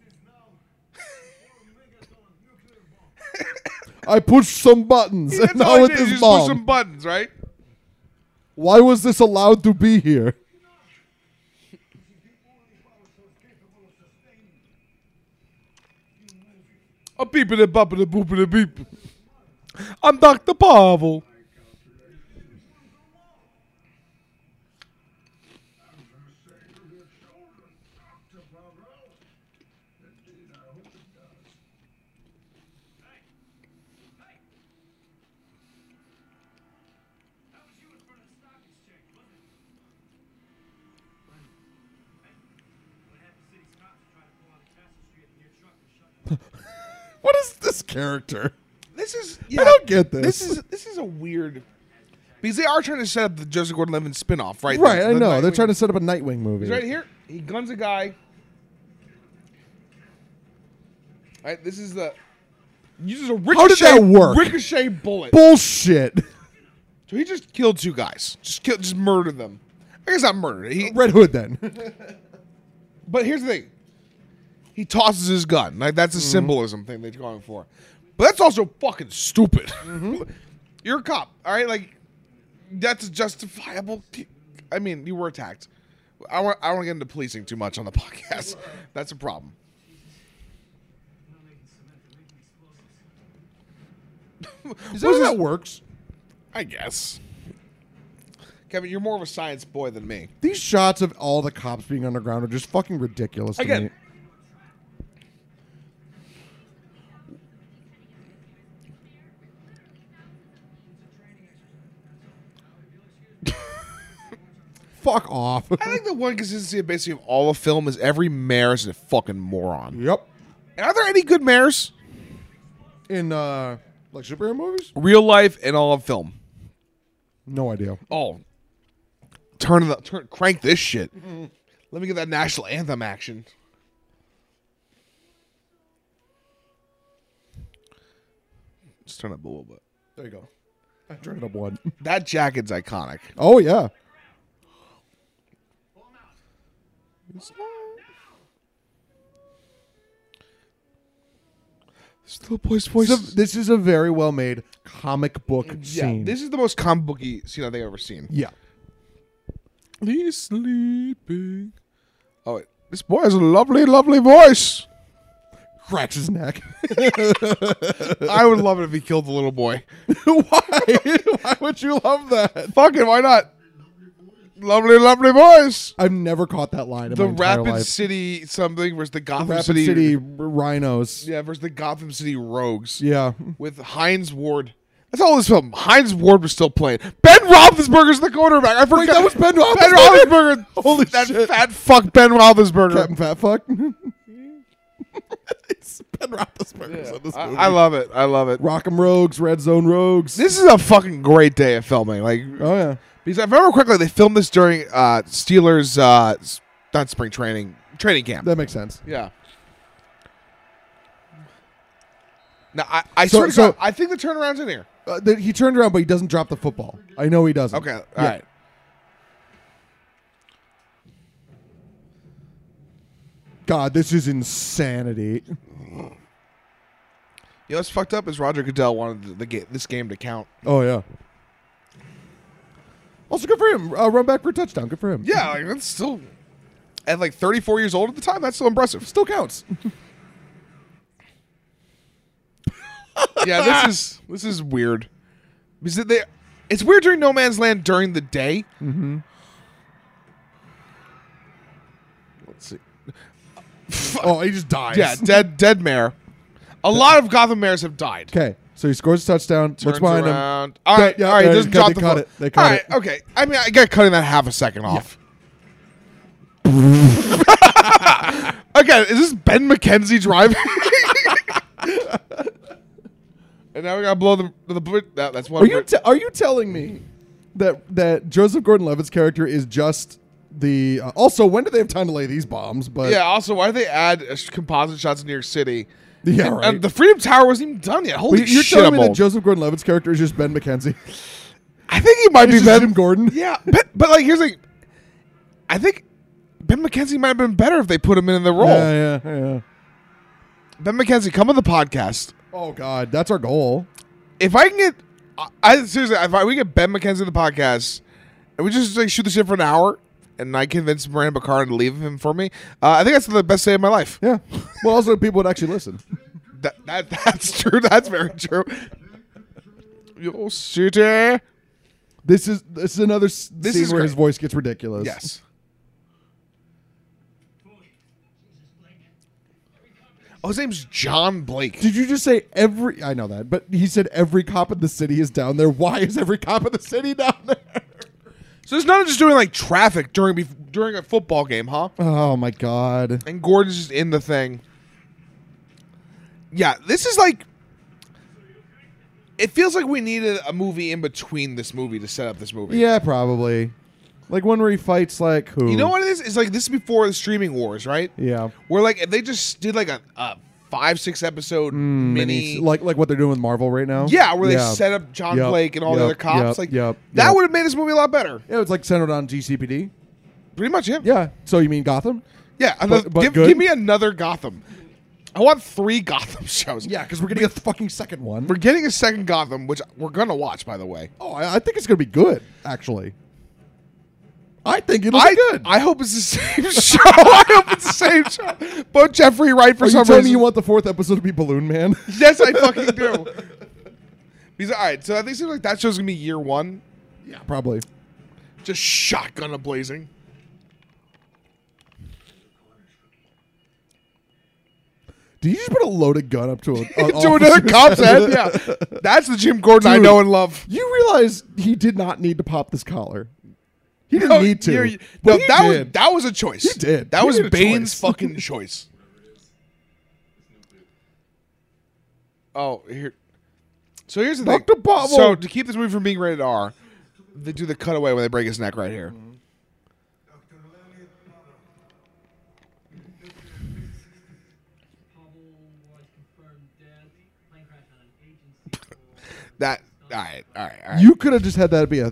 Speaker 5: This is now four megaton nuclear bomb.
Speaker 3: I pushed some buttons
Speaker 2: That's
Speaker 3: and
Speaker 2: all he
Speaker 3: now it
Speaker 2: did. He
Speaker 3: is
Speaker 2: just pushed
Speaker 3: mom.
Speaker 2: some buttons, right?
Speaker 3: Why was this allowed to be here?
Speaker 2: A beepity boppity boopity beep. I'm Dr. Pavel.
Speaker 3: What is this character?
Speaker 2: This is yeah,
Speaker 3: don't get this.
Speaker 2: This is this is a weird because they are trying to set up the Joseph Gordon-Levitt spinoff, right?
Speaker 3: Right,
Speaker 2: The-
Speaker 3: I
Speaker 2: the
Speaker 3: know. They're
Speaker 2: Nightwing-
Speaker 3: trying to set up a Nightwing movie.
Speaker 2: He's right here. He guns a guy. All right, this is the uses a ricochet.
Speaker 3: How did that work?
Speaker 2: Ricochet bullet.
Speaker 3: Bullshit.
Speaker 2: so he just killed two guys. Just killed, just murdered them. I guess not murdered. He,
Speaker 3: Red Hood then.
Speaker 2: But here's the thing. He tosses his gun. Like that's a
Speaker 3: Mm-hmm.
Speaker 2: symbolism thing they're going for. But that's also fucking stupid.
Speaker 3: Mm-hmm.
Speaker 2: You're a cop, all right? Like that's a justifiable. I mean, you were attacked. I want. I don't want to get into policing too much on the podcast. That's a problem.
Speaker 3: Is that how that works?
Speaker 2: I guess. Kevin, you're more of a science boy than me.
Speaker 3: These shots of all the cops being underground are just fucking ridiculous to
Speaker 2: Again.
Speaker 3: me. Fuck off.
Speaker 2: I think the one consistency of basically of all of film is every mayor is a fucking moron.
Speaker 3: yep.
Speaker 2: And are there any good mayors?
Speaker 3: In uh like superhero movies?
Speaker 2: Real life and all of film.
Speaker 3: No idea.
Speaker 2: Oh, turn the turn, crank this shit. Let me get that national anthem action. Just turn up a little bit.
Speaker 3: There you go. I turned it up one.
Speaker 2: That jacket's iconic.
Speaker 3: Oh yeah.
Speaker 2: Still boy's voice.
Speaker 3: This is a- this is a very well made comic book
Speaker 2: yeah,
Speaker 3: scene.
Speaker 2: this is the most comic booky scene I think I've ever seen.
Speaker 3: yeah.
Speaker 2: He's sleeping. Oh, wait. this boy has a lovely, lovely voice.
Speaker 3: Cracks his neck.
Speaker 2: I would love it if he killed the little boy.
Speaker 3: Why? Why would you love that?
Speaker 2: Fuck it, why not? Lovely, lovely voice.
Speaker 3: I've never caught that line in
Speaker 2: the
Speaker 3: my entire
Speaker 2: Rapid
Speaker 3: life.
Speaker 2: City something versus the Gotham
Speaker 3: Rapid
Speaker 2: City,
Speaker 3: City, Rhinos.
Speaker 2: yeah versus the Gotham City Rogues
Speaker 3: Yeah.
Speaker 2: with Heinz Ward. That's all this film. Heinz Ward was still playing. Ben Roethlisberger's the quarterback. I forgot
Speaker 3: that was Ben
Speaker 2: Ben Roethlisberger.
Speaker 3: Holy
Speaker 2: that
Speaker 3: shit.
Speaker 2: fat fuck Ben Roethlisberger.
Speaker 3: Captain Fat Fuck. it's Ben Roethlisberger's in this
Speaker 2: I,
Speaker 3: movie.
Speaker 2: I love it. I love it.
Speaker 3: Rock'em Rogues, Red Zone Rogues.
Speaker 2: This is a fucking great day of filming. Like
Speaker 3: oh yeah.
Speaker 2: because if I remember correctly, they filmed this during uh, Steelers uh, s- not spring training training camp.
Speaker 3: That makes sense.
Speaker 2: Yeah. Now I, I
Speaker 3: So-
Speaker 2: swear to
Speaker 3: so-
Speaker 2: God, I think the turnaround's in here.
Speaker 3: Uh, th- he turned around, but he doesn't drop the football. I know he doesn't.
Speaker 2: Okay, all
Speaker 3: all
Speaker 2: right.
Speaker 3: right. God, this is insanity.
Speaker 2: You know what's fucked up is Roger Goodell wanted the, the ga- this game to count.
Speaker 3: Oh yeah. Also, good for him. Uh, run back for a touchdown. Good for him.
Speaker 2: Yeah, like, that's still at like 34 years old at the time. That's still impressive.
Speaker 3: still counts.
Speaker 2: yeah, this is this is weird. Because they, it's weird during No Man's Land during the day. Mm-hmm. Let's see.
Speaker 3: oh, he just dies.
Speaker 2: Yeah, dead dead mare. A lot of Gotham mares have died.
Speaker 3: Okay, so he scores a touchdown. What's
Speaker 2: turns
Speaker 3: behind
Speaker 2: around.
Speaker 3: him?
Speaker 2: All right,
Speaker 3: Yeah,
Speaker 2: all right.
Speaker 3: they-
Speaker 2: Doesn't
Speaker 3: they
Speaker 2: drop the
Speaker 3: cut
Speaker 2: foot.
Speaker 3: it. They cut
Speaker 2: all right,
Speaker 3: it.
Speaker 2: okay. I mean, I got cutting that half a second off. okay, is this Ben McKenzie driving? and now we gotta blow the the. the that, that's one.
Speaker 3: Are you
Speaker 2: bri-
Speaker 3: te- are you telling me that that Joseph Gordon-Levitt's character is just the? Uh, also, when do they have time to lay these bombs? But
Speaker 2: yeah. Also, why do they add uh, sh- composite shots in New York City?
Speaker 3: Yeah,
Speaker 2: And-
Speaker 3: right.
Speaker 2: and the Freedom Tower wasn't even done yet.
Speaker 3: Well,
Speaker 2: Holy
Speaker 3: you- you're
Speaker 2: shit!
Speaker 3: telling me
Speaker 2: I'm
Speaker 3: that
Speaker 2: old.
Speaker 3: Joseph Gordon-Levitt's character is just Ben McKenzie.
Speaker 2: I think he might
Speaker 3: It's
Speaker 2: be
Speaker 3: just
Speaker 2: Ben
Speaker 3: Jim Gordon.
Speaker 2: Yeah, but, but like here's like, I think Ben McKenzie might have been better if they put him in the role.
Speaker 3: Yeah, yeah, yeah.
Speaker 2: Ben McKenzie, come on the podcast.
Speaker 3: Oh God, that's our goal.
Speaker 2: If I can get, I, I seriously, if I, we get Ben McKenzie on the podcast, and we just like shoot this shit for an hour, and I convince Miranda Baccarin to leave him for me, uh, I think that's the best day of my life.
Speaker 3: Yeah. Well, also people would actually listen.
Speaker 2: That, that that's true. That's very true. Yo, city.
Speaker 3: This is this is another s-
Speaker 2: This
Speaker 3: scene
Speaker 2: is
Speaker 3: where
Speaker 2: great.
Speaker 3: his voice gets ridiculous.
Speaker 2: Yes. Oh, his name's John Blake.
Speaker 3: Did you just say every? I know that, but he said every cop in the city is down there. Why is every cop in the city down there?
Speaker 2: So it's not just doing like traffic during bef- during a football game, huh?
Speaker 3: Oh my God.
Speaker 2: and Gordon's just in the thing. Yeah, this is like. It feels like we needed a movie in between this movie to set up this movie.
Speaker 3: Yeah, probably. Like one where he fights like who?
Speaker 2: You know what it is? It's like this is before the streaming wars, right?
Speaker 3: Yeah.
Speaker 2: Where like if they just did like a, a five six episode mini,
Speaker 3: Minis- Mm, like like what they're doing with Marvel right now.
Speaker 2: yeah, where they set up John
Speaker 3: Yep,
Speaker 2: Blake and all the
Speaker 3: yep,
Speaker 2: other cops.
Speaker 3: yep,
Speaker 2: like
Speaker 3: yep,
Speaker 2: that
Speaker 3: yep.
Speaker 2: would have made this movie a lot better.
Speaker 3: Yeah, it's like centered on GCPD.
Speaker 2: Pretty much, yeah.
Speaker 3: Yeah. So you mean Gotham?
Speaker 2: Yeah, another-
Speaker 3: But- but
Speaker 2: give,
Speaker 3: good?
Speaker 2: give me another Gotham. I want three Gotham shows.
Speaker 3: because we're getting a fucking second one.
Speaker 2: We're getting a second Gotham, which we're gonna watch, by the way.
Speaker 3: Oh, I, I think it's gonna be good. Actually, I think it'll
Speaker 2: I
Speaker 3: be good.
Speaker 2: I hope it's the same show. I hope it's the same show. But Jeffrey Wright for
Speaker 3: Are you
Speaker 2: some
Speaker 3: telling
Speaker 2: reason.
Speaker 3: me you want the fourth episode to be Balloon Man?
Speaker 2: yes, I fucking do. He's all right. So I think it seems like that show's gonna be year one,
Speaker 3: yeah, probably.
Speaker 2: just shotgun a blazing.
Speaker 3: Did you just put a loaded gun up to a, a
Speaker 2: to another
Speaker 3: officer's
Speaker 2: cop's head. Yeah, that's the Jim Gordon I
Speaker 3: Dude.
Speaker 2: know and love.
Speaker 3: You realize he did not need to pop this collar. He didn't
Speaker 2: No,
Speaker 3: need to.
Speaker 2: you're-
Speaker 3: but
Speaker 2: no,
Speaker 3: he
Speaker 2: that was
Speaker 3: did.
Speaker 2: that was a choice.
Speaker 3: He did.
Speaker 2: That
Speaker 3: He
Speaker 2: was
Speaker 3: made a
Speaker 2: Bane's
Speaker 3: choice.
Speaker 2: fucking choice. Oh, here. So here's the
Speaker 3: Dr.
Speaker 2: thing.
Speaker 3: Bobble.
Speaker 2: So to keep this movie from being rated R, they do the cutaway when they break his neck right here.
Speaker 3: Mm-hmm.
Speaker 5: Dr. Leonard
Speaker 7: Hubble was confirmed dead. Plane crash on an agency.
Speaker 2: That all right, all right, all right.
Speaker 3: You could have just had that be a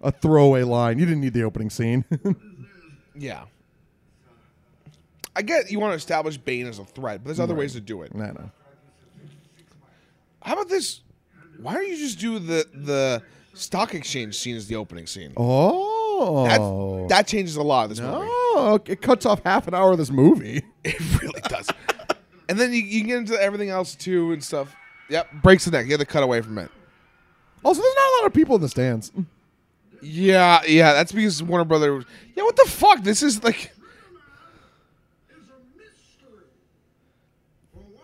Speaker 3: a throwaway line. You didn't need the opening scene.
Speaker 2: yeah. I get you want to establish Bane as a threat, but there's other ways to do it.
Speaker 3: no, no.
Speaker 2: How about this? Why don't you just do the the stock exchange scene as the opening scene? That's-
Speaker 3: Oh,
Speaker 2: that changes a lot of this movie.
Speaker 3: oh, okay, it cuts off half an hour of this movie.
Speaker 2: It really does. and then you, you can get into everything else too and stuff. Yep, breaks the neck. You have to cut away from it.
Speaker 3: Also, there's not a lot of people in the stands.
Speaker 2: Mm. Yeah, yeah. That's because Warner Brother. Yeah, what the fuck? This is like.
Speaker 5: is a mystery. For one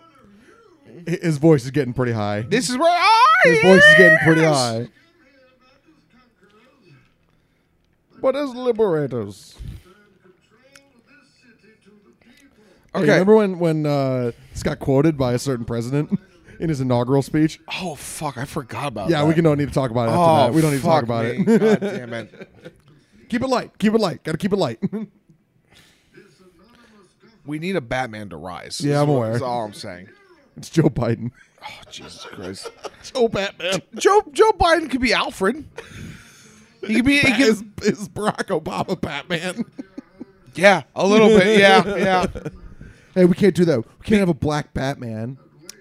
Speaker 5: of you,
Speaker 3: Hi- His voice is getting pretty high.
Speaker 2: This is where. Ah,
Speaker 3: His voice is getting pretty
Speaker 2: yes!
Speaker 3: high.
Speaker 5: came here not as conquerors,
Speaker 3: But as liberators.
Speaker 5: and controlled this city to the people.
Speaker 3: Hey,
Speaker 2: Okay.
Speaker 3: remember when when uh, this got quoted by a certain president in his inaugural speech?
Speaker 2: oh fuck! I forgot about.
Speaker 3: Yeah,
Speaker 2: that.
Speaker 3: we can don't need to talk about it after
Speaker 2: Oh,
Speaker 3: that. We don't need to talk
Speaker 2: fuck
Speaker 3: about
Speaker 2: me.
Speaker 3: it.
Speaker 2: God damn it!
Speaker 3: keep it light. Keep it light. Got to keep it light.
Speaker 5: This anonymous government
Speaker 2: We need a Batman to rise.
Speaker 3: Yeah,
Speaker 2: Is
Speaker 3: I'm
Speaker 2: what-
Speaker 3: aware.
Speaker 2: That's all I'm saying.
Speaker 3: it's Joe Biden.
Speaker 2: Oh Jesus Christ!
Speaker 3: Joe Batman.
Speaker 2: Joe Joe Biden could be Alfred. He could be. He could,
Speaker 3: is, is Barack Obama Batman?
Speaker 2: yeah, a little bit. Yeah, yeah.
Speaker 3: hey, we can't do that. We can't have a black Batman.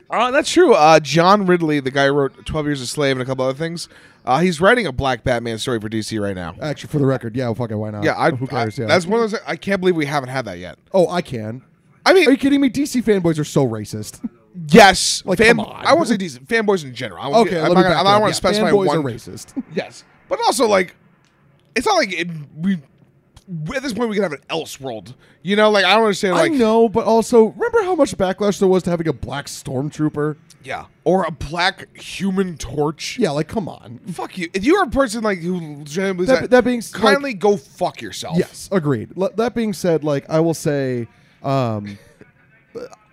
Speaker 2: Uh, that's true. Uh, John Ridley, the guy who wrote 12 Years a Slave and a couple other things, uh, he's writing a black Batman story for DC right now.
Speaker 3: Actually, for the record, yeah, well, fuck it, why not?
Speaker 2: yeah, I,
Speaker 3: Uh, who cares?
Speaker 2: I-
Speaker 3: yeah,
Speaker 2: that's one of those. I can't believe we haven't had that yet.
Speaker 3: oh, I can.
Speaker 2: I mean,
Speaker 3: Are you kidding me? DC fanboys are so racist.
Speaker 2: yes,
Speaker 3: Like,
Speaker 2: fan,
Speaker 3: come on.
Speaker 2: I won't say DC fanboys in general. I won't
Speaker 3: okay,
Speaker 2: get-
Speaker 3: let
Speaker 2: I'm
Speaker 3: me
Speaker 2: not gonna,
Speaker 3: back
Speaker 2: I don't
Speaker 3: up.
Speaker 2: want
Speaker 3: Yeah,
Speaker 2: to specify
Speaker 3: fanboys
Speaker 2: one.
Speaker 3: are racist.
Speaker 2: Yes, but also like, it's not like it, we at this point we can have an else world. You know, like I don't understand. Like,
Speaker 3: I know, but also remember how much backlash there was to having a black stormtrooper?
Speaker 2: yeah, or a black Human Torch.
Speaker 3: Yeah, like come on.
Speaker 2: Fuck you. If you're a person like who genuinely
Speaker 3: That- that being s-
Speaker 2: kindly go fuck yourself.
Speaker 3: Yes, agreed. L- that being said, like I will say, um,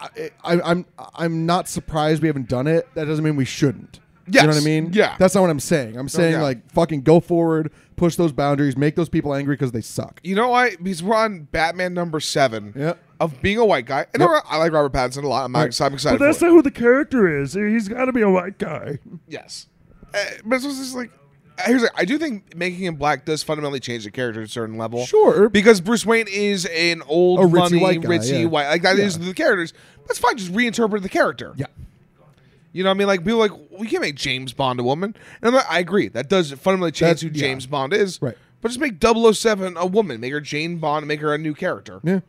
Speaker 3: I, I, I'm I'm not surprised we haven't done it. That doesn't mean we shouldn't. You know what
Speaker 2: Yes,
Speaker 3: I mean?
Speaker 2: yeah.
Speaker 3: That's not what I'm saying. I'm saying
Speaker 2: yeah.
Speaker 3: like fucking go forward, push those boundaries, make those people angry because they suck.
Speaker 2: You know why? Because we're on Batman number seven
Speaker 3: Yep.
Speaker 2: of being a white guy. And
Speaker 3: Yep.
Speaker 2: I like Robert Pattinson a lot. I'm,
Speaker 3: Right.
Speaker 2: so I'm excited for it.
Speaker 3: who the character is. He's got to be a white guy.
Speaker 2: Yes. Uh, but it's also just like, uh, here's like, I do think making him black does fundamentally change the character to a certain level.
Speaker 3: Sure.
Speaker 2: Because Bruce Wayne is an old,
Speaker 3: A ritzy
Speaker 2: money,
Speaker 3: white guy,
Speaker 2: ritzy
Speaker 3: yeah.
Speaker 2: white. Like that is
Speaker 3: Yeah.
Speaker 2: the characters. That's fine. Just reinterpret the character.
Speaker 3: Yeah.
Speaker 2: You know, what I mean, like people are like we can't make James Bond a woman, and I'm like, I agree that does fundamentally change
Speaker 3: That's-
Speaker 2: who
Speaker 3: yeah.
Speaker 2: James Bond is.
Speaker 3: Right.
Speaker 2: But just make 007 a woman, make her Jane Bond, make her a new character.
Speaker 3: Yeah.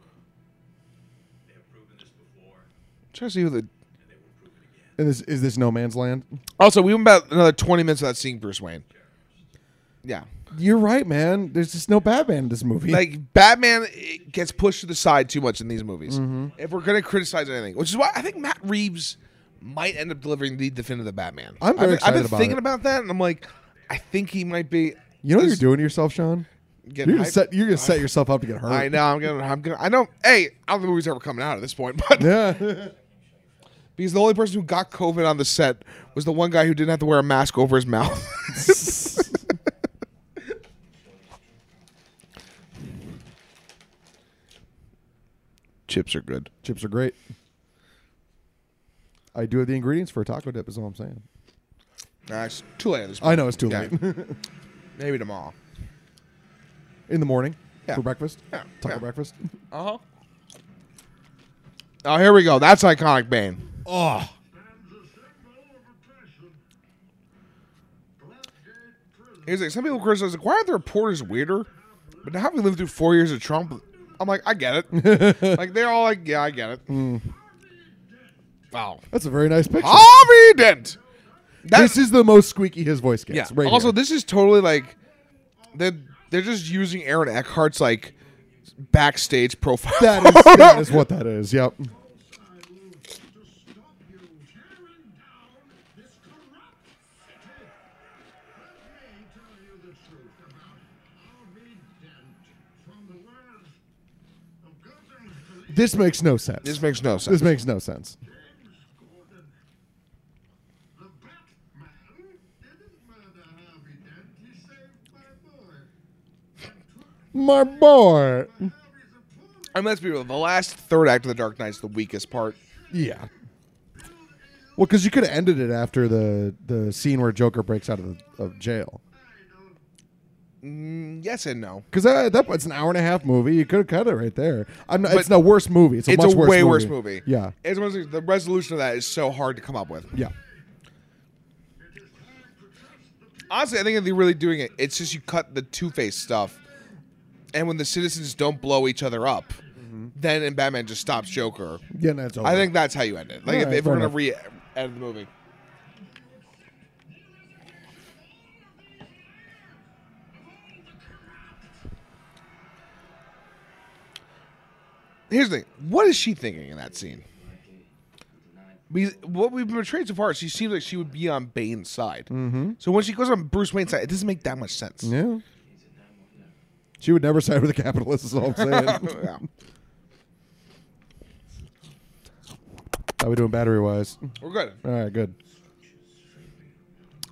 Speaker 2: Try to see who the.
Speaker 3: And this is this no man's land.
Speaker 2: Also, we went about another 20 minutes without seeing Bruce Wayne. Yeah.
Speaker 3: You're right, man. There's just no Batman in this movie.
Speaker 2: Like Batman it gets pushed to the side too much in these movies.
Speaker 3: Mm-hmm.
Speaker 2: If we're gonna criticize anything, which is why I think Matt Reeves might end up delivering the definitive Batman.
Speaker 3: I'm very
Speaker 2: I've, I've
Speaker 3: excited
Speaker 2: been
Speaker 3: about
Speaker 2: thinking
Speaker 3: it.
Speaker 2: about that, and I'm like, I think he might be.
Speaker 3: you know what you're
Speaker 2: this-
Speaker 3: doing to yourself, Sean?
Speaker 2: Getting
Speaker 3: You're gonna
Speaker 2: hyped.
Speaker 3: set you're gonna set yourself up to get hurt.
Speaker 2: I know. I'm gonna. I'm gonna. I know. Hey, I don't think the movie's ever coming out at this point, but
Speaker 3: Yeah.
Speaker 2: because the only person who got COVID on the set was the one guy who didn't have to wear a mask over his mouth. Chips are good.
Speaker 3: Chips are great. I do have the ingredients for a taco dip, is all I'm saying.
Speaker 2: Nah, it's too late at this point.
Speaker 3: I know it's too
Speaker 2: Yeah.
Speaker 3: late.
Speaker 2: Maybe tomorrow.
Speaker 3: in the morning
Speaker 2: Yeah.
Speaker 3: for breakfast.
Speaker 2: Yeah,
Speaker 3: Taco
Speaker 2: yeah.
Speaker 3: breakfast.
Speaker 2: Uh huh. Oh, here we go. That's iconic Bane.
Speaker 3: Oh,
Speaker 2: Here's like some people criticize like, why are the reporters weirder? But now having lived through four years of Trump, I'm like, I get it. like they're all like, yeah, I get it.
Speaker 3: Hmm.
Speaker 2: Wow.
Speaker 3: that's a very nice picture.
Speaker 2: Ah! Harvey Dent. That-
Speaker 3: this is the most squeaky his voice gets. Right
Speaker 2: also,
Speaker 3: here.
Speaker 2: this is totally like they're they're just using Aaron Eckhart's like backstage profile.
Speaker 3: that is, that is what that is. Yep. This makes no sense.
Speaker 2: this makes no sense.
Speaker 3: This makes no sense. My boy.
Speaker 2: I mean, let's be real. The last third act of The Dark Knight's the weakest part.
Speaker 3: Yeah. Well, because you could have ended it after the the scene where Joker breaks out of the, of jail.
Speaker 2: Mm, yes and no.
Speaker 3: Because that, that it's an hour and a half movie. You could have cut it right there. I'm not,
Speaker 2: But
Speaker 3: it's the worst movie. It's a
Speaker 2: it's
Speaker 3: much
Speaker 2: a
Speaker 3: worse
Speaker 2: way
Speaker 3: movie.
Speaker 2: worse movie.
Speaker 3: Yeah.
Speaker 2: It's one of those things- the resolution of that is so hard to come up with.
Speaker 3: Yeah.
Speaker 2: Honestly, I think if they're really doing it, it's just you cut the Two Face stuff, and when the citizens don't blow each other up,
Speaker 3: Mm-hmm.
Speaker 2: then and Batman just stops Joker.
Speaker 3: Yeah, no, it's over.
Speaker 2: I think that's how you end it. Like if,
Speaker 3: Alright,
Speaker 2: if we're
Speaker 3: fair
Speaker 2: gonna
Speaker 3: enough.
Speaker 2: re-edit the movie. Here's the thing. What is she thinking in that scene? Because what we've been portrayed so far, she seems like she would be on Bane's side. Mm-hmm. So when she goes on Bruce Wayne's side, it doesn't make that much sense.
Speaker 3: Yeah. She would never side with the capitalists, is all I'm saying.
Speaker 2: Yeah.
Speaker 3: How we doing battery wise?
Speaker 2: We're good.
Speaker 3: All right, good.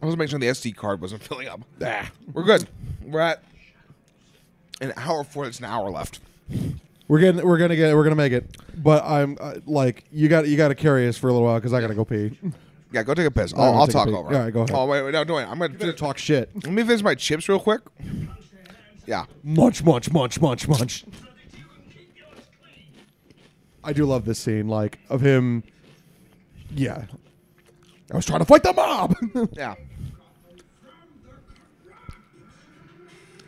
Speaker 2: I was making sure the SD card wasn't filling up. We're good. We're at an hour four. It's an hour left.
Speaker 3: We're getting, we're gonna get, we're gonna make it. But I'm uh, like, you got, you got to carry us for a little while because I gotta go pee.
Speaker 2: Yeah, go take a piss.
Speaker 3: right,
Speaker 2: I'll,
Speaker 3: we'll
Speaker 2: I'll
Speaker 3: take a
Speaker 2: talk
Speaker 3: peek.
Speaker 2: over.
Speaker 3: All right, go ahead.
Speaker 2: Oh wait, wait no, no, wait. I'm gonna
Speaker 3: Gonna talk shit.
Speaker 2: Let me finish my chips real quick. Yeah,
Speaker 3: Munch, munch, munch, munch, munch. I do love this scene, like of him. Yeah, I was trying to fight the mob.
Speaker 2: yeah.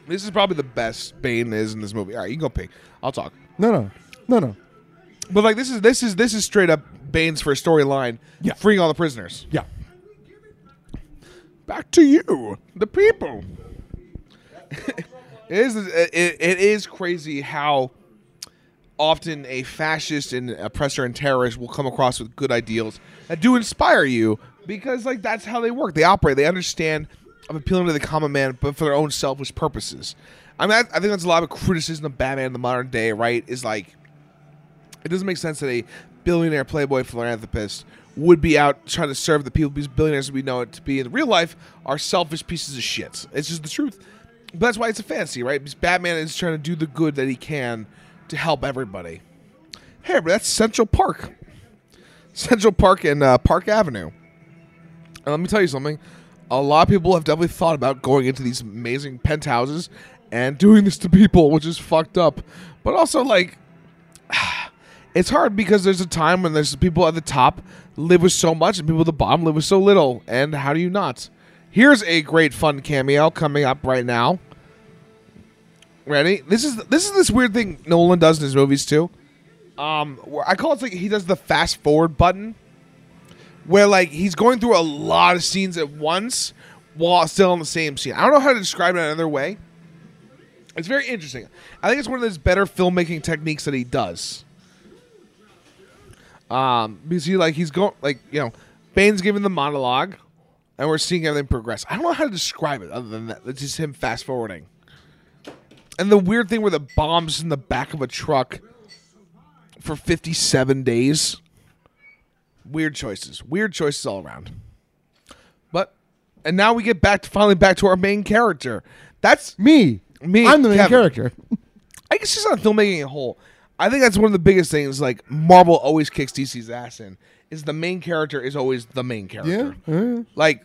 Speaker 2: This is probably the best Bane is in this movie. All right, you can go pee. I'll talk.
Speaker 3: no, no, no, no.
Speaker 2: But like, this is this is this is straight up Bane's first storyline.
Speaker 3: Yeah.
Speaker 2: freeing all the prisoners.
Speaker 3: Yeah,
Speaker 2: back to you, the people. it is it, it is crazy how often a fascist and oppressor and terrorist will come across with good ideals that do inspire you because like that's how they work. They operate. They understand of appealing to the common man, but for their own selfish purposes. I mean, I, I think that's a lot of criticism of Batman in the modern day. Right? Is like it doesn't make sense that a billionaire playboy philanthropist would be out trying to serve the people because billionaires we know it to be in real life are selfish pieces of shit. It's just the truth. But that's why it's a fantasy, right? Because Batman is trying to do the good that he can to help everybody. Hey, but that's Central Park. Central Park and uh, Park Avenue. And let me tell you something. A lot of people have definitely thought about going into these amazing penthouses and doing this to people, which is fucked up. But also, like, It's hard because there's a time when there's people at the top live with so much and people at the bottom live with so little. And how do you not? Here's a great fun cameo coming up right now. Ready? This is this is this weird thing Nolan does in his movies too. Um, where I call it like he does the fast forward button, where like he's going through a lot of scenes at once while still on the same scene. I don't know how to describe it another way. It's very interesting. I think it's one of those better filmmaking techniques that he does. Um, because he like he's going like you know, Bane's giving the monologue, and we're seeing everything progress. I don't know how to describe it other than that. It's just him fast forwarding. And the weird thing where the bombs in the back of a truck for fifty-seven days. Weird choices. Weird choices all around. But and now we get back to finally back to our main character. That's
Speaker 3: Me.
Speaker 2: Me,
Speaker 3: I'm the main
Speaker 2: Kevin.
Speaker 3: character.
Speaker 2: I guess just on filmmaking in whole. I think that's one of the biggest things. Like Marvel always kicks DC's ass in. Is the main character is always the main character. Like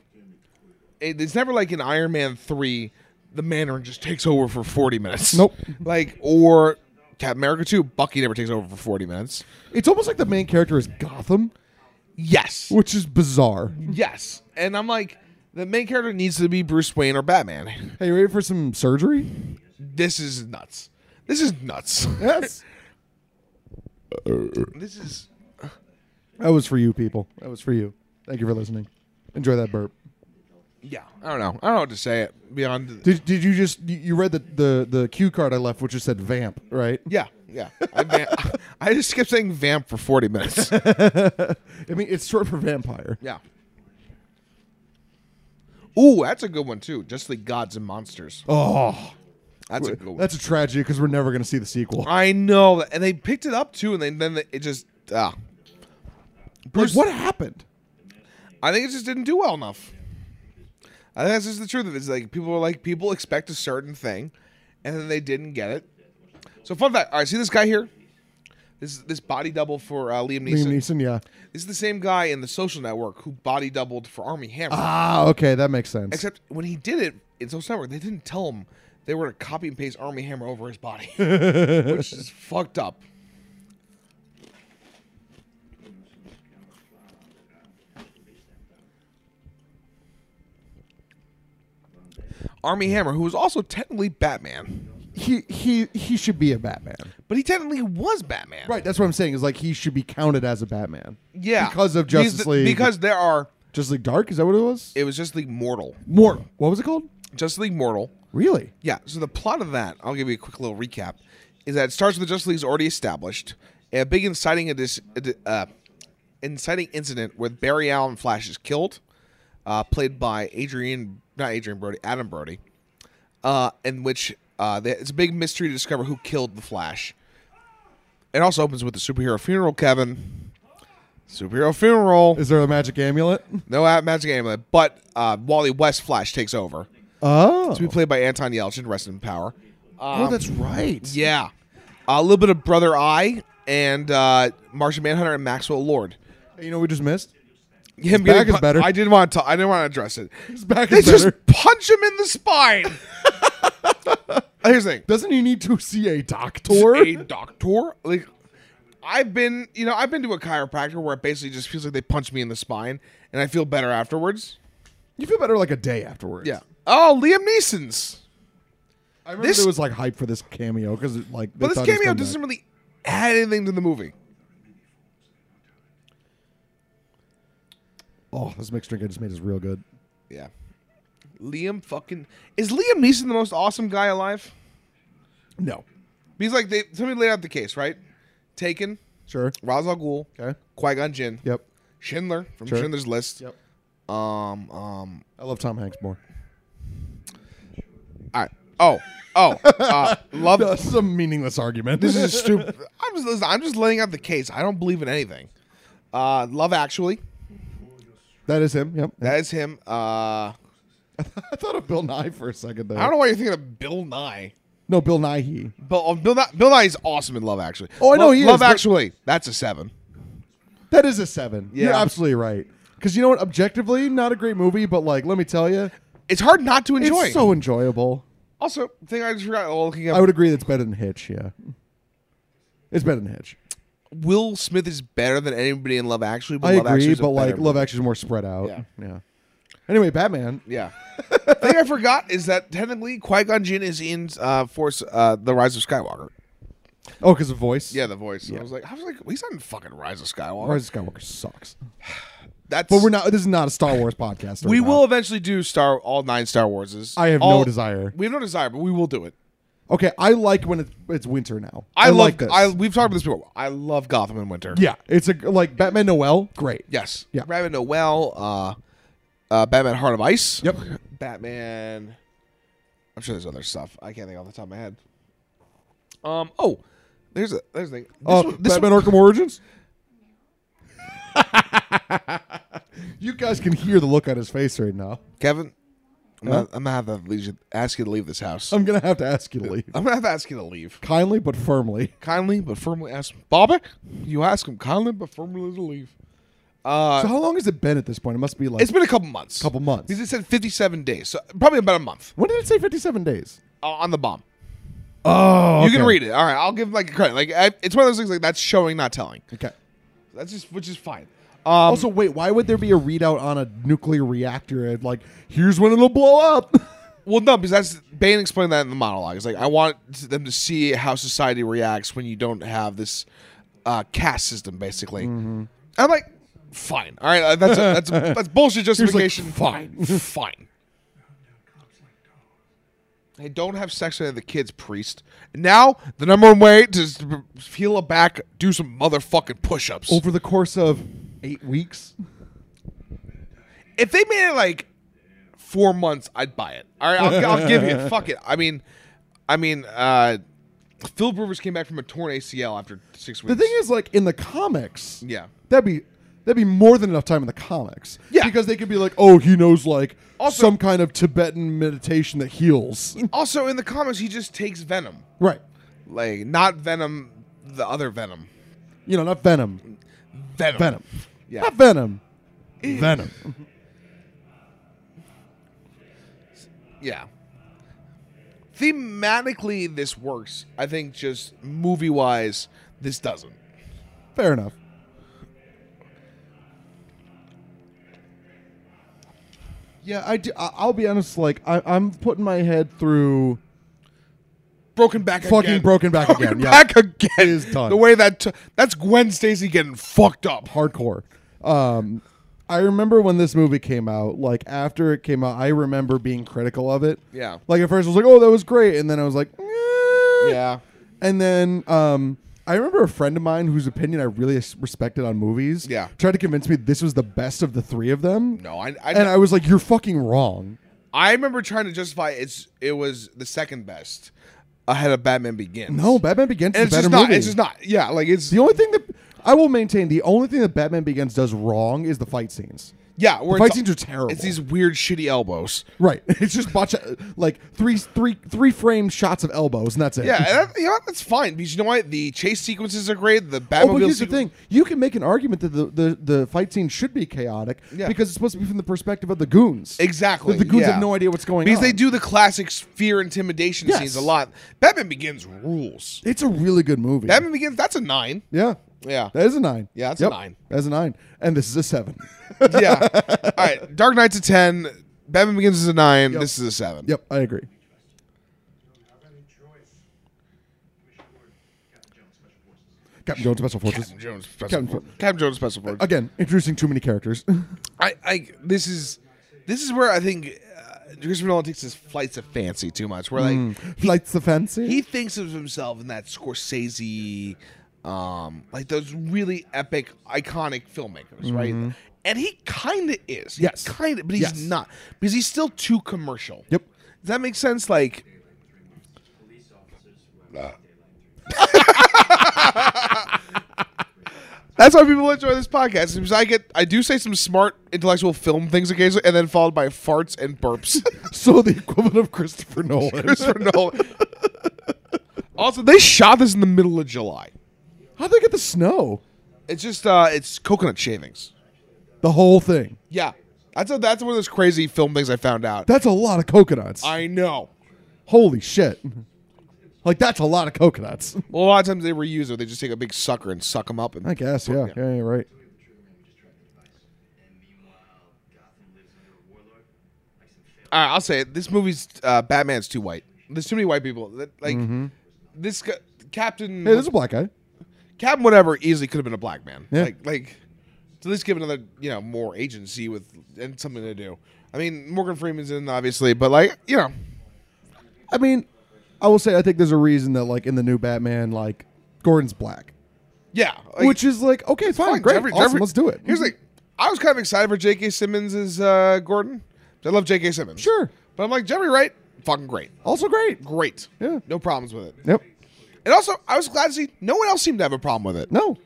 Speaker 2: it, it's never like in Iron Man three, the Mandarin just takes over for forty minutes.
Speaker 3: Nope.
Speaker 2: Like or Captain America two, Bucky never takes over for forty minutes.
Speaker 3: It's almost like the main character is Gotham,
Speaker 2: Yes.
Speaker 3: which is bizarre.
Speaker 2: Yes. And I'm like, the main character needs to be Bruce Wayne or Batman.
Speaker 3: Hey, you ready for some surgery?
Speaker 2: This is nuts. This is nuts.
Speaker 3: Yes.
Speaker 2: this is
Speaker 3: that was for you, people. That was for you. Thank you for listening. Enjoy that burp.
Speaker 2: yeah. I don't know. I don't know what to say it beyond
Speaker 3: Did, did you just you- you read the, the the cue card I left, which just said vamp, right?
Speaker 2: Yeah, yeah. I, vamp, I just kept saying vamp for 40 minutes.
Speaker 3: I mean, it's short for vampire.
Speaker 2: yeah. Ooh, that's a good one too. Just like gods and monsters.
Speaker 3: Oh,
Speaker 2: That's a good one. Uh,
Speaker 3: that's a tragedy because we're never going to see the sequel.
Speaker 2: I know, and they picked it up too, and then then they- it just ah.
Speaker 3: Like,
Speaker 2: Bruce,
Speaker 3: what happened?
Speaker 2: I think it just didn't do well enough. I think that's just the truth of it. It's like people are like people expect a certain thing, and then they didn't get it. So fun fact. All right, see this guy here. This this body double for uh, Liam Neeson.
Speaker 3: Liam Neeson, yeah.
Speaker 2: This is the same guy in the Social Network who body doubled for Army Hammer.
Speaker 3: Ah, okay, that makes sense.
Speaker 2: Except when he did it in Social Network, they didn't tell him they were to copy and paste Army Hammer over his body, which is fucked up. Army Hammer, who was also technically Batman,
Speaker 3: he he he should be a Batman.
Speaker 2: but he technically was Batman.
Speaker 3: Right, that's what I'm saying. Is like he should be counted as a Batman.
Speaker 2: Yeah.
Speaker 3: because of
Speaker 2: Because
Speaker 3: Justice
Speaker 2: the-
Speaker 3: League.
Speaker 2: Because there are.
Speaker 3: Justice League Dark is that what it was?
Speaker 2: It was Justice League Mortal.
Speaker 3: Mortal. What was it called?
Speaker 2: Justice League Mortal.
Speaker 3: Really?
Speaker 2: Yeah. So the plot of that, I'll give you a quick little recap, is that it starts with the Justice League's already established, a big inciting a dis- a di- uh, inciting incident with Barry Allen Flash is killed, uh, played by Adrian, not Adrian Brody, Adam Brody, uh, in which uh, the, it's a big mystery to discover who killed the Flash. It also opens with the superhero funeral, Kevin. Superhero funeral.
Speaker 3: Is there a magic amulet?
Speaker 2: No uh, magic amulet, but uh, Wally West Flash takes over.
Speaker 3: Oh,
Speaker 2: To be played by Anton Yelchin, rest in power. Uh,
Speaker 3: oh, that's right.
Speaker 2: um, Yeah. A little bit of Brother Eye and uh, Martian Manhunter and Maxwell Lord.
Speaker 3: You know what we just missed.
Speaker 2: Him
Speaker 3: back
Speaker 2: getting
Speaker 3: is better.
Speaker 2: I didn't want to. I didn't want to address it.
Speaker 3: back
Speaker 2: they
Speaker 3: is
Speaker 2: just
Speaker 3: better.
Speaker 2: punch him in the spine. Uh, Here's the thing.
Speaker 3: Doesn't he need to see a doctor?
Speaker 2: A doctor. Like I've been, you know, I've been to a chiropractor where it basically just feels like they punch me in the spine, and I feel better afterwards.
Speaker 3: you feel better like a day afterwards.
Speaker 2: Yeah. Oh, Liam Neeson's.
Speaker 3: I remember
Speaker 2: This-
Speaker 3: there was like hype for this cameo because like. they
Speaker 2: But
Speaker 3: thought
Speaker 2: this
Speaker 3: he was
Speaker 2: cameo
Speaker 3: coming
Speaker 2: doesn't
Speaker 3: back.
Speaker 2: really add anything to the movie.
Speaker 3: Oh, this mixed drink I just made is real good.
Speaker 2: Yeah. Liam fucking is Liam Neeson the most awesome guy alive?
Speaker 3: No,
Speaker 2: Because like they somebody laid out the case, right? Taken,
Speaker 3: sure.
Speaker 2: Ra's al Ghul,
Speaker 3: Okay.
Speaker 2: Qui Gon Jinn,
Speaker 3: Yep.
Speaker 2: Schindler from
Speaker 3: Sure.
Speaker 2: Schindler's List.
Speaker 3: Yep.
Speaker 2: Um, um,
Speaker 3: I love Tom Hanks more.
Speaker 2: all right. Oh, oh, uh, love.
Speaker 3: That's a meaningless argument.
Speaker 2: This is stupid. I'm just listen, I'm just laying out the case. I don't believe in anything. Uh, love Actually,
Speaker 3: that is him. Yep.
Speaker 2: that is him. Uh,
Speaker 3: I thought of Bill Nye for a second there.
Speaker 2: I don't know why you're thinking of Bill Nye.
Speaker 3: No, Bill Nighy.
Speaker 2: Bill, oh, Bill Nye, Bill Nye is awesome in Love Actually.
Speaker 3: Oh, I know
Speaker 2: Love,
Speaker 3: he is,
Speaker 2: Love
Speaker 3: but-
Speaker 2: Actually, that's a seven.
Speaker 3: That is a seven. You're
Speaker 2: Yeah.
Speaker 3: absolutely right. Because you know what? Objectively, not a great movie, but like, let me tell you,
Speaker 2: It's hard not to enjoy.
Speaker 3: it's so enjoyable.
Speaker 2: also, thing I just forgot while looking up.
Speaker 3: I would agree that's better than Hitch. Yeah, it's better than Hitch.
Speaker 2: Will Smith is better than anybody in Love Actually. But
Speaker 3: I
Speaker 2: Love Actually
Speaker 3: agree,
Speaker 2: is a
Speaker 3: but like
Speaker 2: better
Speaker 3: Love
Speaker 2: movie.
Speaker 3: Actually is more spread out.
Speaker 2: Yeah.
Speaker 3: Anyway, Batman.
Speaker 2: Yeah. thing I forgot is that technically Qui Gon Jinn is in uh, Force, uh, the Rise of Skywalker.
Speaker 3: Oh, because of voice.
Speaker 2: Yeah, the voice. I was like, I was like, he's not in fucking Rise of Skywalker.
Speaker 3: Rise of Skywalker sucks.
Speaker 2: That's
Speaker 3: But we're not. This is not a Star Wars podcast. right
Speaker 2: We
Speaker 3: now.
Speaker 2: will eventually do Star all nine Star Warses.
Speaker 3: I have no
Speaker 2: All-
Speaker 3: desire.
Speaker 2: We have no desire, but we will do it.
Speaker 3: Okay, I like when it's, it's winter now.
Speaker 2: I,
Speaker 3: love
Speaker 2: love.
Speaker 3: this.
Speaker 2: I we've talked about this before. I love Gotham in winter.
Speaker 3: yeah, it's a like Batman Noel. Great.
Speaker 2: Yes.
Speaker 3: Yeah.
Speaker 2: Batman Noel. Uh, uh, Batman Heart of Ice.
Speaker 3: Yep.
Speaker 2: Batman. I'm sure there's other stuff. I can't think off the top of my head. Um. Oh, there's a there's a thing. This
Speaker 3: Uh,
Speaker 2: one- Oh, this
Speaker 3: Batman
Speaker 2: one-
Speaker 3: Arkham Origins. you guys can hear the look on his face right now.
Speaker 2: Kevin. I'm, gonna, I'm gonna have to leave you, ask you to leave this house.
Speaker 3: I'm gonna have to ask you to leave
Speaker 2: I'm gonna have to ask you to leave.
Speaker 3: kindly but firmly.
Speaker 2: Kindly but firmly ask Bobby. You ask him kindly but firmly to leave. Uh,
Speaker 3: so how long has it been at this point? It must be like
Speaker 2: It's been a couple months.
Speaker 3: Couple months.
Speaker 2: Because it said 57 days, so probably about a month
Speaker 3: when did it say 57 days?
Speaker 2: uh, on the bomb.
Speaker 3: Oh,
Speaker 2: You can read it. All right, I'll give like credit. Like I, it's one of those things like that's showing, not telling.
Speaker 3: Okay.
Speaker 2: That's just which is fine. Um,
Speaker 3: also, wait. Why would there be a readout on a nuclear reactor? And like, here's when it'll blow up.
Speaker 2: well, no, because that's Bane explained that in the monologue. It's like I want them to see how society reacts when you don't have this uh, caste system, basically. I'm like, fine. All right, uh, that's a, that's a, that's bullshit justification. fine, fine. Hey, don't have sex with any of the kids, priest. Now, the number one way to s- feel a back, do some motherfucking push-ups.
Speaker 3: Over the course of eight weeks.
Speaker 2: if they made it like four months, I'd buy it. All right, I'll, I'll give you it. Fuck it. I mean, I mean, uh, Philip Rivers came back from a torn ACL after six weeks.
Speaker 3: The thing is, like in the comics,
Speaker 2: Yeah.
Speaker 3: that'd be that'd be more than enough time in the comics.
Speaker 2: Yeah.
Speaker 3: because they could be like, oh, he knows like
Speaker 2: Also-
Speaker 3: some kind of Tibetan meditation that heals.
Speaker 2: also in the comics, he just takes Venom,
Speaker 3: right.
Speaker 2: like not Venom, the other Venom,
Speaker 3: You know, not venom.
Speaker 2: Venom,
Speaker 3: Venom.
Speaker 2: Yeah.
Speaker 3: Not venom. Venom.
Speaker 2: Yeah. Thematically, this works. I think just movie wise, this doesn't.
Speaker 3: Fair enough. Yeah, I do. I- I'll be honest. Like, I, I'm putting my head through
Speaker 2: Broken back,
Speaker 3: fucking
Speaker 2: again.
Speaker 3: broken back
Speaker 2: Broken
Speaker 3: again.
Speaker 2: back again.
Speaker 3: is done.
Speaker 2: The way that t- that's Gwen Stacy getting fucked up.
Speaker 3: Yeah, hardcore. Um, I remember when this movie came out. Like after it came out, I remember being critical of it.
Speaker 2: Yeah.
Speaker 3: Like at first, I was like, "Oh, that was great," and then I was like, "Eh."
Speaker 2: Yeah.
Speaker 3: And then um, I remember a friend of mine whose opinion I really s- respected on movies.
Speaker 2: Yeah.
Speaker 3: Tried to convince me this was the best of the three of them.
Speaker 2: No, I I,
Speaker 3: and I was like, "You're fucking wrong."
Speaker 2: I remember trying to justify it's it was the second best ahead of Batman Begins.
Speaker 3: No, Batman Begins
Speaker 2: and
Speaker 3: is
Speaker 2: it's
Speaker 3: a better
Speaker 2: just not.
Speaker 3: movie.
Speaker 2: It's just not. Yeah, like it's
Speaker 3: The only thing that I will maintain, the only thing that Batman Begins does wrong is the fight scenes.
Speaker 2: yeah. Where
Speaker 3: the
Speaker 2: it's-
Speaker 3: fight scenes are terrible.
Speaker 2: It's these weird shitty elbows.
Speaker 3: Right. It's just bunch of, like three three three frame shots of elbows and that's it.
Speaker 2: Yeah, and that, you know what? that's fine because you know what? The chase sequences are great. The Batmobile.
Speaker 3: Oh, but here's the
Speaker 2: sequ-
Speaker 3: thing. You can make an argument that the, the, the fight scene should be chaotic
Speaker 2: Yeah.
Speaker 3: because it's supposed to be from the perspective of the goons.
Speaker 2: Exactly.
Speaker 3: That the goons
Speaker 2: yeah.
Speaker 3: have no idea what's going
Speaker 2: because
Speaker 3: on.
Speaker 2: they do the classic fear intimidation
Speaker 3: Yes.
Speaker 2: scenes a lot. Batman Begins rules.
Speaker 3: It's a really good movie.
Speaker 2: Batman Begins. That's a nine.
Speaker 3: yeah.
Speaker 2: Yeah.
Speaker 3: That is a nine.
Speaker 2: Yeah, that's a nine.
Speaker 3: That's a nine. And this is a seven.
Speaker 2: yeah. All right. Dark Knight's a ten. Batman Begins is a nine.
Speaker 3: Yep.
Speaker 2: This is a seven.
Speaker 3: yep, I agree.
Speaker 5: Have any choice. Commissioner Ward, Captain Jones, Special Forces.
Speaker 3: Captain Jones
Speaker 2: Captain Jones
Speaker 3: Special Forces.
Speaker 2: Special
Speaker 3: Captain
Speaker 2: Force.
Speaker 3: Fo-
Speaker 2: Captain Jones Special Force.
Speaker 3: Again, introducing too many characters.
Speaker 2: I, I, this is, this is where I think uh, Christopher Nolan takes his flights of fancy too much. Where like
Speaker 3: Mm. Flights of fancy.
Speaker 2: he thinks of himself in that Scorsese, um, like those really epic, iconic filmmakers, right? And he kind of is.
Speaker 3: Mm-hmm. Yes.
Speaker 2: Kind of, but he's
Speaker 3: Yes.
Speaker 2: not because he's still too commercial.
Speaker 3: Yep.
Speaker 2: Does that make sense? Like, that's why people enjoy this podcast. Because I get, I do say some smart intellectual film things occasionally, and then followed by farts and burps.
Speaker 3: So the equivalent of Christopher Nolan.
Speaker 2: Christopher Nolan. Also, they shot this in the middle of July.
Speaker 3: How'd they get the snow?
Speaker 2: It's just, uh, it's coconut shavings.
Speaker 3: The whole thing.
Speaker 2: Yeah, that's a, that's one of those crazy film things I found out.
Speaker 3: That's a lot of coconuts.
Speaker 2: I know.
Speaker 3: Holy shit. Like that's a lot of coconuts.
Speaker 2: Well, a lot of times they reuse them. They just take a big sucker and suck them up. And
Speaker 3: I guess. Yeah. Yeah. yeah right.
Speaker 8: And meanwhile, Gotham lives under a warlord like some failed
Speaker 2: All right, I'll say it. This movie's uh, Batman's too white. There's too many white people. That- Like this guy, Captain
Speaker 3: Hey, there's a black guy.
Speaker 2: Captain whatever easily could have been a black man.
Speaker 3: Yeah.
Speaker 2: Like like to at least give another you know more agency with and something to do. I mean Morgan Freeman's in obviously, but like you know
Speaker 3: I mean, I will say I think there's a reason that like in the new Batman, like Gordon's black,
Speaker 2: yeah, like,
Speaker 3: which is like okay, fine, great,
Speaker 2: Jeffrey-
Speaker 3: awesome,
Speaker 2: Jeffrey-
Speaker 3: let's do it.
Speaker 2: Here's like I was kind of excited for J.K. Simmons as uh, Gordon. I love J.K. Simmons.
Speaker 3: Sure.
Speaker 2: but I'm like Jeffrey Wright, fucking great,
Speaker 3: also great.
Speaker 2: great.
Speaker 3: Yeah.
Speaker 2: no problems with it.
Speaker 3: Yep.
Speaker 2: And also, I was glad to see no one else seemed to have a problem with it.
Speaker 3: No.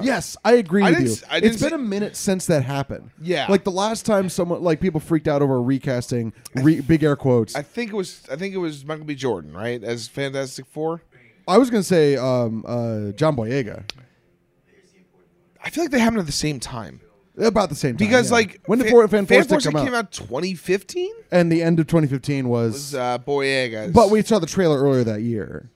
Speaker 3: Yes, I agree
Speaker 2: I
Speaker 3: with
Speaker 2: didn't
Speaker 3: you.
Speaker 2: s- I didn't
Speaker 3: it's been
Speaker 2: see-
Speaker 3: a minute since that happened.
Speaker 2: Yeah.
Speaker 3: like the last time someone like people freaked out over recasting re, big air quotes.
Speaker 2: I
Speaker 3: I,
Speaker 2: think it was I think it was Michael B. Jordan, right, as Fantastic Four.
Speaker 3: was gonna say um, uh, John Boyega
Speaker 2: I feel like they happened at the same time
Speaker 3: about the same time
Speaker 2: because
Speaker 3: yeah.
Speaker 2: like
Speaker 3: when the
Speaker 2: Fa-
Speaker 3: Four Fan Fantastic
Speaker 2: Fantastic
Speaker 3: come out,
Speaker 2: came out 2015
Speaker 3: and the end of 2015
Speaker 2: was uh, Boyega's.
Speaker 3: But we saw the trailer earlier that year,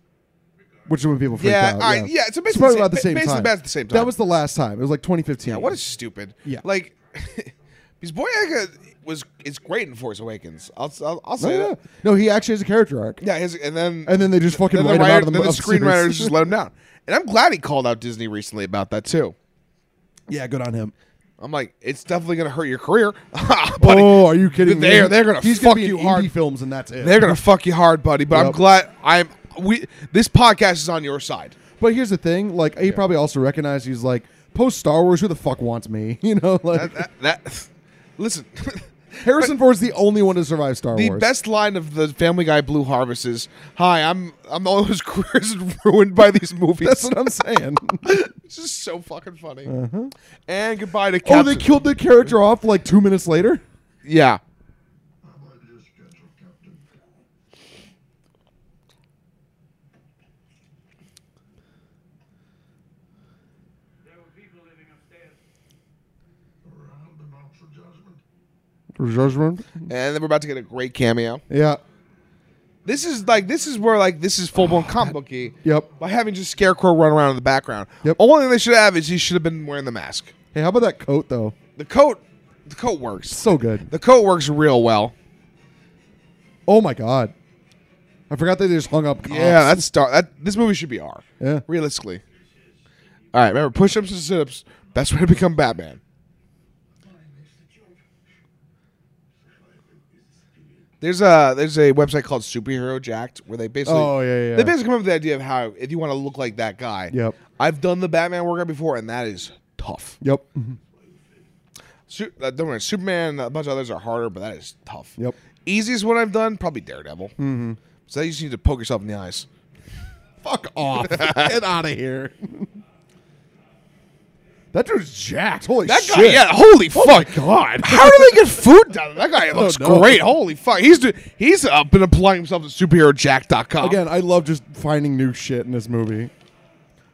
Speaker 3: which is when people freaked
Speaker 2: Yeah,
Speaker 3: out.
Speaker 2: all right, yeah, so basically
Speaker 3: probably
Speaker 2: the
Speaker 3: about the
Speaker 2: same-
Speaker 3: same
Speaker 2: ba- basically
Speaker 3: time.
Speaker 2: about the same time.
Speaker 3: That was the last time. It was like 2015.
Speaker 2: Yeah, what is stupid?
Speaker 3: Yeah.
Speaker 2: like because Boyega was is great in Force Awakens. I'll I'll, I'll
Speaker 3: No,
Speaker 2: say
Speaker 3: yeah.
Speaker 2: that.
Speaker 3: no, he actually has a character arc.
Speaker 2: Yeah, his, and then
Speaker 3: And then they just fucking
Speaker 2: then
Speaker 3: write him
Speaker 2: writer-
Speaker 3: out of the,
Speaker 2: then
Speaker 3: of series.
Speaker 2: screenwriters just let him down. And I'm glad he called out Disney recently about that too.
Speaker 3: yeah, good on him.
Speaker 2: I'm like, it's definitely gonna hurt your career, buddy.
Speaker 3: Oh, are you kidding
Speaker 2: They're
Speaker 3: me?
Speaker 2: they're gonna
Speaker 3: He's
Speaker 2: fuck
Speaker 3: gonna be
Speaker 2: you
Speaker 3: in
Speaker 2: hard.
Speaker 3: indie films, and that's it.
Speaker 2: They're gonna fuck you hard, buddy. But I'm
Speaker 3: Yep.
Speaker 2: glad I'm we. This podcast is on your side.
Speaker 3: but here's the thing: like, he probably also recognized he's like post Star Wars. Who the fuck wants me? You know, like
Speaker 2: That, that, that- listen,
Speaker 3: Harrison Ford's the only one to survive Star
Speaker 2: the
Speaker 3: Wars.
Speaker 2: best line of the Family Guy Blue Harvest is, "Hi, I'm I'm all those careers ruined by these movies."
Speaker 3: That's what I'm saying.
Speaker 2: this is so fucking funny. And goodbye to
Speaker 3: Mm-hmm. oh,
Speaker 2: Captain.
Speaker 3: they killed the character off like two minutes later.
Speaker 2: Yeah.
Speaker 5: There were people living upstairs.
Speaker 6: Around the mount for judgment.
Speaker 2: And then we're about to get a great cameo.
Speaker 3: Yeah.
Speaker 2: This is like this is where like this is full
Speaker 3: Oh,
Speaker 2: blown comic booky.
Speaker 3: Yep.
Speaker 2: By having just Scarecrow run around in the background.
Speaker 3: Yep.
Speaker 2: Only thing they should have is he should have been wearing the mask.
Speaker 3: Hey, how about that coat though?
Speaker 2: The coat, the coat works.
Speaker 3: So good.
Speaker 2: The coat works real well.
Speaker 3: Oh my god. I forgot that they just hung up. Cops.
Speaker 2: Yeah, that's star. That this movie should be R.
Speaker 3: Yeah.
Speaker 2: Realistically. All right, remember push-ups and sit-ups. Best way to become Batman. There's a there's a website called Superhero Jacked where they basically
Speaker 3: Oh, yeah, yeah.
Speaker 2: they basically come up with the idea of how if you want to look like that guy.
Speaker 3: Yep.
Speaker 2: I've done the Batman workout before, and that is tough.
Speaker 3: Yep. Mhm.
Speaker 2: Su- uh, don't worry, Superman and a bunch of others are harder, but that is tough.
Speaker 3: Yep.
Speaker 2: Easiest one I've done, probably Daredevil. Mm-hmm. So you just need to poke yourself in the eyes.
Speaker 3: Fuck off. Get out of here. that dude's jacked. Holy
Speaker 2: That
Speaker 3: shit. Oh
Speaker 2: guy, yeah, holy fuck.
Speaker 3: God.
Speaker 2: How do they get food down there? That guy looks
Speaker 3: know.
Speaker 2: great. Holy fuck. He's do- he's uh, been applying himself to superherojack.com.
Speaker 3: Again, I love just finding new shit in this movie.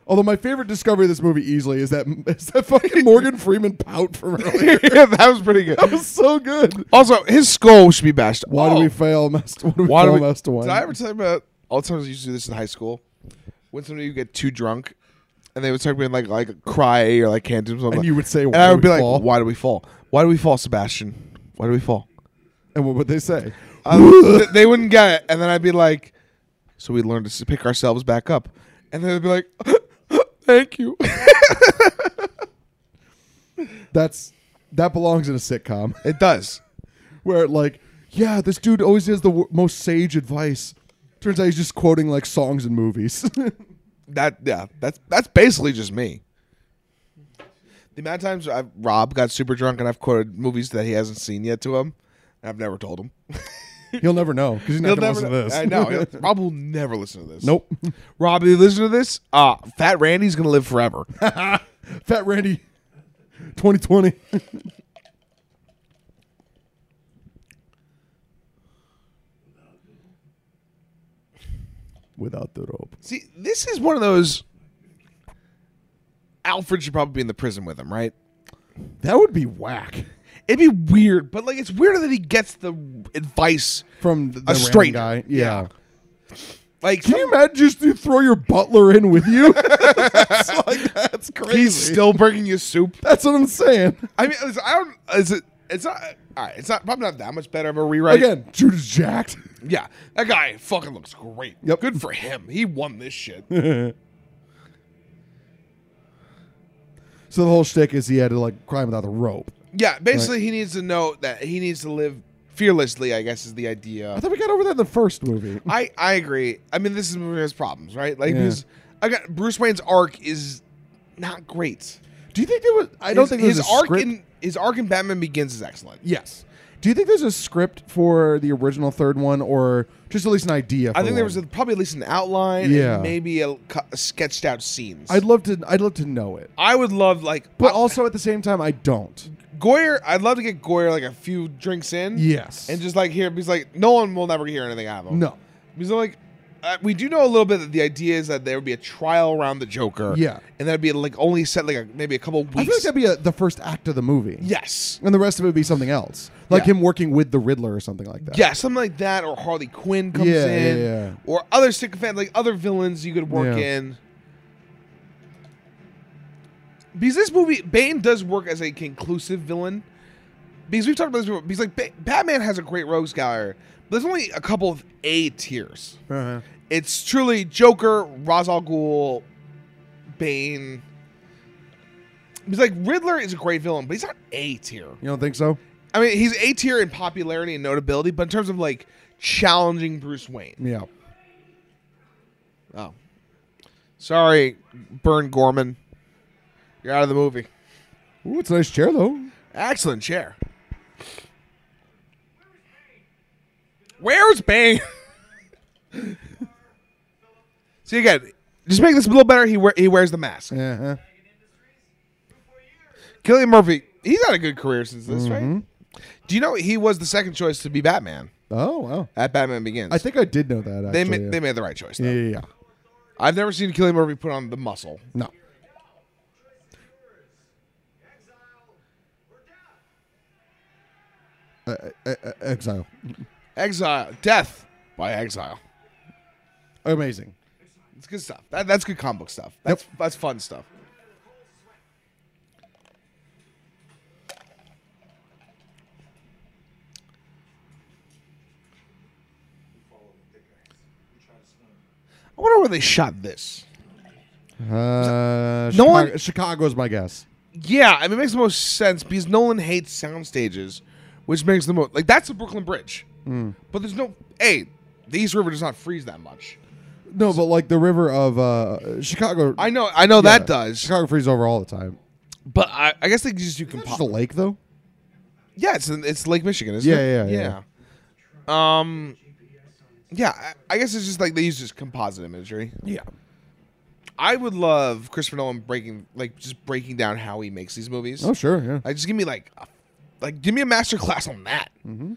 Speaker 3: Although my favorite discovery of this movie easily is that is that fucking Morgan Freeman pout from earlier.
Speaker 2: yeah, that was pretty good.
Speaker 3: That was so good.
Speaker 2: Also, his skull should be bashed.
Speaker 3: Why
Speaker 2: Oh.
Speaker 3: do we fail, Master? Why do we
Speaker 2: Why do
Speaker 3: fail,
Speaker 2: we-
Speaker 3: Master One?
Speaker 2: Did I ever tell you about all the times I used to do this in high school? When somebody would get too drunk and they would start being like like cry or like can't do something.
Speaker 3: And you would say,
Speaker 2: and
Speaker 3: "Why
Speaker 2: I
Speaker 3: do
Speaker 2: would be
Speaker 3: we
Speaker 2: like,
Speaker 3: fall?"
Speaker 2: why do we fall? Why do we fall, Sebastian? Why do we fall?
Speaker 3: and what would they say?
Speaker 2: Um, th- they wouldn't get it, and then I'd be like, "So we learned to s- pick ourselves back up," and then they'd be like, "Thank you."
Speaker 3: That's that belongs in a sitcom.
Speaker 2: it does.
Speaker 3: where like, yeah, this dude always has the w- most sage advice. Turns out he's just quoting like songs and movies.
Speaker 2: That yeah. That's that's basically just me. The amount of times I've, Rob got super drunk and I've quoted movies that he hasn't seen yet to him, and I've never told him.
Speaker 3: He'll never know because he's not
Speaker 2: He'll
Speaker 3: gonna
Speaker 2: never.
Speaker 3: listen to this.
Speaker 2: I know. he'll- Rob will never listen to this.
Speaker 3: nope.
Speaker 2: Rob, if you listen to this, uh, Fat Randy's gonna live forever.
Speaker 3: Fat Randy, 2020. Without the rope.
Speaker 2: See, this is one of those. Alfred should probably be in the prison with him, right?
Speaker 3: That would be whack.
Speaker 2: It'd be weird, but like it's weird that he gets the advice
Speaker 3: From the, the
Speaker 2: a
Speaker 3: random
Speaker 2: straight
Speaker 3: guy. Yeah.
Speaker 2: Like
Speaker 3: Can you imagine just you throw your butler in with you? It's like, that's crazy.
Speaker 2: he's still bringing you soup.
Speaker 3: That's what I'm saying.
Speaker 2: I mean, is, I don't. Is it? It's not. All right, it's not probably not that much better of a rewrite.
Speaker 3: Again, Jude is jacked.
Speaker 2: yeah, that guy fucking looks great.
Speaker 3: Yep.
Speaker 2: good for him. He won this shit.
Speaker 3: So the whole shtick is he had to like climb without a rope.
Speaker 2: yeah, basically, he needs to know that he needs to live fearlessly. I guess is the idea.
Speaker 3: I thought we got over that in the first movie.
Speaker 2: I I agree. I mean, this is one of his problems, right? Like,
Speaker 3: Yeah.
Speaker 2: because I got Bruce Wayne's arc is not great.
Speaker 3: Do you think there was? I don't
Speaker 2: his,
Speaker 3: think there's
Speaker 2: his
Speaker 3: a
Speaker 2: arc
Speaker 3: script.
Speaker 2: in his arc in Batman Begins is excellent.
Speaker 3: yes. Do you think there's a script for the original third one, or just at least an idea? For
Speaker 2: I think there
Speaker 3: one?
Speaker 2: was a, probably at least an outline,
Speaker 3: Yeah.
Speaker 2: and maybe a, cu- sketched out scenes.
Speaker 3: I'd love to. I'd love to know it,
Speaker 2: I would love like,
Speaker 3: but
Speaker 2: I-
Speaker 3: also at the same time, I don't.
Speaker 2: Goyer. I'd love to get Goyer like a few drinks in,
Speaker 3: Yes.
Speaker 2: and just like hear. He's like, no one will never hear anything out of him.
Speaker 3: no.
Speaker 2: Because like, uh, we do know a little bit that the idea is that there would be a trial around the Joker.
Speaker 3: Yeah.
Speaker 2: and that'd be like only set like a, maybe a couple weeks.
Speaker 3: I feel like that'd be a, the first act of the movie.
Speaker 2: yes,
Speaker 3: And the rest of it would be something else, like
Speaker 2: Yeah.
Speaker 3: him working with the Riddler or something like that.
Speaker 2: yeah, something like that, or Harley Quinn comes
Speaker 3: Yeah,
Speaker 2: in,
Speaker 3: yeah, yeah.
Speaker 2: or other sycophant like other villains you could work
Speaker 3: Yeah.
Speaker 2: in. Because this movie, Bane does work as a conclusive villain. Because we've talked about this before. Because like ba- Batman has a great rogues gallery, but there's only a couple of A tiers.
Speaker 3: Uh-huh.
Speaker 2: It's truly Joker, Ra's al Ghul, Bane. Because like Riddler is a great villain, but he's not A tier.
Speaker 3: You don't think so?
Speaker 2: I mean, he's A tier in popularity and notability, but in terms of like challenging Bruce Wayne.
Speaker 3: Yeah.
Speaker 2: Oh. Sorry, Burn Gorman. You're out of the movie.
Speaker 3: Ooh, it's a nice chair though.
Speaker 2: Excellent chair. Where's Bane? See again, just make this a little better. He wear, he wears the mask.
Speaker 3: Yeah. huh.
Speaker 2: Killian Murphy, he's had a good career since this,
Speaker 3: Mm-hmm.
Speaker 2: right? Do you know he was the second choice to be Batman
Speaker 3: Oh wow.
Speaker 2: at Batman Begins?
Speaker 3: I think I did know that.
Speaker 2: they
Speaker 3: Actually.
Speaker 2: ma- they
Speaker 3: yeah.
Speaker 2: made the right choice. Though.
Speaker 3: Yeah, yeah, yeah.
Speaker 2: I've never seen Killian Murphy put on the muscle.
Speaker 3: No. Uh, uh, uh, exile.
Speaker 2: Exile, death by exile.
Speaker 3: Amazing.
Speaker 2: It's good stuff. That, that's good comic book stuff. That's that's fun stuff. I wonder where they shot this.
Speaker 3: Uh,
Speaker 2: No
Speaker 3: Chicago,
Speaker 2: one-
Speaker 3: Chicago's my guess.
Speaker 2: Yeah, I mean, it makes the most sense because Nolan hates sound stages, which makes the most like that's the Brooklyn Bridge. But there's no hey, the East River does not freeze that much.
Speaker 3: No, but like the river of uh, Chicago.
Speaker 2: I know, I know
Speaker 3: Yeah,
Speaker 2: that does,
Speaker 3: Chicago freezes over all the time.
Speaker 2: but I, I guess they just do
Speaker 3: It's
Speaker 2: compo-
Speaker 3: just a lake, though.
Speaker 2: Yeah, it's in, it's Lake Michigan, isn't
Speaker 3: Yeah,
Speaker 2: it?
Speaker 3: yeah, yeah.
Speaker 2: yeah. Um, yeah, I, I guess it's just like they use just composite imagery.
Speaker 3: Yeah.
Speaker 2: I would love Christopher Nolan breaking like just breaking down how he makes these movies.
Speaker 3: Oh, sure. Yeah.
Speaker 2: Like, just give me like, a, like give me a master class on that.
Speaker 3: Mm-hmm.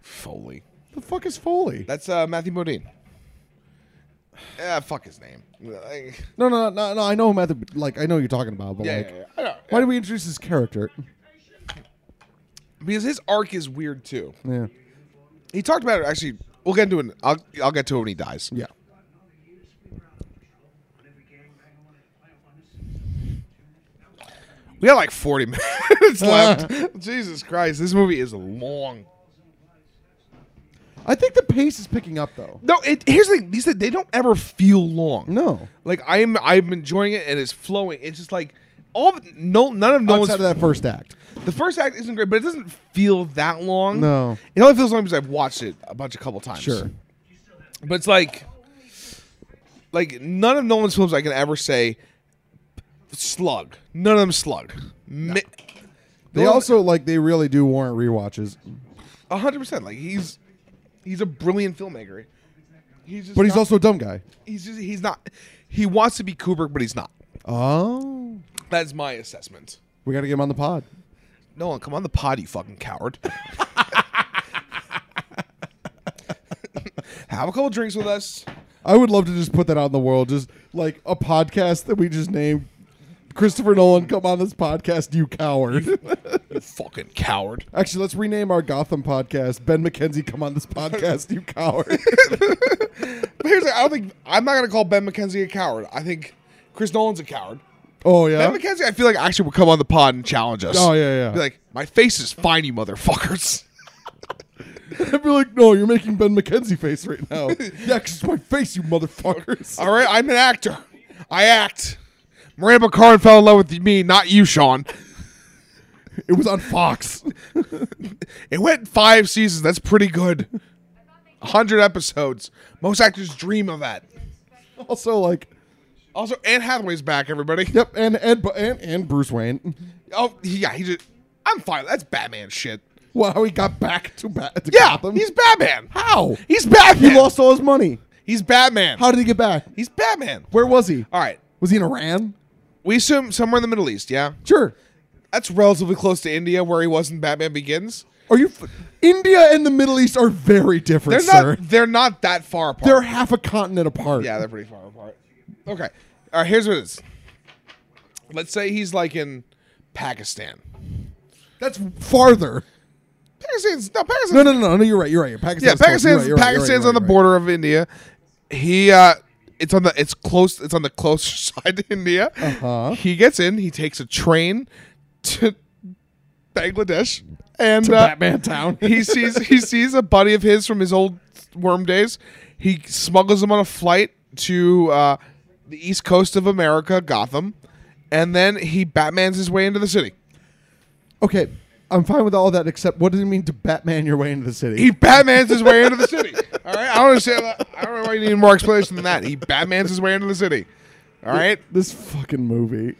Speaker 2: Foley.
Speaker 3: the fuck is Foley?
Speaker 2: That's uh, Matthew Modine. Yeah, fuck his name. Like,
Speaker 3: No, no, no, no. I know him at the like. I know who you're talking about, but
Speaker 2: yeah,
Speaker 3: like,
Speaker 2: yeah, yeah. I know.
Speaker 3: why did we introduce his character?
Speaker 2: Because his arc is weird too.
Speaker 3: Yeah.
Speaker 2: He talked about it actually. We'll get into it. I'll, I'll get to it when he dies.
Speaker 3: Yeah.
Speaker 2: We got like 40 minutes left. Jesus Christ, this movie is long.
Speaker 3: I think the pace is picking up though.
Speaker 2: No, it, here's the thing. These they don't ever feel long.
Speaker 3: No.
Speaker 2: Like I am, I'm enjoying it and it's flowing. It's just like all of, no, none of Nolan's.
Speaker 3: Outside of that first act.
Speaker 2: The first act isn't great, but it doesn't feel that long.
Speaker 3: No.
Speaker 2: it only feels long because I've watched it a bunch, a couple times.
Speaker 3: Sure.
Speaker 2: but it's like, like none of Nolan's films I can ever say slug. None of them slug. Mi-
Speaker 3: They
Speaker 2: Nolan-
Speaker 3: also like they really do warrant rewatches,
Speaker 2: A hundred percent. Like he's he's a brilliant filmmaker. He's just
Speaker 3: but he's
Speaker 2: not-
Speaker 3: also a dumb guy.
Speaker 2: he's just he's not he wants to be Kubrick, but he's not.
Speaker 3: Oh.
Speaker 2: That's my assessment.
Speaker 3: We gotta get him on the pod.
Speaker 2: Nolan, come on the pod, you fucking coward. Have a couple drinks with us.
Speaker 3: I would love to just put that out in the world, just like a podcast that we just named Christopher Nolan. Come on this podcast, you coward.
Speaker 2: You fucking coward.
Speaker 3: Actually, let's rename our Gotham podcast. Ben McKenzie, come on this podcast, you coward.
Speaker 2: But here's the, I don't think I'm not gonna call Ben McKenzie a coward. I think Chris Nolan's a coward.
Speaker 3: Oh yeah.
Speaker 2: Ben McKenzie, I feel like actually would come on the pod and challenge us.
Speaker 3: Oh, yeah, yeah.
Speaker 2: Be like, my face is fine, you motherfuckers.
Speaker 3: I'd be like, no, you're making Ben McKenzie face right now. yeah, 'cause it's my face, you motherfuckers.
Speaker 2: All right, I'm an actor. I act. Miranda McCarn fell in love with me, not you, Sean.
Speaker 3: It was on Fox.
Speaker 2: It went five seasons. That's pretty good. 100 episodes. Most actors dream of that.
Speaker 3: also, like,
Speaker 2: Also, Anne Hathaway's back, everybody.
Speaker 3: yep, and and and, and Bruce Wayne.
Speaker 2: Oh, yeah, he just. I'm fine. That's Batman shit.
Speaker 3: Wow, he got back to bat to
Speaker 2: Yeah,
Speaker 3: Gotham.
Speaker 2: he's Batman.
Speaker 3: How?
Speaker 2: He's Batman.
Speaker 3: He lost all his money.
Speaker 2: He's Batman.
Speaker 3: How did he get back? Uh,
Speaker 2: He's Batman.
Speaker 3: Where was he?
Speaker 2: All right.
Speaker 3: Was he in Iran?
Speaker 2: We assume somewhere in the Middle East, yeah?
Speaker 3: Sure.
Speaker 2: That's relatively close to India, where he was in Batman Begins.
Speaker 3: Are you? F- India and the Middle East are very
Speaker 2: They're
Speaker 3: different, sir.
Speaker 2: not. They're not that far apart.
Speaker 3: They're half a continent apart.
Speaker 2: yeah, they're pretty far apart. Okay. All right. Here's what it is. Let's say he's like in Pakistan.
Speaker 3: that's farther.
Speaker 2: Pakistan's no Pakistan's
Speaker 3: No, no, no, no. You're right. You're right. Pakistan's
Speaker 2: yeah Pakistan's
Speaker 3: close. You're right, you're right, you're right,
Speaker 2: Pakistan's
Speaker 3: you're
Speaker 2: on the
Speaker 3: right.
Speaker 2: border of India. He uh, it's on the it's close it's on the closer side to India.
Speaker 3: Uh-huh.
Speaker 2: He gets in. He takes a train to Bangladesh and
Speaker 3: To
Speaker 2: uh,
Speaker 3: Batman Town.
Speaker 2: he sees he sees a buddy of his from his old worm days. He smuggles him on a flight to uh, the east coast of America, Gotham, and then he Batman's his way into the city.
Speaker 3: Okay, I'm fine with all that except what does it mean to Batman your way into the city?
Speaker 2: He Batman's his way into the city. All right, I don't understand. That. I don't know why you need more explanation than that. He Batman's his way into the city. All right,
Speaker 3: this fucking movie.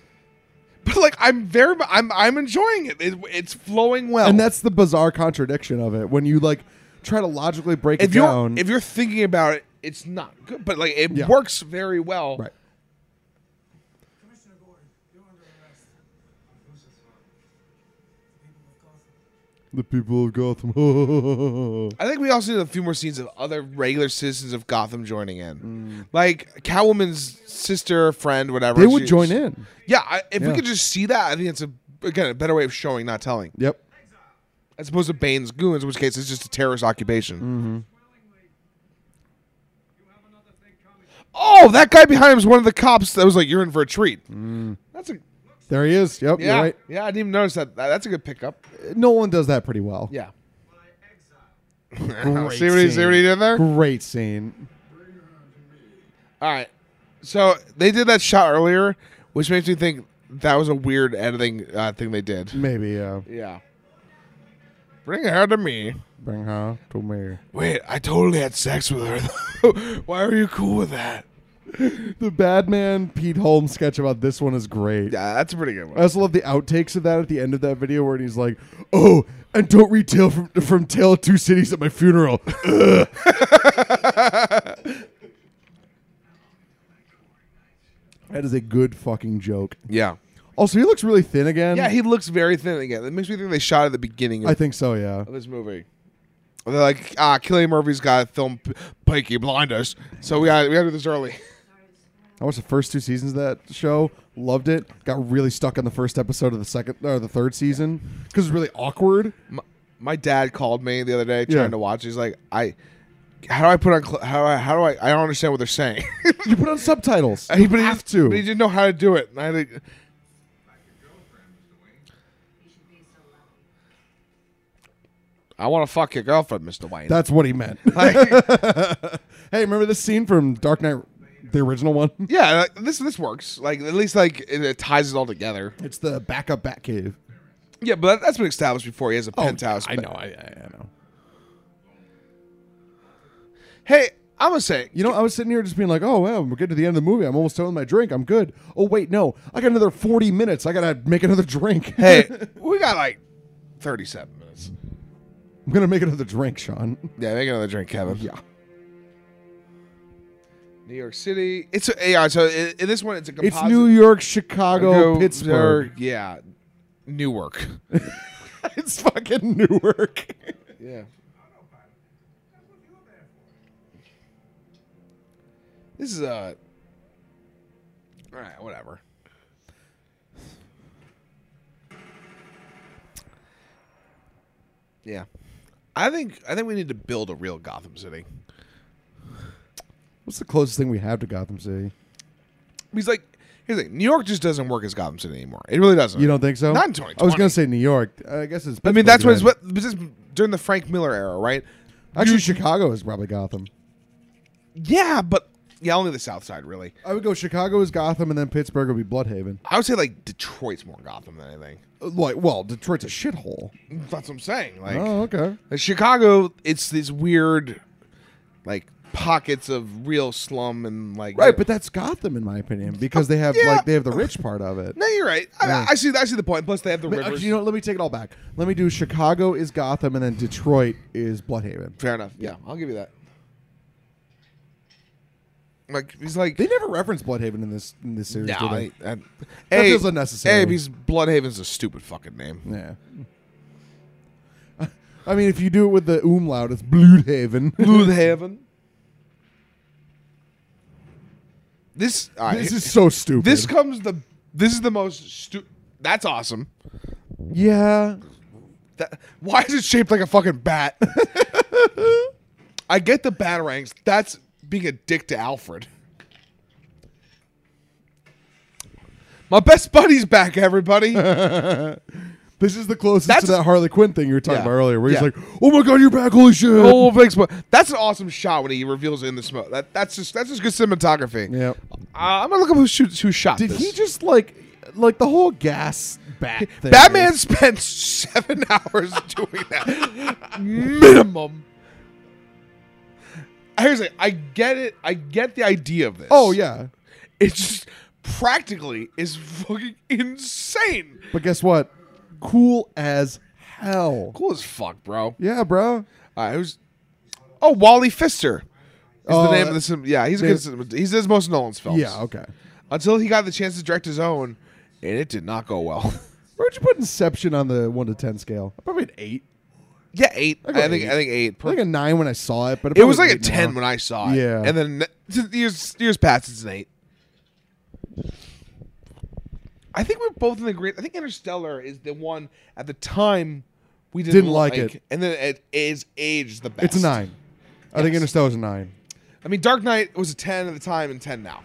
Speaker 2: but like I'm very, mu- I'm I'm enjoying it. it it's flowing well.
Speaker 3: And that's the bizarre contradiction of it when you like try to logically break
Speaker 2: if
Speaker 3: it
Speaker 2: you're
Speaker 3: down.
Speaker 2: if you're thinking about it, it's not good, but like it
Speaker 3: Yeah.
Speaker 2: works very well.
Speaker 3: right.
Speaker 6: Commissioner Gordon, you're under arrest. Who's this on? People of Gotham.
Speaker 3: The people of Gotham.
Speaker 2: I think we also need a few more scenes of other regular citizens of Gotham joining in, like Catwoman's sister, friend, whatever.
Speaker 3: Mm. they would
Speaker 2: she's-
Speaker 3: join in.
Speaker 2: Yeah, I, if we
Speaker 3: Yeah.
Speaker 2: could just see that, I think it's a again a better way of showing, not telling.
Speaker 3: Yep.
Speaker 2: as opposed to Bane's goons, in which case it's just a terrorist occupation. Oh, that guy behind him is one of the cops that was like, "You're in for a treat." That's a
Speaker 3: There he is. Yep.
Speaker 2: yeah,
Speaker 3: You're right.
Speaker 2: yeah. I didn't even notice that. That- That's a good pickup.
Speaker 3: Nolan does that pretty well.
Speaker 2: Yeah.
Speaker 3: Great
Speaker 2: see what he see
Speaker 3: scene.
Speaker 2: what he did there.
Speaker 3: Great scene.
Speaker 2: All right. So they did that shot earlier, which makes me think that was a weird editing uh, thing they did.
Speaker 3: Maybe. uh, Yeah.
Speaker 2: Yeah. Bring her to me.
Speaker 3: Bring her to me.
Speaker 2: Wait, I totally had sex with her. though. Why are you cool with that?
Speaker 3: The Batman Pete Holmes sketch about this one is great.
Speaker 2: Yeah, that's a pretty good one.
Speaker 3: I also love the outtakes of that at the end of that video where he's like, "Oh, and don't retail from from Tale of Two Cities at my funeral." that is a good fucking joke.
Speaker 2: Yeah.
Speaker 3: Also, he looks really thin again.
Speaker 2: Yeah, he looks very thin again. It makes me think they shot at the beginning of,
Speaker 3: I think so. Yeah,
Speaker 2: of this movie. They're like, ah, Killian Murphy's got to film P- Peaky Blinders, so we got we got to do this early.
Speaker 3: I watched the first two seasons of that show, loved it. Got really stuck on the first episode of the second or the third season because it's really awkward.
Speaker 2: My, my dad called me the other day
Speaker 3: Yeah.
Speaker 2: trying to watch. He's like, I, how do I put on? Cl- how do I? How do I? I don't understand what they're saying.
Speaker 3: You put on subtitles.
Speaker 2: But Uh,
Speaker 3: You
Speaker 2: he- but he-
Speaker 3: have to.
Speaker 2: But he didn't know how to do it. And I had to-
Speaker 4: You should be so lucky.
Speaker 2: I want to fuck your girlfriend, Mister Wayne.
Speaker 3: That's what he meant.
Speaker 2: Like,
Speaker 3: Hey, remember this scene from Dark Knight, the original one?
Speaker 2: yeah, like, this this works. Like at least like it, it ties it all together.
Speaker 3: It's the backup Batcave.
Speaker 2: Yeah, but that, that's been established before. He has a penthouse.
Speaker 3: Oh, I
Speaker 2: but-
Speaker 3: know. I, I, I know.
Speaker 2: Hey, I'm gonna say
Speaker 3: You know, I was sitting here just being like, "Oh, well, we're getting to the end of the movie. I'm almost done with my drink. I'm good." Oh wait, no, I got another 40 minutes. I gotta make another drink.
Speaker 2: hey, we got like 37 minutes.
Speaker 3: I'm gonna make another drink, Sean.
Speaker 2: Yeah, make another drink, Kevin.
Speaker 3: Yeah.
Speaker 2: New York City. It's a, yeah. So in, in this one, it's a composite.
Speaker 3: It's New York, Chicago,
Speaker 2: Go-
Speaker 3: Pittsburgh.
Speaker 2: Yeah, Newark.
Speaker 3: it's fucking Newark.
Speaker 2: yeah. This is a. All right, whatever. Yeah, I think I think we need to build a real Gotham City.
Speaker 3: What's the closest thing we have to Gotham City?
Speaker 2: He's like, here's the thing: New York just doesn't work as Gotham City anymore. It really doesn't.
Speaker 3: You don't think so?
Speaker 2: Not in 2020.
Speaker 3: I was gonna say New York. I guess it's.
Speaker 2: I mean, that's what it's
Speaker 3: Pittsburgh
Speaker 2: what this is during the Frank Miller era, right?
Speaker 3: then. Actually, Chicago is probably Gotham.
Speaker 2: Yeah, but yeah, only the South Side really.
Speaker 3: I would go Chicago is Gotham, and then Pittsburgh would be Bloodhaven.
Speaker 2: I would say like Detroit's more Gotham than anything.
Speaker 3: Uh, Like, well, Detroit's a shithole.
Speaker 2: That's what I'm saying. Like,
Speaker 3: Oh, okay.
Speaker 2: like, Chicago, it's these weird, like pockets of real slum and like
Speaker 3: Right, but that's Gotham in my opinion because they have
Speaker 2: Yeah.
Speaker 3: like they have the rich part of it.
Speaker 2: no, you're right. I,
Speaker 3: Yeah.
Speaker 2: I see. I see the point. Plus, they have the
Speaker 3: But,
Speaker 2: rivers.
Speaker 3: actually, you know, what, let me take it all back. Let me do Chicago is Gotham, and then Detroit is Bloodhaven.
Speaker 2: Fair enough. Yeah, I'll give you that. Like he's like
Speaker 3: They never reference Bloodhaven in this in this series.
Speaker 2: Nah,
Speaker 3: do they?
Speaker 2: I- I-
Speaker 3: That
Speaker 2: Abe-
Speaker 3: feels unnecessary.
Speaker 2: Abe, he's Bloodhaven's a stupid fucking name.
Speaker 3: Yeah. I mean, if you do it with the umlaut, it's Bloodhaven.
Speaker 2: Bloodhaven. This all right,
Speaker 3: this is so stupid.
Speaker 2: this comes the this is the most stu- that's awesome.
Speaker 3: yeah.
Speaker 2: That, why is it shaped like a fucking bat? I get the batarangs. That's being a dick to Alfred. My best buddy's back, everybody.
Speaker 3: This is the closest
Speaker 2: That's-
Speaker 3: to that Harley Quinn thing you were talking
Speaker 2: Yeah.
Speaker 3: about earlier, where
Speaker 2: Yeah.
Speaker 3: he's like, "Oh my god, you're back! Holy shit!"
Speaker 2: oh, thanks, but that's an awesome shot when he reveals it in the smoke. That that's just that's just good cinematography.
Speaker 3: Yeah.
Speaker 2: Uh, I'm gonna look up who shoots who shot.
Speaker 3: Did
Speaker 2: this.
Speaker 3: he just like like the whole gas bat thing?
Speaker 2: Batman spent seven hours doing that minimum. Here's the I get it. I get the idea of this.
Speaker 3: Oh yeah,
Speaker 2: It's just practically is fucking insane.
Speaker 3: but guess what? Cool as hell.
Speaker 2: Cool as fuck, bro.
Speaker 3: Yeah, bro.
Speaker 2: Uh, who's? Oh, Wally Pfister. Is
Speaker 3: Oh,
Speaker 2: the name of this? Yeah, he's a good. cin- He's his most Nolan's films.
Speaker 3: Yeah. Okay.
Speaker 2: until he got the chance to direct his own, and it did not go well.
Speaker 3: Where'd you put Inception on the one to ten scale? Probably an eight.
Speaker 2: yeah, eight.
Speaker 3: I'd go
Speaker 2: I think I
Speaker 3: eight.
Speaker 2: think eight.
Speaker 3: I think a nine when I saw it, but
Speaker 2: it was like a ten when I saw it.
Speaker 3: Yeah.
Speaker 2: and then ne- years years past, it's an eight. I think we're both in the green. I think Interstellar is the one at the time we didn't,
Speaker 3: Didn't like it.
Speaker 2: and then it is aged the best.
Speaker 3: It's a nine. I think
Speaker 2: Yes.
Speaker 3: Interstellar's a nine.
Speaker 2: I mean, Dark Knight was a ten at the time and ten now.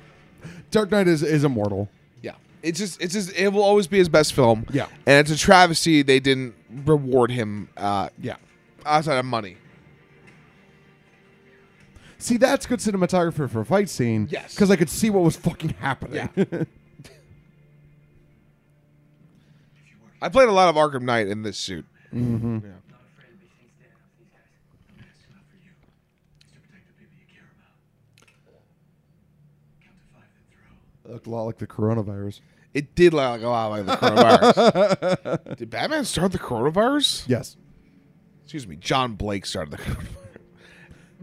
Speaker 3: Dark Knight is is immortal.
Speaker 2: Yeah. It's just, it's just, it will always be his best film.
Speaker 3: Yeah.
Speaker 2: And it's a travesty they didn't reward him. Uh,
Speaker 3: Yeah.
Speaker 2: outside of money.
Speaker 3: See, that's good cinematography for a fight scene.
Speaker 2: Yes.
Speaker 3: Because I could see what was fucking happening.
Speaker 2: I played a lot of Arkham Knight in this suit.
Speaker 7: Not afraid of anything staring up to these guys.
Speaker 5: That's not for you. It's to protect the people you care about. Count to five, then throw.
Speaker 3: Looked a lot like the coronavirus.
Speaker 2: It did look like a lot like the coronavirus. did Batman start the coronavirus?
Speaker 3: Yes.
Speaker 2: Excuse me. John Blake started the coronavirus.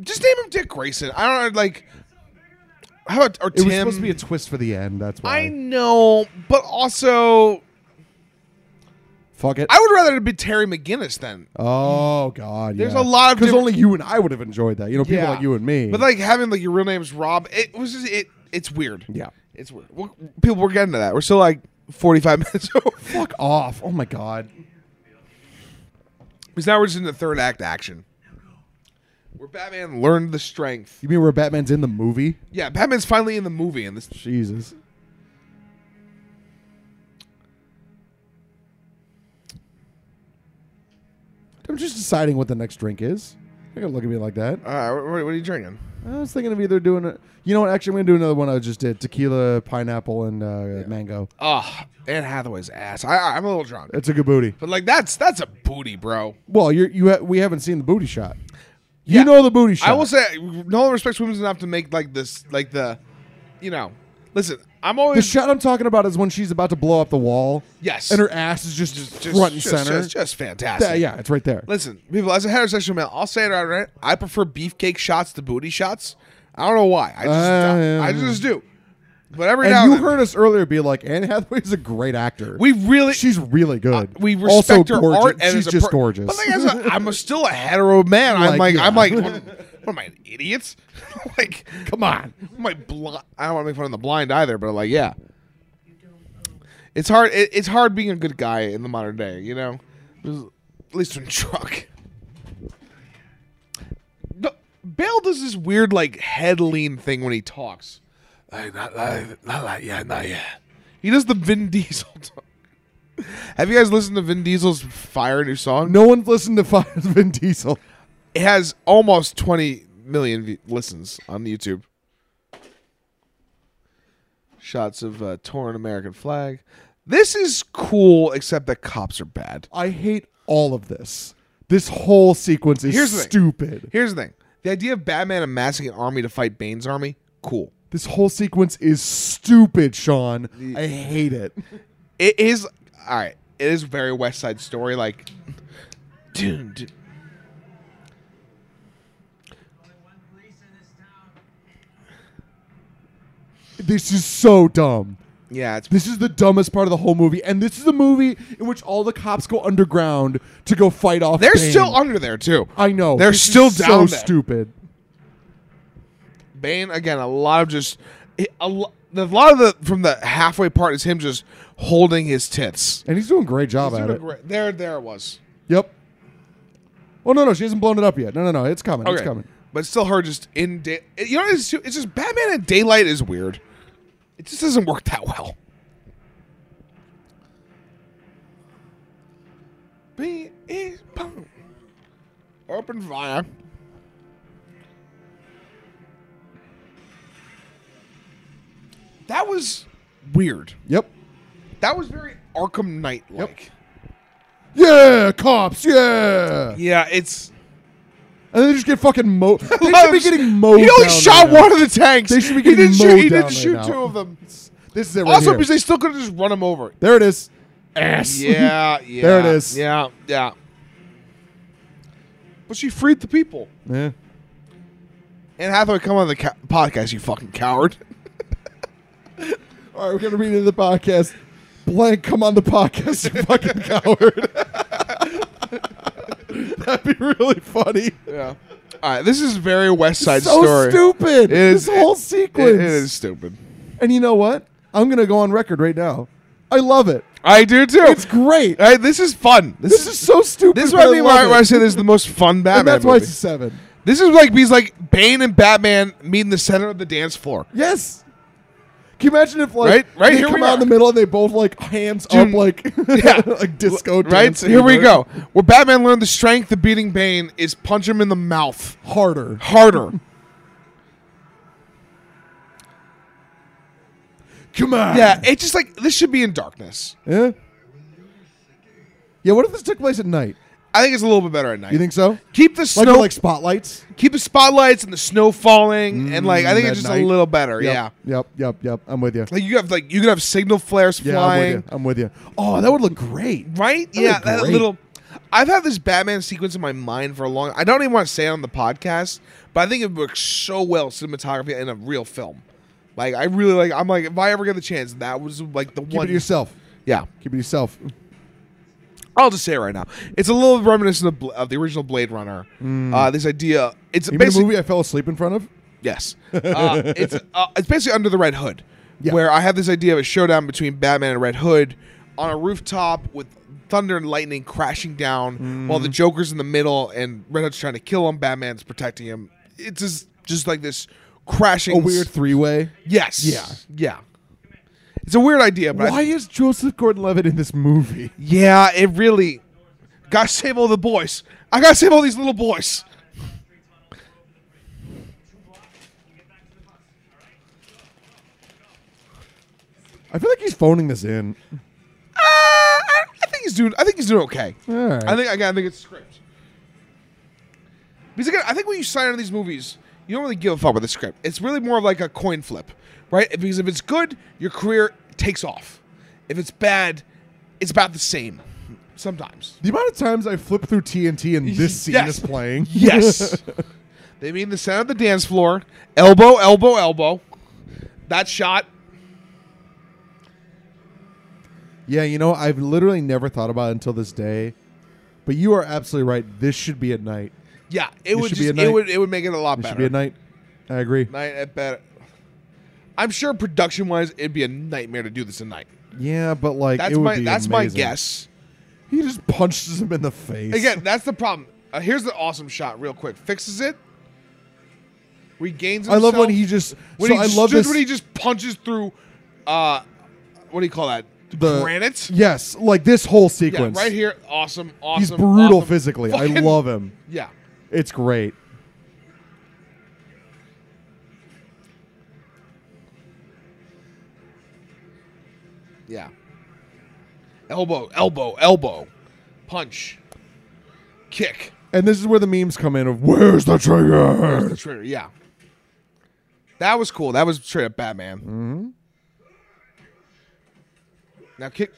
Speaker 2: Just name him Dick Grayson. I don't know, like, how about, or
Speaker 3: It
Speaker 2: Tim?
Speaker 3: was supposed to be a twist for the end. That's why.
Speaker 2: I know, but also,
Speaker 3: Fuck it.
Speaker 2: I would rather it be Terry McGinnis then.
Speaker 3: oh God.
Speaker 2: There's a lot of
Speaker 3: because
Speaker 2: different-
Speaker 3: only you and I would have enjoyed that. You know, people like you and me.
Speaker 2: But like having like your real name's Rob, it was just, it. It's weird.
Speaker 3: Yeah.
Speaker 2: it's weird. We're, people, we're getting to that. We're still like forty five minutes over.
Speaker 3: fuck off. Oh my God.
Speaker 2: Because now we're just in the third act action, where Batman learned the strength.
Speaker 3: You mean where Batman's in the movie?
Speaker 2: Yeah, Batman's finally in the movie, and this
Speaker 3: Jesus. I'm just deciding what the next drink is. You're gonna look at me like that.
Speaker 2: uh, what, what are you drinking?
Speaker 3: I was thinking of either doing a, you know what? Actually, I'm gonna do another one. I just did tequila, pineapple, and uh, mango.
Speaker 2: Ah, Anne Hathaway's ass. I, I, I'm a little drunk,
Speaker 3: It's a good booty.
Speaker 2: but like that's that's a booty, bro.
Speaker 3: Well, you're, you ha- we haven't seen the booty shot. You
Speaker 2: Yeah.
Speaker 3: know the booty shot.
Speaker 2: I will say, no one respects women enough to make like this, like the, you know, listen. I'm
Speaker 3: the
Speaker 2: always
Speaker 3: shot I'm talking about is when she's about to blow up the wall.
Speaker 2: Yes.
Speaker 3: and her ass is just,
Speaker 2: just,
Speaker 3: front and center.
Speaker 2: just, just fantastic.
Speaker 3: yeah, yeah, it's right there.
Speaker 2: Listen, people, as a heterosexual man, I'll say it right, right? I prefer beefcake shots to booty shots. I don't know why. I just,
Speaker 3: Ah, yeah.
Speaker 2: I, just do. But every now
Speaker 3: and you
Speaker 2: and then,
Speaker 3: heard us earlier be like, Anne Hathaway's a great actor.
Speaker 2: we really,
Speaker 3: she's really good.
Speaker 2: uh, we
Speaker 3: also
Speaker 2: respect her
Speaker 3: gorgeous.
Speaker 2: art. And as
Speaker 3: she's
Speaker 2: a
Speaker 3: just
Speaker 2: per-
Speaker 3: gorgeous.
Speaker 2: But like, as a, I'm a, still a hetero man. I'm like,
Speaker 3: Like,
Speaker 2: I'm
Speaker 3: yeah.
Speaker 2: like, what, what am I, an idiot? like, come on, my blind. I don't want to make fun of the blind either, but like, yeah, it's hard. It, it's hard being a good guy in the modern day, you know, at least in truck. Bale does this weird like head lean thing when he talks.
Speaker 1: Like, not like, not like, yeah, not yet.
Speaker 2: He does the Vin Diesel talk. Have you guys listened to Vin Diesel's Fire new song?
Speaker 3: No one's listened to Fire Vin Diesel.
Speaker 2: It has almost 20 million v- listens on YouTube. Shots of a torn American flag. This is cool, except that cops are bad.
Speaker 3: I hate all of this. This whole sequence is
Speaker 2: Here's the thing.
Speaker 3: stupid.
Speaker 2: Here's the thing the idea of Batman amassing an army to fight Bane's army, cool.
Speaker 3: This whole sequence is stupid, Sean. I hate it.
Speaker 2: It is, all right, it is very West Side story. Like, dude, dude.
Speaker 7: Only one police in this town.
Speaker 3: This is so dumb.
Speaker 2: yeah, it's
Speaker 3: This is the dumbest part of the whole movie, and this is the movie in which all the cops go underground to go fight off.
Speaker 2: They're
Speaker 3: Bane.
Speaker 2: still under there too.
Speaker 3: I know
Speaker 2: They're
Speaker 3: This is
Speaker 2: still
Speaker 3: so
Speaker 2: down there.
Speaker 3: stupid.
Speaker 2: Bane again. A lot of just a, lo- the- a lot of the from the halfway part is him just holding his tits.
Speaker 3: And he's doing a great job
Speaker 2: He's
Speaker 3: at
Speaker 2: doing a
Speaker 3: it.
Speaker 2: great- there, there it was.
Speaker 3: Yep. Oh no, no, she hasn't blown it up yet. No, no, no, it's coming. It's coming.
Speaker 2: but still, her just in day. You know, it's, it's just Batman in daylight is weird. It just doesn't work that well. B is boom. Open fire. That was weird.
Speaker 3: Yep.
Speaker 2: That was very Arkham Knight like.
Speaker 3: Yeah, cops. Yeah.
Speaker 2: Yeah, it's.
Speaker 3: And they just get fucking mo. They should be getting mowed.
Speaker 2: He only
Speaker 3: down
Speaker 2: shot
Speaker 3: right now.
Speaker 2: one of the tanks.
Speaker 3: They should be
Speaker 2: he
Speaker 3: getting
Speaker 2: didn't shoot,
Speaker 3: mowed
Speaker 2: he didn't
Speaker 3: down right
Speaker 2: shoot
Speaker 3: now.
Speaker 2: two of them.
Speaker 3: This is it. Right
Speaker 2: Also,
Speaker 3: here.
Speaker 2: because they still could have just run him over.
Speaker 3: there it is. Ass.
Speaker 2: Yeah, yeah.
Speaker 3: There it is.
Speaker 2: Yeah, yeah. But she freed the people.
Speaker 3: yeah.
Speaker 2: And Hathaway, come on the ca- podcast, you fucking coward.
Speaker 3: All right, we're gonna read into the podcast. Blank, come on the podcast, you fucking coward. That'd be really funny.
Speaker 2: Yeah. All right, this is very West Side
Speaker 3: so
Speaker 2: Story.
Speaker 3: stupid.
Speaker 2: It is-
Speaker 3: this whole
Speaker 2: it-
Speaker 3: sequence.
Speaker 2: It is stupid.
Speaker 3: And you know what? I'm gonna go on record right now. I love it.
Speaker 2: I do too.
Speaker 3: It's great.
Speaker 2: All right, this is fun. This,
Speaker 3: This is so stupid.
Speaker 2: This is
Speaker 3: but
Speaker 2: what I mean
Speaker 3: love
Speaker 2: when I,
Speaker 3: it.
Speaker 2: when I say this is the most fun Batman
Speaker 3: and that's why
Speaker 2: movie.
Speaker 3: it's a seven.
Speaker 2: This is like he's like Bane and Batman meet in the center of the dance floor.
Speaker 3: Yes. Can you imagine if like
Speaker 2: Right- right
Speaker 3: they
Speaker 2: here
Speaker 3: come
Speaker 2: we
Speaker 3: out in
Speaker 2: are.
Speaker 3: the middle and they both like hands
Speaker 2: Dude,
Speaker 3: up like
Speaker 2: yeah.
Speaker 3: like disco
Speaker 2: Right? So
Speaker 3: dancing,
Speaker 2: here we
Speaker 3: right?
Speaker 2: go. Where Batman learned the strength of beating Bane is punch him in the mouth
Speaker 3: harder.
Speaker 2: harder.
Speaker 3: Come on.
Speaker 2: yeah, it's just like this should be in darkness.
Speaker 3: Yeah. Yeah. What if this took place at night?
Speaker 2: I think it's a little bit better at night.
Speaker 3: You think so?
Speaker 2: keep the
Speaker 3: Like
Speaker 2: snow,
Speaker 3: with, like spotlights.
Speaker 2: keep the spotlights and the snow falling, and like I think
Speaker 3: Mm,
Speaker 2: it's
Speaker 3: at
Speaker 2: just
Speaker 3: night.
Speaker 2: a little better.
Speaker 3: Yep,
Speaker 2: Yeah,
Speaker 3: Yep. Yep. Yep. I'm with you.
Speaker 2: like you have like you could have signal flares
Speaker 3: Yeah.
Speaker 2: flying,
Speaker 3: I'm with you. I'm with you. Oh, that would look great.
Speaker 2: right?
Speaker 3: That'd
Speaker 2: yeah,
Speaker 3: be
Speaker 2: that
Speaker 3: great.
Speaker 2: little. I've had this Batman sequence in my mind for a long. I don't even want to say it on the podcast, but I think it works so well cinematography in a real film. Like I really like. I'm like, if I ever get the chance, that was like the
Speaker 3: Keep
Speaker 2: one.
Speaker 3: it to yourself.
Speaker 2: yeah,
Speaker 3: Keep it to yourself.
Speaker 2: I'll just say it right now. It's a little reminiscent of, Bla- of the original Blade Runner. Uh, this idea. It's
Speaker 3: Hmm. You mean the
Speaker 2: basically
Speaker 3: movie I fell asleep in front of?
Speaker 2: Yes, uh, it's uh, it's basically under the Red Hood,
Speaker 3: Yeah.
Speaker 2: where I have this idea of a showdown between Batman and Red Hood on a rooftop with thunder and lightning crashing down,
Speaker 3: Hmm.
Speaker 2: while the Joker's in the middle and Red Hood's trying to kill him. Batman's protecting him. It's just just like this crashing.
Speaker 3: A weird three way.
Speaker 2: Yes.
Speaker 3: Yeah.
Speaker 2: Yeah. It's a weird idea, but I-
Speaker 3: Why is Joseph Gordon-Levitt in this movie?
Speaker 2: yeah, it really. Gotta save all the boys. I gotta save all these little boys.
Speaker 3: I feel like he's phoning this in.
Speaker 2: Uh, I, I think he's doing. I think he's doing okay.
Speaker 3: All right.
Speaker 2: I think again, I think it's script. Because again, I think when you sign on these movies, you don't really give a fuck about the script. It's really more of like a coin flip, right? Because if it's good, your career takes off. If it's bad, it's about the same. Sometimes.
Speaker 3: the amount of times I flip through TNT and this scene
Speaker 2: Yes.
Speaker 3: is playing.
Speaker 2: Yes. they mean the center of the dance floor. Elbow, elbow, elbow. That shot.
Speaker 3: yeah, you know, I've literally never thought about it until this day. But you are absolutely right. This should be at night.
Speaker 2: Yeah, it,
Speaker 3: It
Speaker 2: would
Speaker 3: should
Speaker 2: just,
Speaker 3: be a
Speaker 2: it
Speaker 3: night.
Speaker 2: would it would make it a lot
Speaker 3: It
Speaker 2: better.
Speaker 3: should be at night. I agree.
Speaker 2: night at better. I'm sure production wise, it'd be a nightmare to do this at night.
Speaker 3: Yeah, but like
Speaker 2: That's
Speaker 3: it would
Speaker 2: my
Speaker 3: be
Speaker 2: that's my
Speaker 3: amazing.
Speaker 2: guess.
Speaker 3: He just punches him in the face
Speaker 2: Again, that's the problem. Uh, here's the awesome shot, real quick. Fixes it. regains.
Speaker 3: I
Speaker 2: Himself.
Speaker 3: love when he just.
Speaker 2: When
Speaker 3: so
Speaker 2: he
Speaker 3: I love
Speaker 2: stood-
Speaker 3: this.
Speaker 2: When he just punches through. Uh, what do you call that?
Speaker 3: The-
Speaker 2: granite.
Speaker 3: yes, like this whole
Speaker 2: Yeah,
Speaker 3: sequence.
Speaker 2: right here. Awesome. Awesome.
Speaker 3: He's brutal
Speaker 2: awesome.
Speaker 3: physically. I
Speaker 2: Fucking-
Speaker 3: love him.
Speaker 2: Yeah.
Speaker 3: It's great.
Speaker 2: Yeah. Elbow. Elbow. Elbow. Punch. Kick.
Speaker 3: And this is where the memes come in of where's the trigger?
Speaker 2: The trigger. Yeah. That was cool. That was straight up Batman. Mm-hmm. Now kick.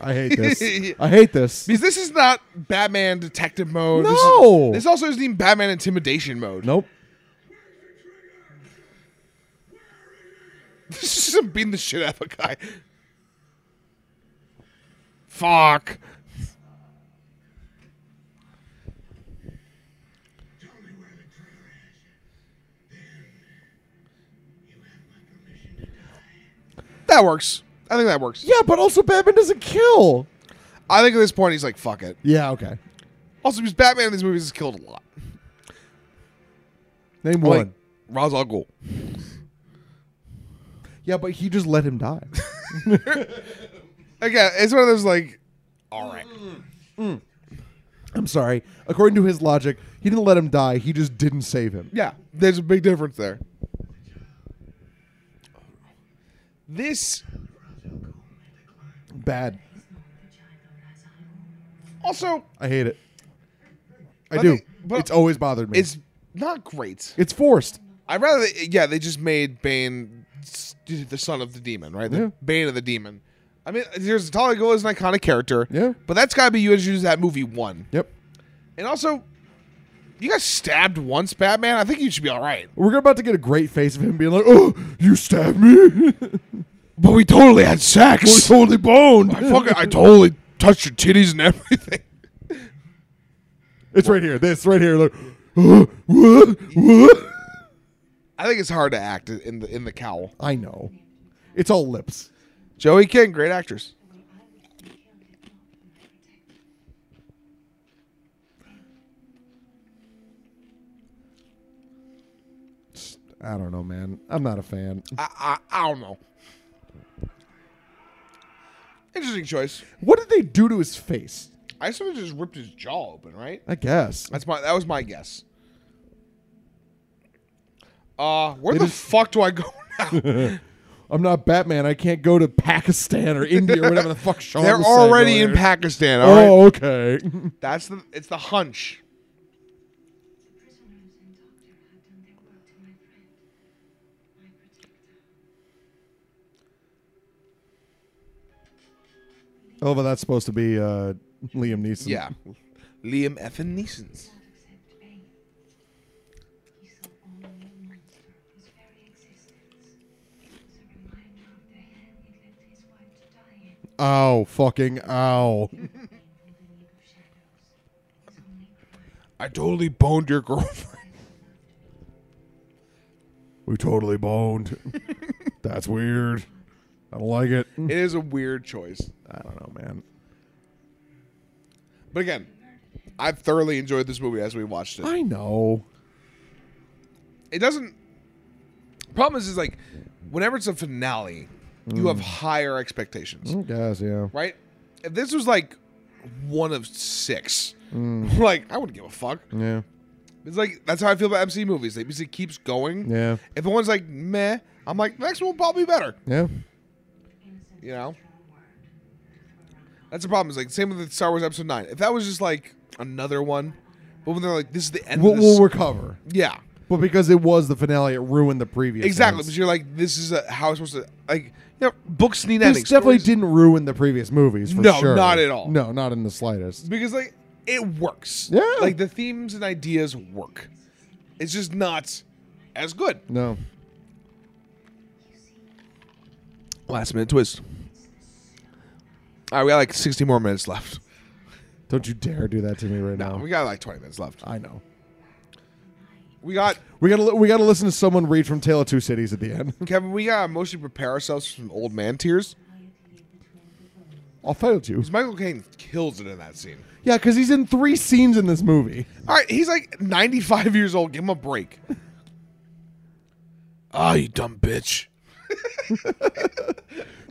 Speaker 3: I hate this. I hate this.
Speaker 2: Because this is not Batman detective mode. This is-
Speaker 3: No.
Speaker 2: This, also isn't even Batman intimidation mode.
Speaker 3: Nope.
Speaker 2: This is just beating the shit out of a guy. Fuck.
Speaker 6: Tell me where the traitor is. Then you have my permission to die.
Speaker 2: That works. I think that works.
Speaker 3: Yeah, but also Batman doesn't kill.
Speaker 2: I think at this point he's like, fuck it.
Speaker 3: Yeah, okay.
Speaker 2: Also, because Batman in these movies has killed a lot.
Speaker 3: Name
Speaker 2: Like,
Speaker 3: one.
Speaker 2: Ra's al Ghul.
Speaker 3: Yeah, but he just let him die.
Speaker 2: Again, it's one of those like, all right.
Speaker 3: I'm sorry. According to his logic, he didn't let him die. He just didn't save him.
Speaker 2: Yeah, there's a big difference there. This
Speaker 3: Bad.
Speaker 2: also
Speaker 3: I hate it. I
Speaker 2: But
Speaker 3: do.
Speaker 2: they- but-
Speaker 3: it's always bothered me.
Speaker 2: is not great.
Speaker 3: it's forced.
Speaker 2: I'd rather, they, yeah, they just made Bane s- the son of the demon, right? The
Speaker 3: Yeah.
Speaker 2: Bane of the demon. I mean, there's Talia Ghul is an iconic character.
Speaker 3: Yeah.
Speaker 2: But that's got to be you introduced to that movie one.
Speaker 3: Yep.
Speaker 2: And also, you got stabbed once, Batman. I think you should be all right.
Speaker 3: We're about to get a great face of him being like, "Oh, you stabbed me."
Speaker 2: But we totally had sex.
Speaker 3: We're totally boned.
Speaker 2: I fucking, I totally touched your titties and everything.
Speaker 3: It's right here. This right here. Like, "Oh, what? What?"
Speaker 2: I think it's hard to act in the in the cowl.
Speaker 3: I know. It's all lips.
Speaker 2: Joey King, great actress.
Speaker 3: I don't know, man. I'm not a fan.
Speaker 2: I, I I don't know. Interesting choice.
Speaker 3: What did they do to his face?
Speaker 2: I assume they just ripped his jaw open, right?
Speaker 3: I guess.
Speaker 2: That's my that was my guess. Uh, where
Speaker 3: They
Speaker 2: the
Speaker 3: just-
Speaker 2: fuck do I go now?
Speaker 3: I'm not Batman. I can't go to Pakistan or India or whatever the fuck. Sean
Speaker 2: They're
Speaker 3: was saying
Speaker 2: already in
Speaker 3: earlier.
Speaker 2: Pakistan. All right,
Speaker 3: Oh, okay.
Speaker 2: that's the it's the hunch.
Speaker 4: Prisoners and doctor had done their work to my friend, my protector.
Speaker 3: oh, but that's supposed to be uh, Liam Neeson.
Speaker 2: Yeah, Liam effing Neeson's.
Speaker 4: Not except pain. He saw only a monster whose very existence was a reminder of the hell he left his wife to die in.
Speaker 3: Ow! Fucking ow!
Speaker 4: The League of Shadows is only
Speaker 2: I totally boned your girlfriend.
Speaker 3: We totally boned. that's weird. I don't like it.
Speaker 2: it is a weird choice,
Speaker 3: I don't know, man.
Speaker 2: but again, I've thoroughly enjoyed this movie as we watched it.
Speaker 3: I know.
Speaker 2: it doesn't. Problem is, is like whenever it's a finale, you have higher expectations,
Speaker 3: I guess, yeah.
Speaker 2: right? If this was like one of six, like I wouldn't give a fuck.
Speaker 3: Yeah.
Speaker 2: It's like that's how I feel about MC movies. They because it keeps going.
Speaker 3: Yeah.
Speaker 2: If the one's like meh, I'm like the next one will probably be better.
Speaker 3: Yeah.
Speaker 2: You know. That's the problem. Is like same with the Star Wars Episode Nine. If that was just like another one, but when they're like this is the end,
Speaker 3: We'll,
Speaker 2: of this,
Speaker 3: we'll recover.
Speaker 2: yeah,
Speaker 3: But because it was the finale, it ruined the previous.
Speaker 2: exactly.
Speaker 3: ones.
Speaker 2: Because you're like this is a, how it's supposed to like you know books need
Speaker 3: This
Speaker 2: endings.
Speaker 3: definitely
Speaker 2: Stories-
Speaker 3: didn't ruin the previous movies. For
Speaker 2: No,
Speaker 3: sure.
Speaker 2: not at all.
Speaker 3: No, not in the slightest.
Speaker 2: because like it works.
Speaker 3: Yeah.
Speaker 2: like the themes and ideas work. It's just not as good.
Speaker 3: No.
Speaker 2: Last minute twist. All right, we got like 60 more minutes left.
Speaker 3: Don't you dare do that to me right
Speaker 2: No,
Speaker 3: now.
Speaker 2: we got like 20 minutes left.
Speaker 3: I know.
Speaker 2: We got
Speaker 3: We gotta li- we gotta listen to someone read from Tale of Two Cities at the end.
Speaker 2: Kevin. We gotta mostly prepare ourselves for some old man tears.
Speaker 3: I failed you.
Speaker 2: 'Cause Michael Caine kills it in that scene.
Speaker 3: Yeah, because he's in three scenes in this movie.
Speaker 2: All right, he's like 95 years old. Give him a break. Ah, you dumb bitch.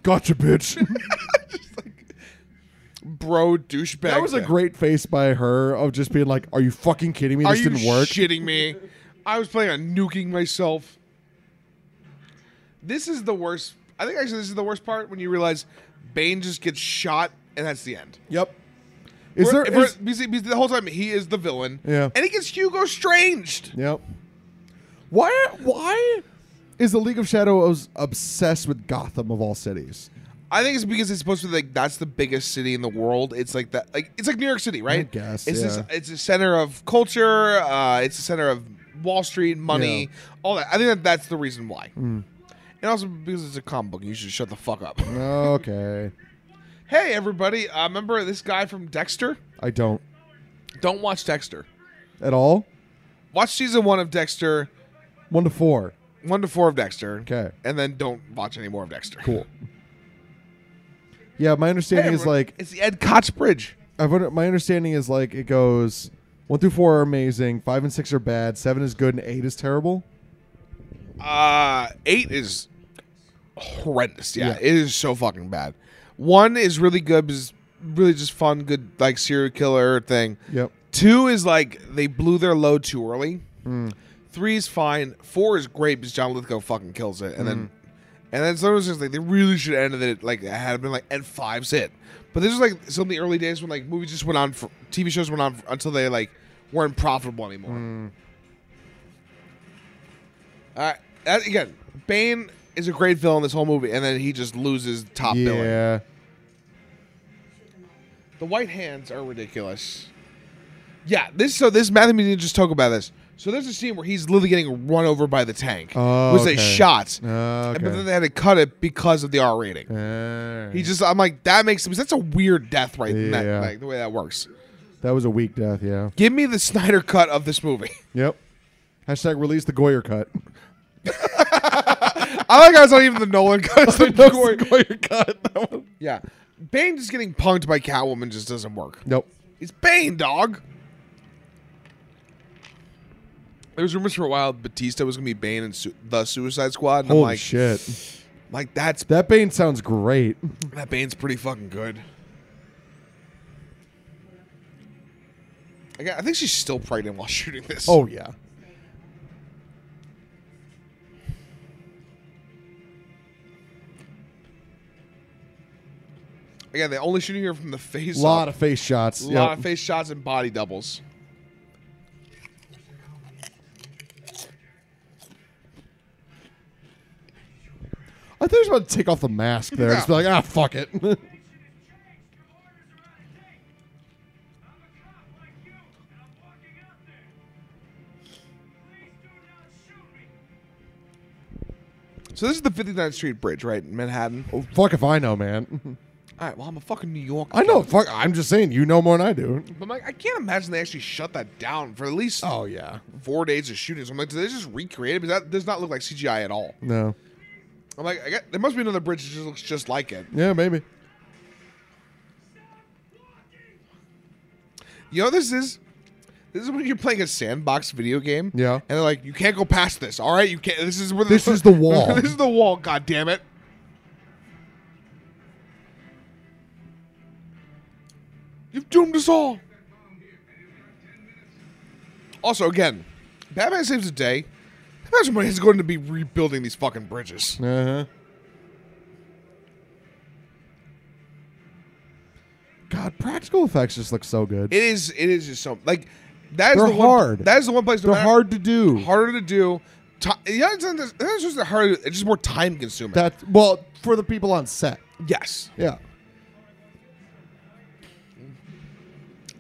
Speaker 3: Gotcha, bitch.
Speaker 2: Bro, douchebag.
Speaker 3: that was a
Speaker 2: thing.
Speaker 3: great face by her of just being like, "Are you fucking kidding me?
Speaker 2: Are
Speaker 3: This
Speaker 2: you
Speaker 3: didn't work."
Speaker 2: shitting me? I was playing on nuking myself. This is the worst. I think actually this is the worst part when you realize Bane just gets shot and that's the end.
Speaker 3: yep. Is there?
Speaker 2: We're- we're-
Speaker 3: Is,
Speaker 2: because- because the whole time he is the villain.
Speaker 3: Yeah.
Speaker 2: And he gets Hugo Stranged.
Speaker 3: yep. Why? Why is the League of Shadows obsessed with Gotham of all cities?
Speaker 2: I think it's because it's supposed to be like that's the biggest city in the world. It's like that, like it's like New York City, right?
Speaker 3: guess,
Speaker 2: it's this,
Speaker 3: yeah.
Speaker 2: it's a center of culture. Uh, it's a center of Wall Street, money,
Speaker 3: Yeah. Hmm.
Speaker 2: all that. I think that that's the reason why. And also because it's a comic book, you should shut the fuck up.
Speaker 3: Okay,
Speaker 2: hey, everybody, uh, remember this guy from Dexter?
Speaker 3: I don't
Speaker 2: Don't watch Dexter.
Speaker 3: at all.
Speaker 2: Watch season one of Dexter,
Speaker 3: One to four.
Speaker 2: one to four of Dexter,
Speaker 3: Okay.
Speaker 2: and then don't watch any more of Dexter.
Speaker 3: Cool. Yeah, my
Speaker 2: Hey,
Speaker 3: understanding is
Speaker 2: everyone,
Speaker 3: like
Speaker 2: it's the Ed Koch Bridge.
Speaker 3: I've under, my understanding is like it goes one through four are amazing, five and six are bad, seven is good, and eight is terrible.
Speaker 2: Uh, eight is horrendous. Yeah,
Speaker 3: Yeah.
Speaker 2: it is so fucking bad. One is really good, because really just fun, good like serial killer thing.
Speaker 3: Yep.
Speaker 2: Two is like they blew their load too early. Three is fine. Four is great because John Lithgow fucking kills it, and then and then so it was just like they really should have ended it like it had been like and five's it. But this is like some of the early days when like movies just went on for TV shows went on for, until they like weren't profitable anymore. All right, that, again, Bane is a great villain this whole movie, and then he just loses top villain.
Speaker 3: yeah.
Speaker 2: The White Hands are ridiculous. Yeah, this so this Matthew Media just talk about this. So there's a scene where he's literally getting run over by the tank.
Speaker 3: Oh,
Speaker 2: was a
Speaker 3: okay.
Speaker 2: shot,
Speaker 3: Uh,
Speaker 2: but then
Speaker 3: okay.
Speaker 2: they had to cut it because of the R rating.
Speaker 3: Alright.
Speaker 2: He just, I'm like, that makes because that's a weird death, right? that-
Speaker 3: Yeah.
Speaker 2: like, the way that works.
Speaker 3: that was a weak death. Yeah.
Speaker 2: Give me the Snyder cut of this movie.
Speaker 3: Yep. Hashtag release the Goyer cut.
Speaker 2: I like how it's not even the Nolan cut. It's the
Speaker 3: That's
Speaker 2: Goyer-
Speaker 3: the Goyer cut. That one.
Speaker 2: Yeah, Bane just getting punked by Catwoman just doesn't work.
Speaker 3: Nope.
Speaker 2: It's Bane, dog. There was rumors for a while Batista was gonna be Bane in su- the Suicide Squad, and
Speaker 3: Holy
Speaker 2: I'm like,
Speaker 3: shit.
Speaker 2: like that's
Speaker 3: That Bane sounds great.
Speaker 2: that Bane's pretty fucking good. I, got- I think she's still pregnant while shooting this.
Speaker 3: Oh yeah.
Speaker 2: again, they only shooting her from the face.
Speaker 3: A lot
Speaker 2: up.
Speaker 3: of face shots.
Speaker 2: lot
Speaker 3: Yep.
Speaker 2: of face shots and body doubles.
Speaker 3: I think he's about to take off the mask there. Just be like, ah, fuck it.
Speaker 2: So this is the 59th Street Bridge, right, in Manhattan. All
Speaker 3: fuck if I know, man.
Speaker 2: right, well I'm a fucking New Yorker.
Speaker 3: I know. Fuck. I'm just saying. You know more than I do.
Speaker 2: But Mike, I can't imagine they actually shut that down for at least
Speaker 3: Oh yeah.
Speaker 2: four days of shooting. So I'm like, did they just recreate it? But that does not look like CGI at all.
Speaker 3: No.
Speaker 2: I'm like, I got, there must be another bridge that just looks just like it.
Speaker 3: Yeah, maybe.
Speaker 2: You know, this is this is when you're playing a sandbox video game.
Speaker 3: Yeah.
Speaker 2: and they're like, you can't go past this. All right, you can't. This is where
Speaker 3: This is the wall.
Speaker 2: this is the wall. God damn it. You've doomed us all. Also, again, Batman saves the day. Imagine when he's going to be rebuilding these fucking bridges.
Speaker 3: Uh huh. God, practical effects just look so good.
Speaker 2: It is. It is just something like that. is
Speaker 3: They're
Speaker 2: the one-
Speaker 3: hard.
Speaker 2: that is the one place. no
Speaker 3: They're
Speaker 2: matter-
Speaker 3: hard to do.
Speaker 2: Harder to do. Ti yeah, it's, not- it's just harder. It's just more time consuming.
Speaker 3: That well for the people on set.
Speaker 2: yes.
Speaker 3: Yeah.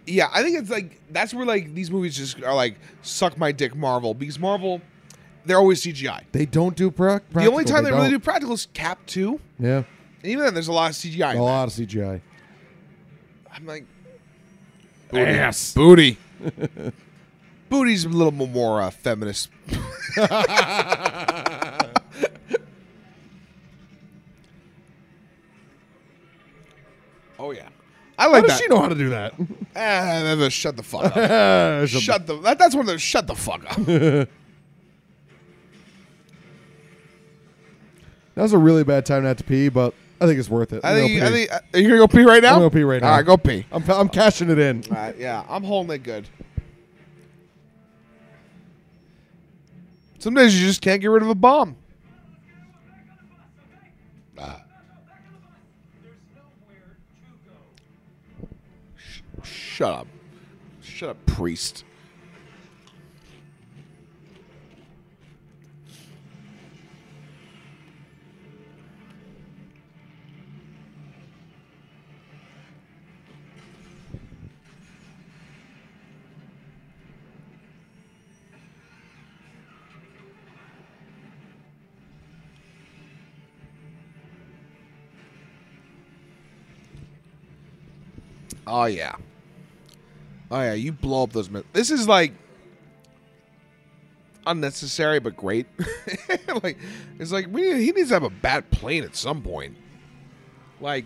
Speaker 2: Yeah, I think it's like that's where like these movies just are like suck my dick Marvel because Marvel, they're always CGI.
Speaker 3: They don't do prac- practical.
Speaker 2: the only time they, really do
Speaker 3: don't.
Speaker 2: practical is Cap Two.
Speaker 3: Yeah.
Speaker 2: And even then, there's a lot of CGI. in
Speaker 3: A lot of CGI.
Speaker 2: that. I'm like
Speaker 3: Ass.
Speaker 2: booty. Booty's a little more uh, feminist. oh yeah, I
Speaker 3: How
Speaker 2: like
Speaker 3: does
Speaker 2: that.
Speaker 3: she know how to do that?
Speaker 2: Ah, that was- shut the fuck up.
Speaker 3: It's a-
Speaker 2: shut the. That, that's one of those. Shut the fuck up.
Speaker 3: That was a really bad time not to pee, but I think it's worth it.
Speaker 2: I
Speaker 3: I'm
Speaker 2: think, I
Speaker 3: gonna pee.
Speaker 2: think, are you going to go pee right now?
Speaker 3: I'm gonna pee right now.
Speaker 2: All right, go pee.
Speaker 3: I'm, I'm cashing it in.
Speaker 2: All right, yeah, I'm holding it good. Some days you just can't get rid of a bomb. Sh- Shut up. Shut up, priest. Oh yeah. Oh yeah, you blow up those myths. This is like unnecessary but great. like it's like we need, he needs to have a bat plane at some point. Like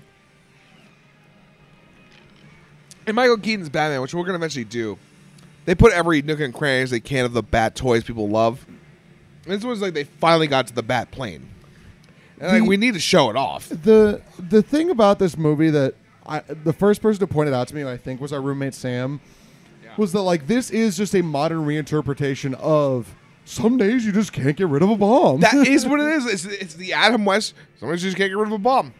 Speaker 2: in Michael Keaton's Batman, which we're gonna eventually do, they put every nook and cranny as they can of the bat toys people love. And this one's like they finally got to the bat plane. And like
Speaker 3: The-
Speaker 2: we need to show it off.
Speaker 3: the the thing about this movie that I the first person to point it out to me I think was our roommate Sam was that like this is just a modern reinterpretation of some days you just can't get rid of a bomb.
Speaker 2: That is what it is. It's, it's the Adam West. Somebody just can't get rid of a bomb.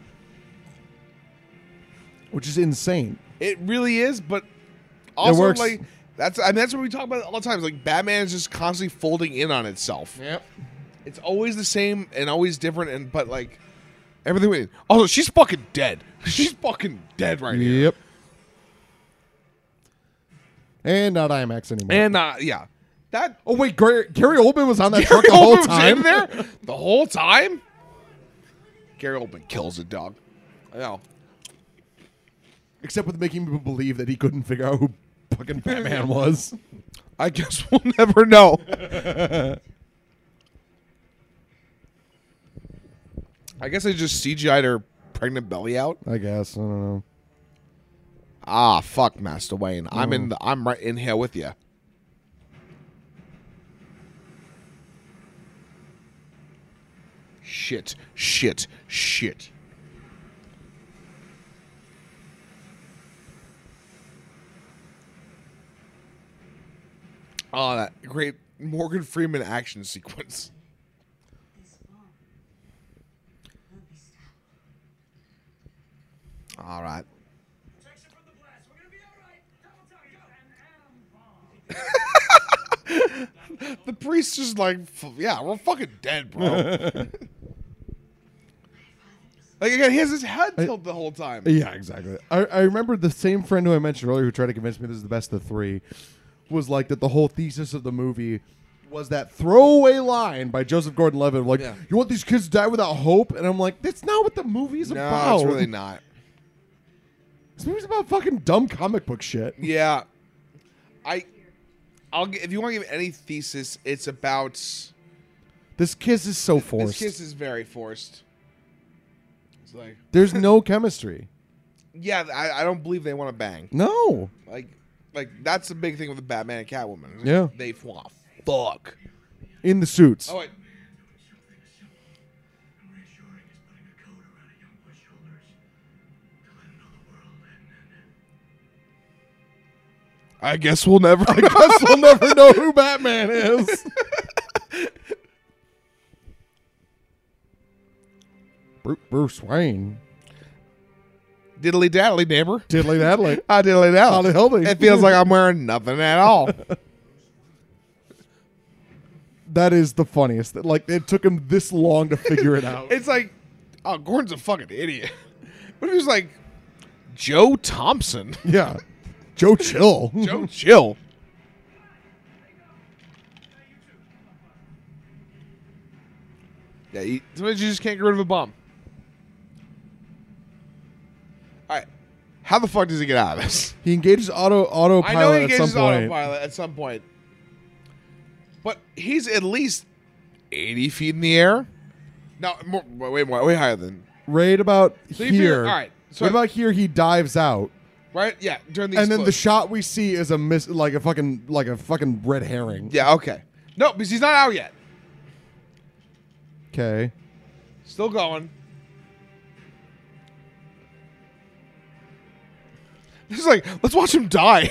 Speaker 3: which is insane.
Speaker 2: It really is, but also
Speaker 3: works.
Speaker 2: like that's and that's what we talk about all the time. It's like Batman is just constantly folding in on itself.
Speaker 3: Yep.
Speaker 2: It's always the same and always different, and but like everything. We, also, she's fucking dead. She's fucking dead right here.
Speaker 3: Yep. And not IMAX anymore.
Speaker 2: And uh, yeah, that
Speaker 3: oh wait, Gary, Gary Oldman was on that truck
Speaker 2: Gary
Speaker 3: the whole
Speaker 2: Oldman was
Speaker 3: time.
Speaker 2: in there the whole time. Gary Oldman kills a dog. I know.
Speaker 3: Except with making people believe that he couldn't figure out who fucking Batman was.
Speaker 2: I guess we'll never know. I guess I just CGI'd her pregnant belly out.
Speaker 3: I guess I don't know.
Speaker 2: Ah, fuck, Master Wayne. I'm in. The, I'm right in here with you. Shit! Shit! Shit! Oh, that great Morgan Freeman action sequence.
Speaker 4: This bomb will be stopped.
Speaker 2: All right.
Speaker 6: Protection from the blast. We're gonna be all right. Double time. Go. An atom bomb.
Speaker 2: The priest is like, "F- yeah, we're fucking dead, bro. like again, he has his head tilted the whole time.
Speaker 3: Yeah, exactly. I, I remember the same friend who I mentioned earlier who tried to convince me this is the best of the three was like that the whole thesis of the movie was that throwaway line by Joseph Gordon Levitt like,
Speaker 2: Yeah.
Speaker 3: You want these kids to die without hope? And I'm like, that's not what the movie's
Speaker 2: No,
Speaker 3: about.
Speaker 2: it's really not.
Speaker 3: This movie's about fucking dumb comic book shit.
Speaker 2: Yeah, I, I'll gi- if you want to give any thesis, it's about
Speaker 3: This kiss is so
Speaker 2: this
Speaker 3: forced.
Speaker 2: kiss is very forced. It's like,
Speaker 3: There's no chemistry.
Speaker 2: yeah, I, I don't believe they want to bang.
Speaker 3: No.
Speaker 2: Like, like that's the big thing with the Batman and Catwoman. It's like,
Speaker 3: Yeah.
Speaker 2: they want to fuck.
Speaker 3: In the suits.
Speaker 2: Oh wait,
Speaker 5: Reassuring is putting a coat around a young boy's shoulders to let him know the world hadn't ended.
Speaker 2: I guess we'll never.
Speaker 3: I guess we'll never know who Batman is. Bru- Bruce Wayne.
Speaker 2: Diddly daddly, neighbor.
Speaker 3: Diddly daddly.
Speaker 2: I did it out.
Speaker 3: Howdy, howdy.
Speaker 2: It feels like I'm wearing nothing at all.
Speaker 3: That is the funniest. That Like it took him this long to figure it out.
Speaker 2: it's like, oh, Gordon's a fucking idiot. But it was like Joe Thompson,
Speaker 3: yeah, Joe Chill.
Speaker 2: Joe Chill. Yeah, you, sometimes you just can't get rid of a bomb. All right, how the fuck does he get out of this?
Speaker 3: He engages auto autopilot
Speaker 2: I know he
Speaker 3: at some
Speaker 2: engages
Speaker 3: point.
Speaker 2: autopilot at some point, but he's at least eighty feet in the air. No, more, way more, way higher than
Speaker 3: Right about
Speaker 2: So you
Speaker 3: here.
Speaker 2: figure- all right, so-
Speaker 3: right about here, he dives out,
Speaker 2: right. Yeah, during the
Speaker 3: and then the
Speaker 2: explosion.
Speaker 3: shot we see is a miss, like a fucking like a fucking red herring.
Speaker 2: yeah, okay. No, because he's not out yet.
Speaker 3: Okay.
Speaker 2: Still going. This is like, let's watch him die.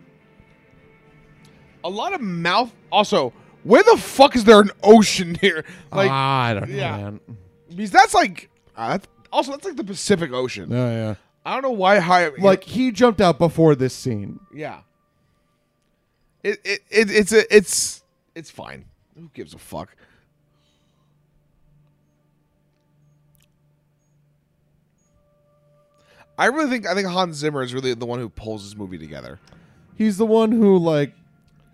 Speaker 2: A lot of mouth. Also, where the fuck is there an ocean here? Like,
Speaker 3: ah, I don't know,
Speaker 2: yeah.
Speaker 3: man.
Speaker 2: because that's like. Uh, that's, also, that's like the Pacific Ocean.
Speaker 3: Oh yeah.
Speaker 2: I don't know why high.
Speaker 3: Like he jumped out before this scene.
Speaker 2: Yeah. It, it, it it's a, it's it's fine. Who gives a fuck? I really think I think Hans Zimmer is really the one who pulls this movie together.
Speaker 3: He's the one who like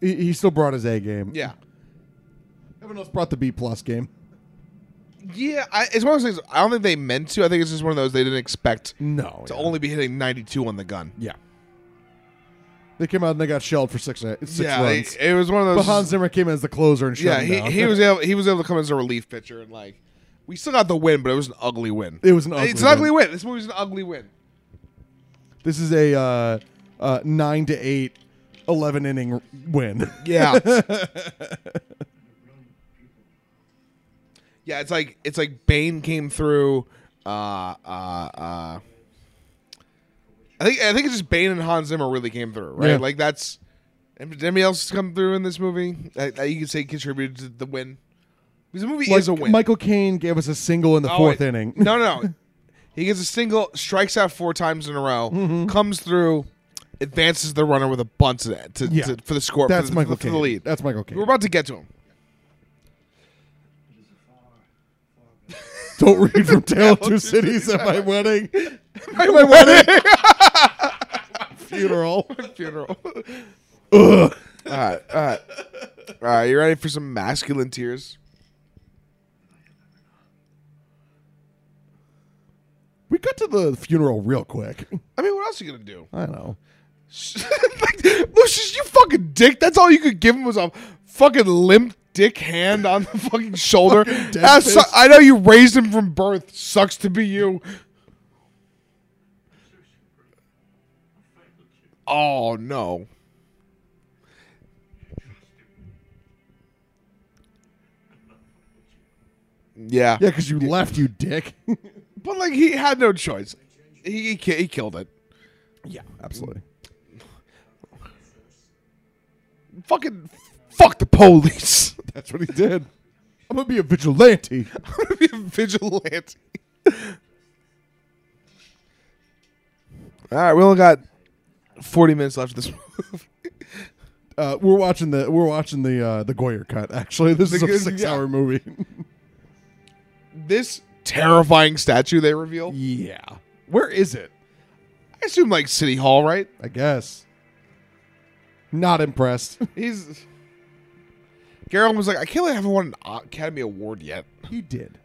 Speaker 3: he, he still brought his A game.
Speaker 2: Yeah.
Speaker 3: Everyone else brought the B plus game.
Speaker 2: Yeah, I, it's one of those things. I don't think they meant to. I think it's just one of those they didn't expect
Speaker 3: No.
Speaker 2: to only be hitting 92 on the gun.
Speaker 3: Yeah. They came out and they got shelled for six six
Speaker 2: yeah, they-
Speaker 3: runs.
Speaker 2: it was one of those.
Speaker 3: but Hans Zimmer came in as the closer and shut
Speaker 2: yeah,
Speaker 3: him
Speaker 2: he,
Speaker 3: down.
Speaker 2: he was able, he was able to come in as a relief pitcher and like we still got the win, but it was an ugly win.
Speaker 3: It was an ugly
Speaker 2: it's an
Speaker 3: win.
Speaker 2: ugly win. This movie's an ugly win.
Speaker 3: This is a uh, uh, nine to eight, 11 inning win.
Speaker 2: Yeah. yeah, it's like it's like Bane came through. Uh, uh, uh, I think I think it's just Bane and Hans Zimmer really came through, right?
Speaker 3: Yeah.
Speaker 2: Like that's. and Did anybody else come through in this movie? I, I, you could say contributed to the win. Because the movie is a
Speaker 3: Like,
Speaker 2: win.
Speaker 3: Michael Caine gave us a single in the
Speaker 2: Oh,
Speaker 3: fourth
Speaker 2: wait.
Speaker 3: inning.
Speaker 2: No, no, no. he gets a single, strikes out four times in a row,
Speaker 3: Mm-hmm.
Speaker 2: comes through, advances the runner with a bunt to, to,
Speaker 3: Yeah.
Speaker 2: to- for the score.
Speaker 3: That's
Speaker 2: for the,
Speaker 3: Michael
Speaker 2: for
Speaker 3: Caine.
Speaker 2: the lead.
Speaker 3: That's Michael Caine.
Speaker 2: We're about to get to him.
Speaker 3: Don't read from Tale of Two Cities at my wedding.
Speaker 2: My wedding
Speaker 3: Funeral.
Speaker 2: funeral. all right, all right, all right. You ready for some masculine tears?
Speaker 3: We got to the funeral real quick.
Speaker 2: I mean, what else are you gonna do?
Speaker 3: I know.
Speaker 2: Like, Lucius, you fucking dick. That's all you could give him was a fucking limp dick hand on the fucking shoulder.
Speaker 3: dead
Speaker 2: That su-
Speaker 3: fish.
Speaker 2: I know you raised him from birth. Sucks to be you. Oh no. Yeah.
Speaker 3: Yeah, because you left, you dick.
Speaker 2: But like he had no choice. He he, ki- he killed it.
Speaker 3: yeah, absolutely.
Speaker 2: Fucking fuck the police.
Speaker 3: That's what he did. I'm going to be a vigilante.
Speaker 2: I'm gonna be a vigilante. All right, we only got 40 minutes left of this movie.
Speaker 3: Uh, we're watching the we're watching the uh, the Goyer cut. Actually, this is a
Speaker 2: Because-
Speaker 3: six
Speaker 2: yeah.
Speaker 3: hour movie.
Speaker 2: This terrifying statue they reveal.
Speaker 3: yeah, where is it?
Speaker 2: I assume like City Hall, right?
Speaker 3: I guess. Not impressed.
Speaker 2: He's Garrett was like, I can't believe I haven't won an Academy Award yet.
Speaker 3: he did.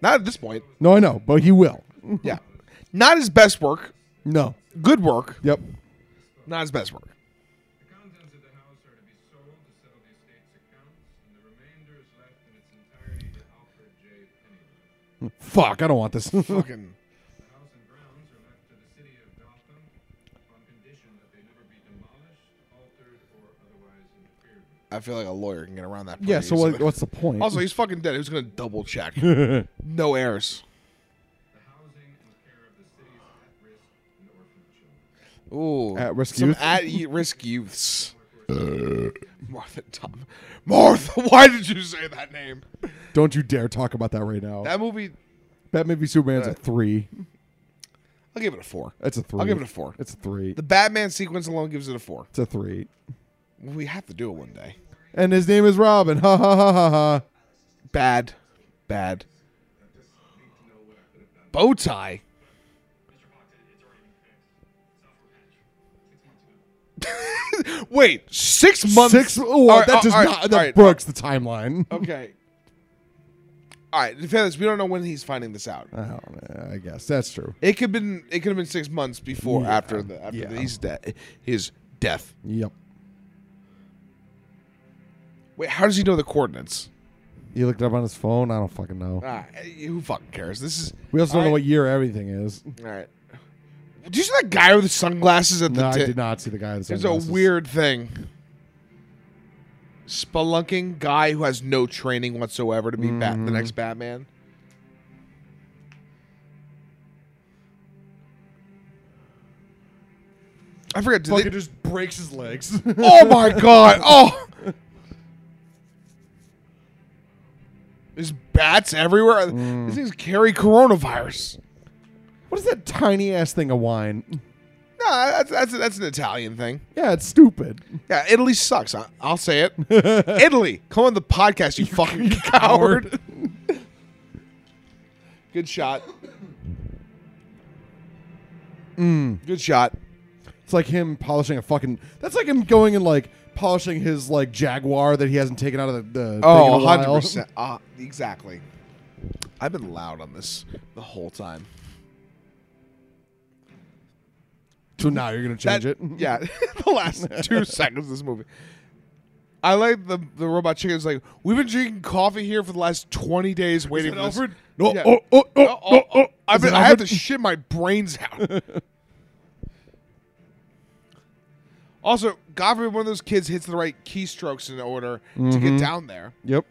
Speaker 2: Not at this point.
Speaker 3: No, I know, but he will.
Speaker 2: Yeah, not his best work.
Speaker 3: No.
Speaker 2: Good work.
Speaker 3: Yep.
Speaker 2: Not his best work.
Speaker 6: The contents of the house are to be sold to settle the estate's accounts, and the remainder is left in its entirety to Alfred J. Pennyworth.
Speaker 3: Fuck, I don't want this.
Speaker 2: Fucking
Speaker 6: The house and grounds are left to the city of Gotham on condition that they never be demolished, altered, or otherwise interfered with.
Speaker 2: I feel like a lawyer can get around that.
Speaker 3: yeah,
Speaker 2: pretty
Speaker 3: so what,
Speaker 2: easily.
Speaker 3: what's the point?
Speaker 2: Also, he's fucking dead. Who's gonna double check? no heirs.
Speaker 6: The housing and care of the city's at-risk and orphan children.
Speaker 2: Ooh,
Speaker 3: At-risk
Speaker 2: some
Speaker 3: youth?
Speaker 2: at-risk youths. Martha Tom. Martha, why did you say that name?
Speaker 3: don't you dare talk about that right now. That,
Speaker 2: That movie.
Speaker 3: Batman v Superman's a three.
Speaker 2: I'll give it a four.
Speaker 3: That's a three.
Speaker 2: I'll give it a four.
Speaker 3: It's a three.
Speaker 2: The Batman sequence alone gives it a four.
Speaker 3: It's a three.
Speaker 2: We have to do it one day.
Speaker 3: And his name is Robin. Ha ha ha ha ha.
Speaker 2: Bad, bad. Bow tie. Wait, six months.
Speaker 3: Six. Oh,
Speaker 2: All right,
Speaker 3: that does
Speaker 2: all right,
Speaker 3: not.
Speaker 2: all
Speaker 3: That
Speaker 2: right. Oh.
Speaker 3: breaks the timeline.
Speaker 2: Okay. All right, to be honest, we don't know when he's finding this out.
Speaker 3: I, don't know, Oh, I guess that's true.
Speaker 2: It could been it could have been six months before
Speaker 3: Yeah,
Speaker 2: after the after
Speaker 3: yeah.
Speaker 2: the, he's de- his death.
Speaker 3: Yep.
Speaker 2: Wait, how does he know the coordinates?
Speaker 3: He looked it up on his phone. I don't fucking know.
Speaker 2: Ah, who fucking cares? This is
Speaker 3: We also don't know
Speaker 2: all
Speaker 3: what year everything is.
Speaker 2: right, All right. Did you see that guy with the sunglasses at the?
Speaker 3: No, I
Speaker 2: ti-
Speaker 3: did not see the guy. in the
Speaker 2: There's a
Speaker 3: sunglasses.
Speaker 2: weird thing. spelunking guy who has no training whatsoever to be Bat- the
Speaker 3: Mm-hmm.
Speaker 2: next Batman. I forget. Did
Speaker 3: Fucking
Speaker 2: they,
Speaker 3: just breaks his legs.
Speaker 2: oh my god! Oh, there's bats everywhere.
Speaker 3: Mm.
Speaker 2: These things carry coronavirus.
Speaker 3: what is that tiny ass thing of wine?
Speaker 2: No, that's that's that's an Italian thing.
Speaker 3: Yeah, it's stupid.
Speaker 2: Yeah, Italy sucks. I, I'll say it. Italy, come on the podcast, you, fucking coward. Good shot. Good shot.
Speaker 3: It's like him polishing a fucking. That's like him going and like polishing his like Jaguar that he hasn't taken out of the. the
Speaker 2: Oh,
Speaker 3: thing in a while.
Speaker 2: 100%. Uh, exactly. I've been loud on this the whole time.
Speaker 3: So now you're gonna change
Speaker 2: That-
Speaker 3: it.
Speaker 2: Yeah, the last two seconds of this movie. I like the the robot chicken is like we've been drinking coffee here for the last twenty days waiting for this."
Speaker 3: No,
Speaker 2: Yeah.
Speaker 3: oh, oh, oh,
Speaker 2: Oh, oh, oh. I've
Speaker 3: Is it
Speaker 2: been, I have to
Speaker 3: Alfred?
Speaker 2: shit my brains out. also, God forbid one of those kids hits the right keystrokes in order to
Speaker 3: Mm-hmm.
Speaker 2: get down there.
Speaker 3: Yep.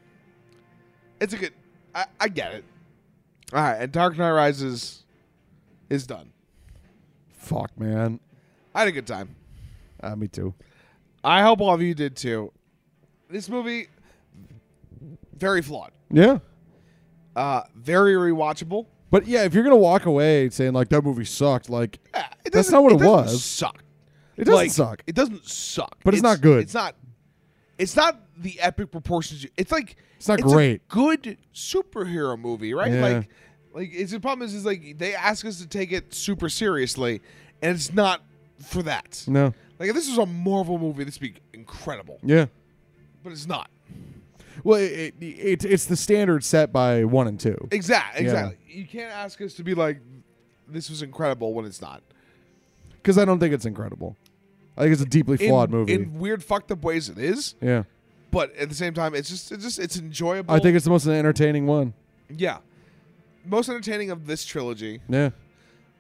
Speaker 2: It's a good. I, I get it. All right, and Dark Knight Rises is done.
Speaker 3: Fuck, man.
Speaker 2: I had a good time.
Speaker 3: Uh, me too.
Speaker 2: I hope all of you did too. This movie, very flawed,
Speaker 3: Yeah.
Speaker 2: uh, very rewatchable.
Speaker 3: But yeah, if you're gonna walk away saying like that movie sucked, like
Speaker 2: Yeah, Ah, it
Speaker 3: That's
Speaker 2: doesn't-
Speaker 3: not what
Speaker 2: it
Speaker 3: it
Speaker 2: doesn't
Speaker 3: was.
Speaker 2: Suck.
Speaker 3: it doesn't
Speaker 2: Like,
Speaker 3: suck.
Speaker 2: It doesn't suck,
Speaker 3: But it's not good.
Speaker 2: It's not. It's not the epic proportions. You, it's like
Speaker 3: It's not
Speaker 2: a
Speaker 3: great.
Speaker 2: good superhero movie, right?
Speaker 3: Yeah.
Speaker 2: Like, like it's the problem is, is like they ask us to take it super seriously, and it's not for that.
Speaker 3: no.
Speaker 2: Like if this was a Marvel movie, this would be incredible,
Speaker 3: Yeah.
Speaker 2: but it's not.
Speaker 3: Well, it, it, it it's the standard set by one and two.
Speaker 2: Exactly.
Speaker 3: Yeah.
Speaker 2: Exactly. You can't ask us to be like, this was incredible when it's not.
Speaker 3: Because I don't think it's incredible. I think it's a deeply
Speaker 2: In-
Speaker 3: flawed movie.
Speaker 2: In weird, fucked up ways, it is.
Speaker 3: yeah.
Speaker 2: But at the same time, it's just, it's just, it's enjoyable.
Speaker 3: I think it's the most entertaining one.
Speaker 2: Yeah. Most entertaining of this trilogy,
Speaker 3: Yeah.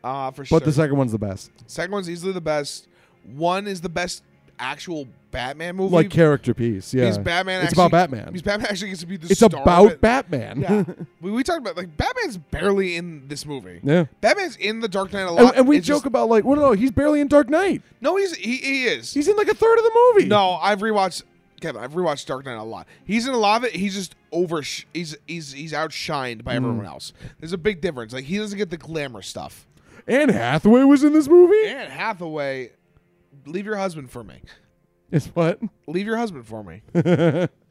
Speaker 2: uh, for sure.
Speaker 3: But the second one's the best.
Speaker 2: second one's easily the best. One is the best actual Batman movie.
Speaker 3: Like character piece. Yeah.
Speaker 2: Because Batman
Speaker 3: It's
Speaker 2: actually,
Speaker 3: about Batman.
Speaker 2: Because Batman actually gets to be the
Speaker 3: It's
Speaker 2: star of
Speaker 3: about
Speaker 2: it.
Speaker 3: Batman.
Speaker 2: Yeah. we, we talked about, like, Batman's barely in this movie.
Speaker 3: Yeah.
Speaker 2: Batman's in The Dark Knight a lot.
Speaker 3: and, and we
Speaker 2: It's
Speaker 3: joke
Speaker 2: just-
Speaker 3: about like, well, no, he's barely in Dark Knight.
Speaker 2: No, he's, he, he is.
Speaker 3: He's in like a third of the movie.
Speaker 2: No, I've rewatched Kevin. I've rewatched Dark Knight a lot. He's in a lot of it. He's just over. He's he's he's outshined by
Speaker 3: Mm.
Speaker 2: everyone else. There's a big difference. Like he doesn't get the glamour stuff.
Speaker 3: Anne Hathaway was in this movie.
Speaker 2: Anne Hathaway, leave your husband for me.
Speaker 3: It's what?
Speaker 2: Leave your husband for me.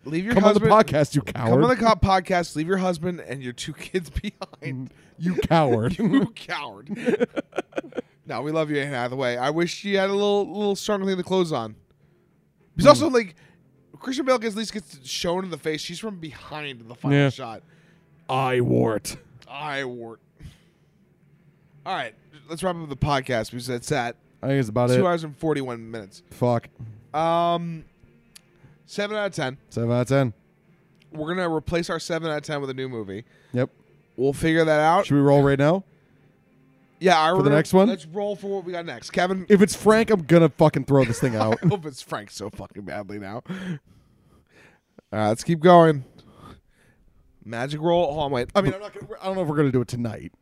Speaker 2: Leave your
Speaker 3: Come on the
Speaker 2: husband.
Speaker 3: podcast, you
Speaker 2: Come
Speaker 3: coward.
Speaker 2: on the cop podcast. Leave your husband and your two kids behind.
Speaker 3: you coward.
Speaker 2: you coward. no, we love you, Anne Hathaway. I wish she had a little little stronger thing to close on. He's also
Speaker 3: Hmm.
Speaker 2: like Christian Bale gets at least gets shown in the face. She's from behind in the final
Speaker 3: Yeah.
Speaker 2: shot.
Speaker 3: I wart.
Speaker 2: I wart. All right, let's wrap up the podcast because that's at
Speaker 3: I think it's about
Speaker 2: two
Speaker 3: it.
Speaker 2: hours and forty one minutes.
Speaker 3: Fuck.
Speaker 2: Um, seven out of ten.
Speaker 3: Seven out of ten.
Speaker 2: We're gonna replace our seven out of ten with a new movie.
Speaker 3: Yep.
Speaker 2: We'll figure that out.
Speaker 3: Should we roll right now?
Speaker 2: yeah, I
Speaker 3: the next one?
Speaker 2: Let's roll for what we got next, Kevin.
Speaker 3: If it's Frank, I'm gonna fucking throw this thing out.
Speaker 2: I hope it's Frank so fucking badly now. All right, let's keep going. Magic roll. Oh, Hold on, wait.
Speaker 3: I mean, I'm not gonna, I don't know if we're gonna do it tonight.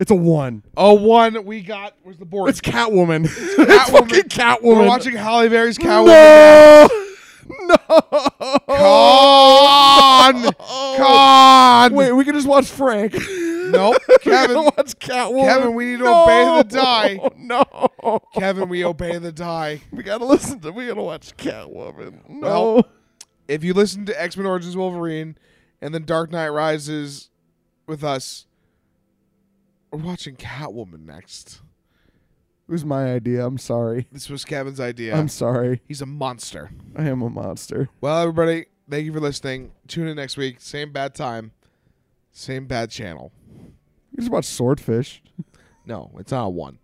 Speaker 3: It's a one.
Speaker 2: Oh, one we got. Where's the board?
Speaker 3: It's Catwoman. It's,
Speaker 2: Catwoman.
Speaker 3: fucking Catwoman.
Speaker 2: We're watching Halle Berry's Cowboy.
Speaker 3: No. No.
Speaker 2: Con! Con!
Speaker 3: Wait, we can just watch Frank.
Speaker 2: Nope.
Speaker 3: we
Speaker 2: Kevin,
Speaker 3: can watch Catwoman.
Speaker 2: Kevin, we need to
Speaker 3: No.
Speaker 2: obey the die.
Speaker 3: No.
Speaker 2: Kevin, we obey the die.
Speaker 3: We gotta listen to. We gotta watch Catwoman. No.
Speaker 2: Well, If you listen to X Men Origins Wolverine and then Dark Knight Rises with us, we're watching Catwoman next.
Speaker 3: it was my idea. I'm sorry.
Speaker 2: This was Kevin's idea.
Speaker 3: I'm sorry.
Speaker 2: He's a monster.
Speaker 3: I am a monster.
Speaker 2: Well, everybody, thank you for listening. Tune in next week. Same bad time, same bad channel.
Speaker 3: You just watch Swordfish.
Speaker 2: No, it's not a one.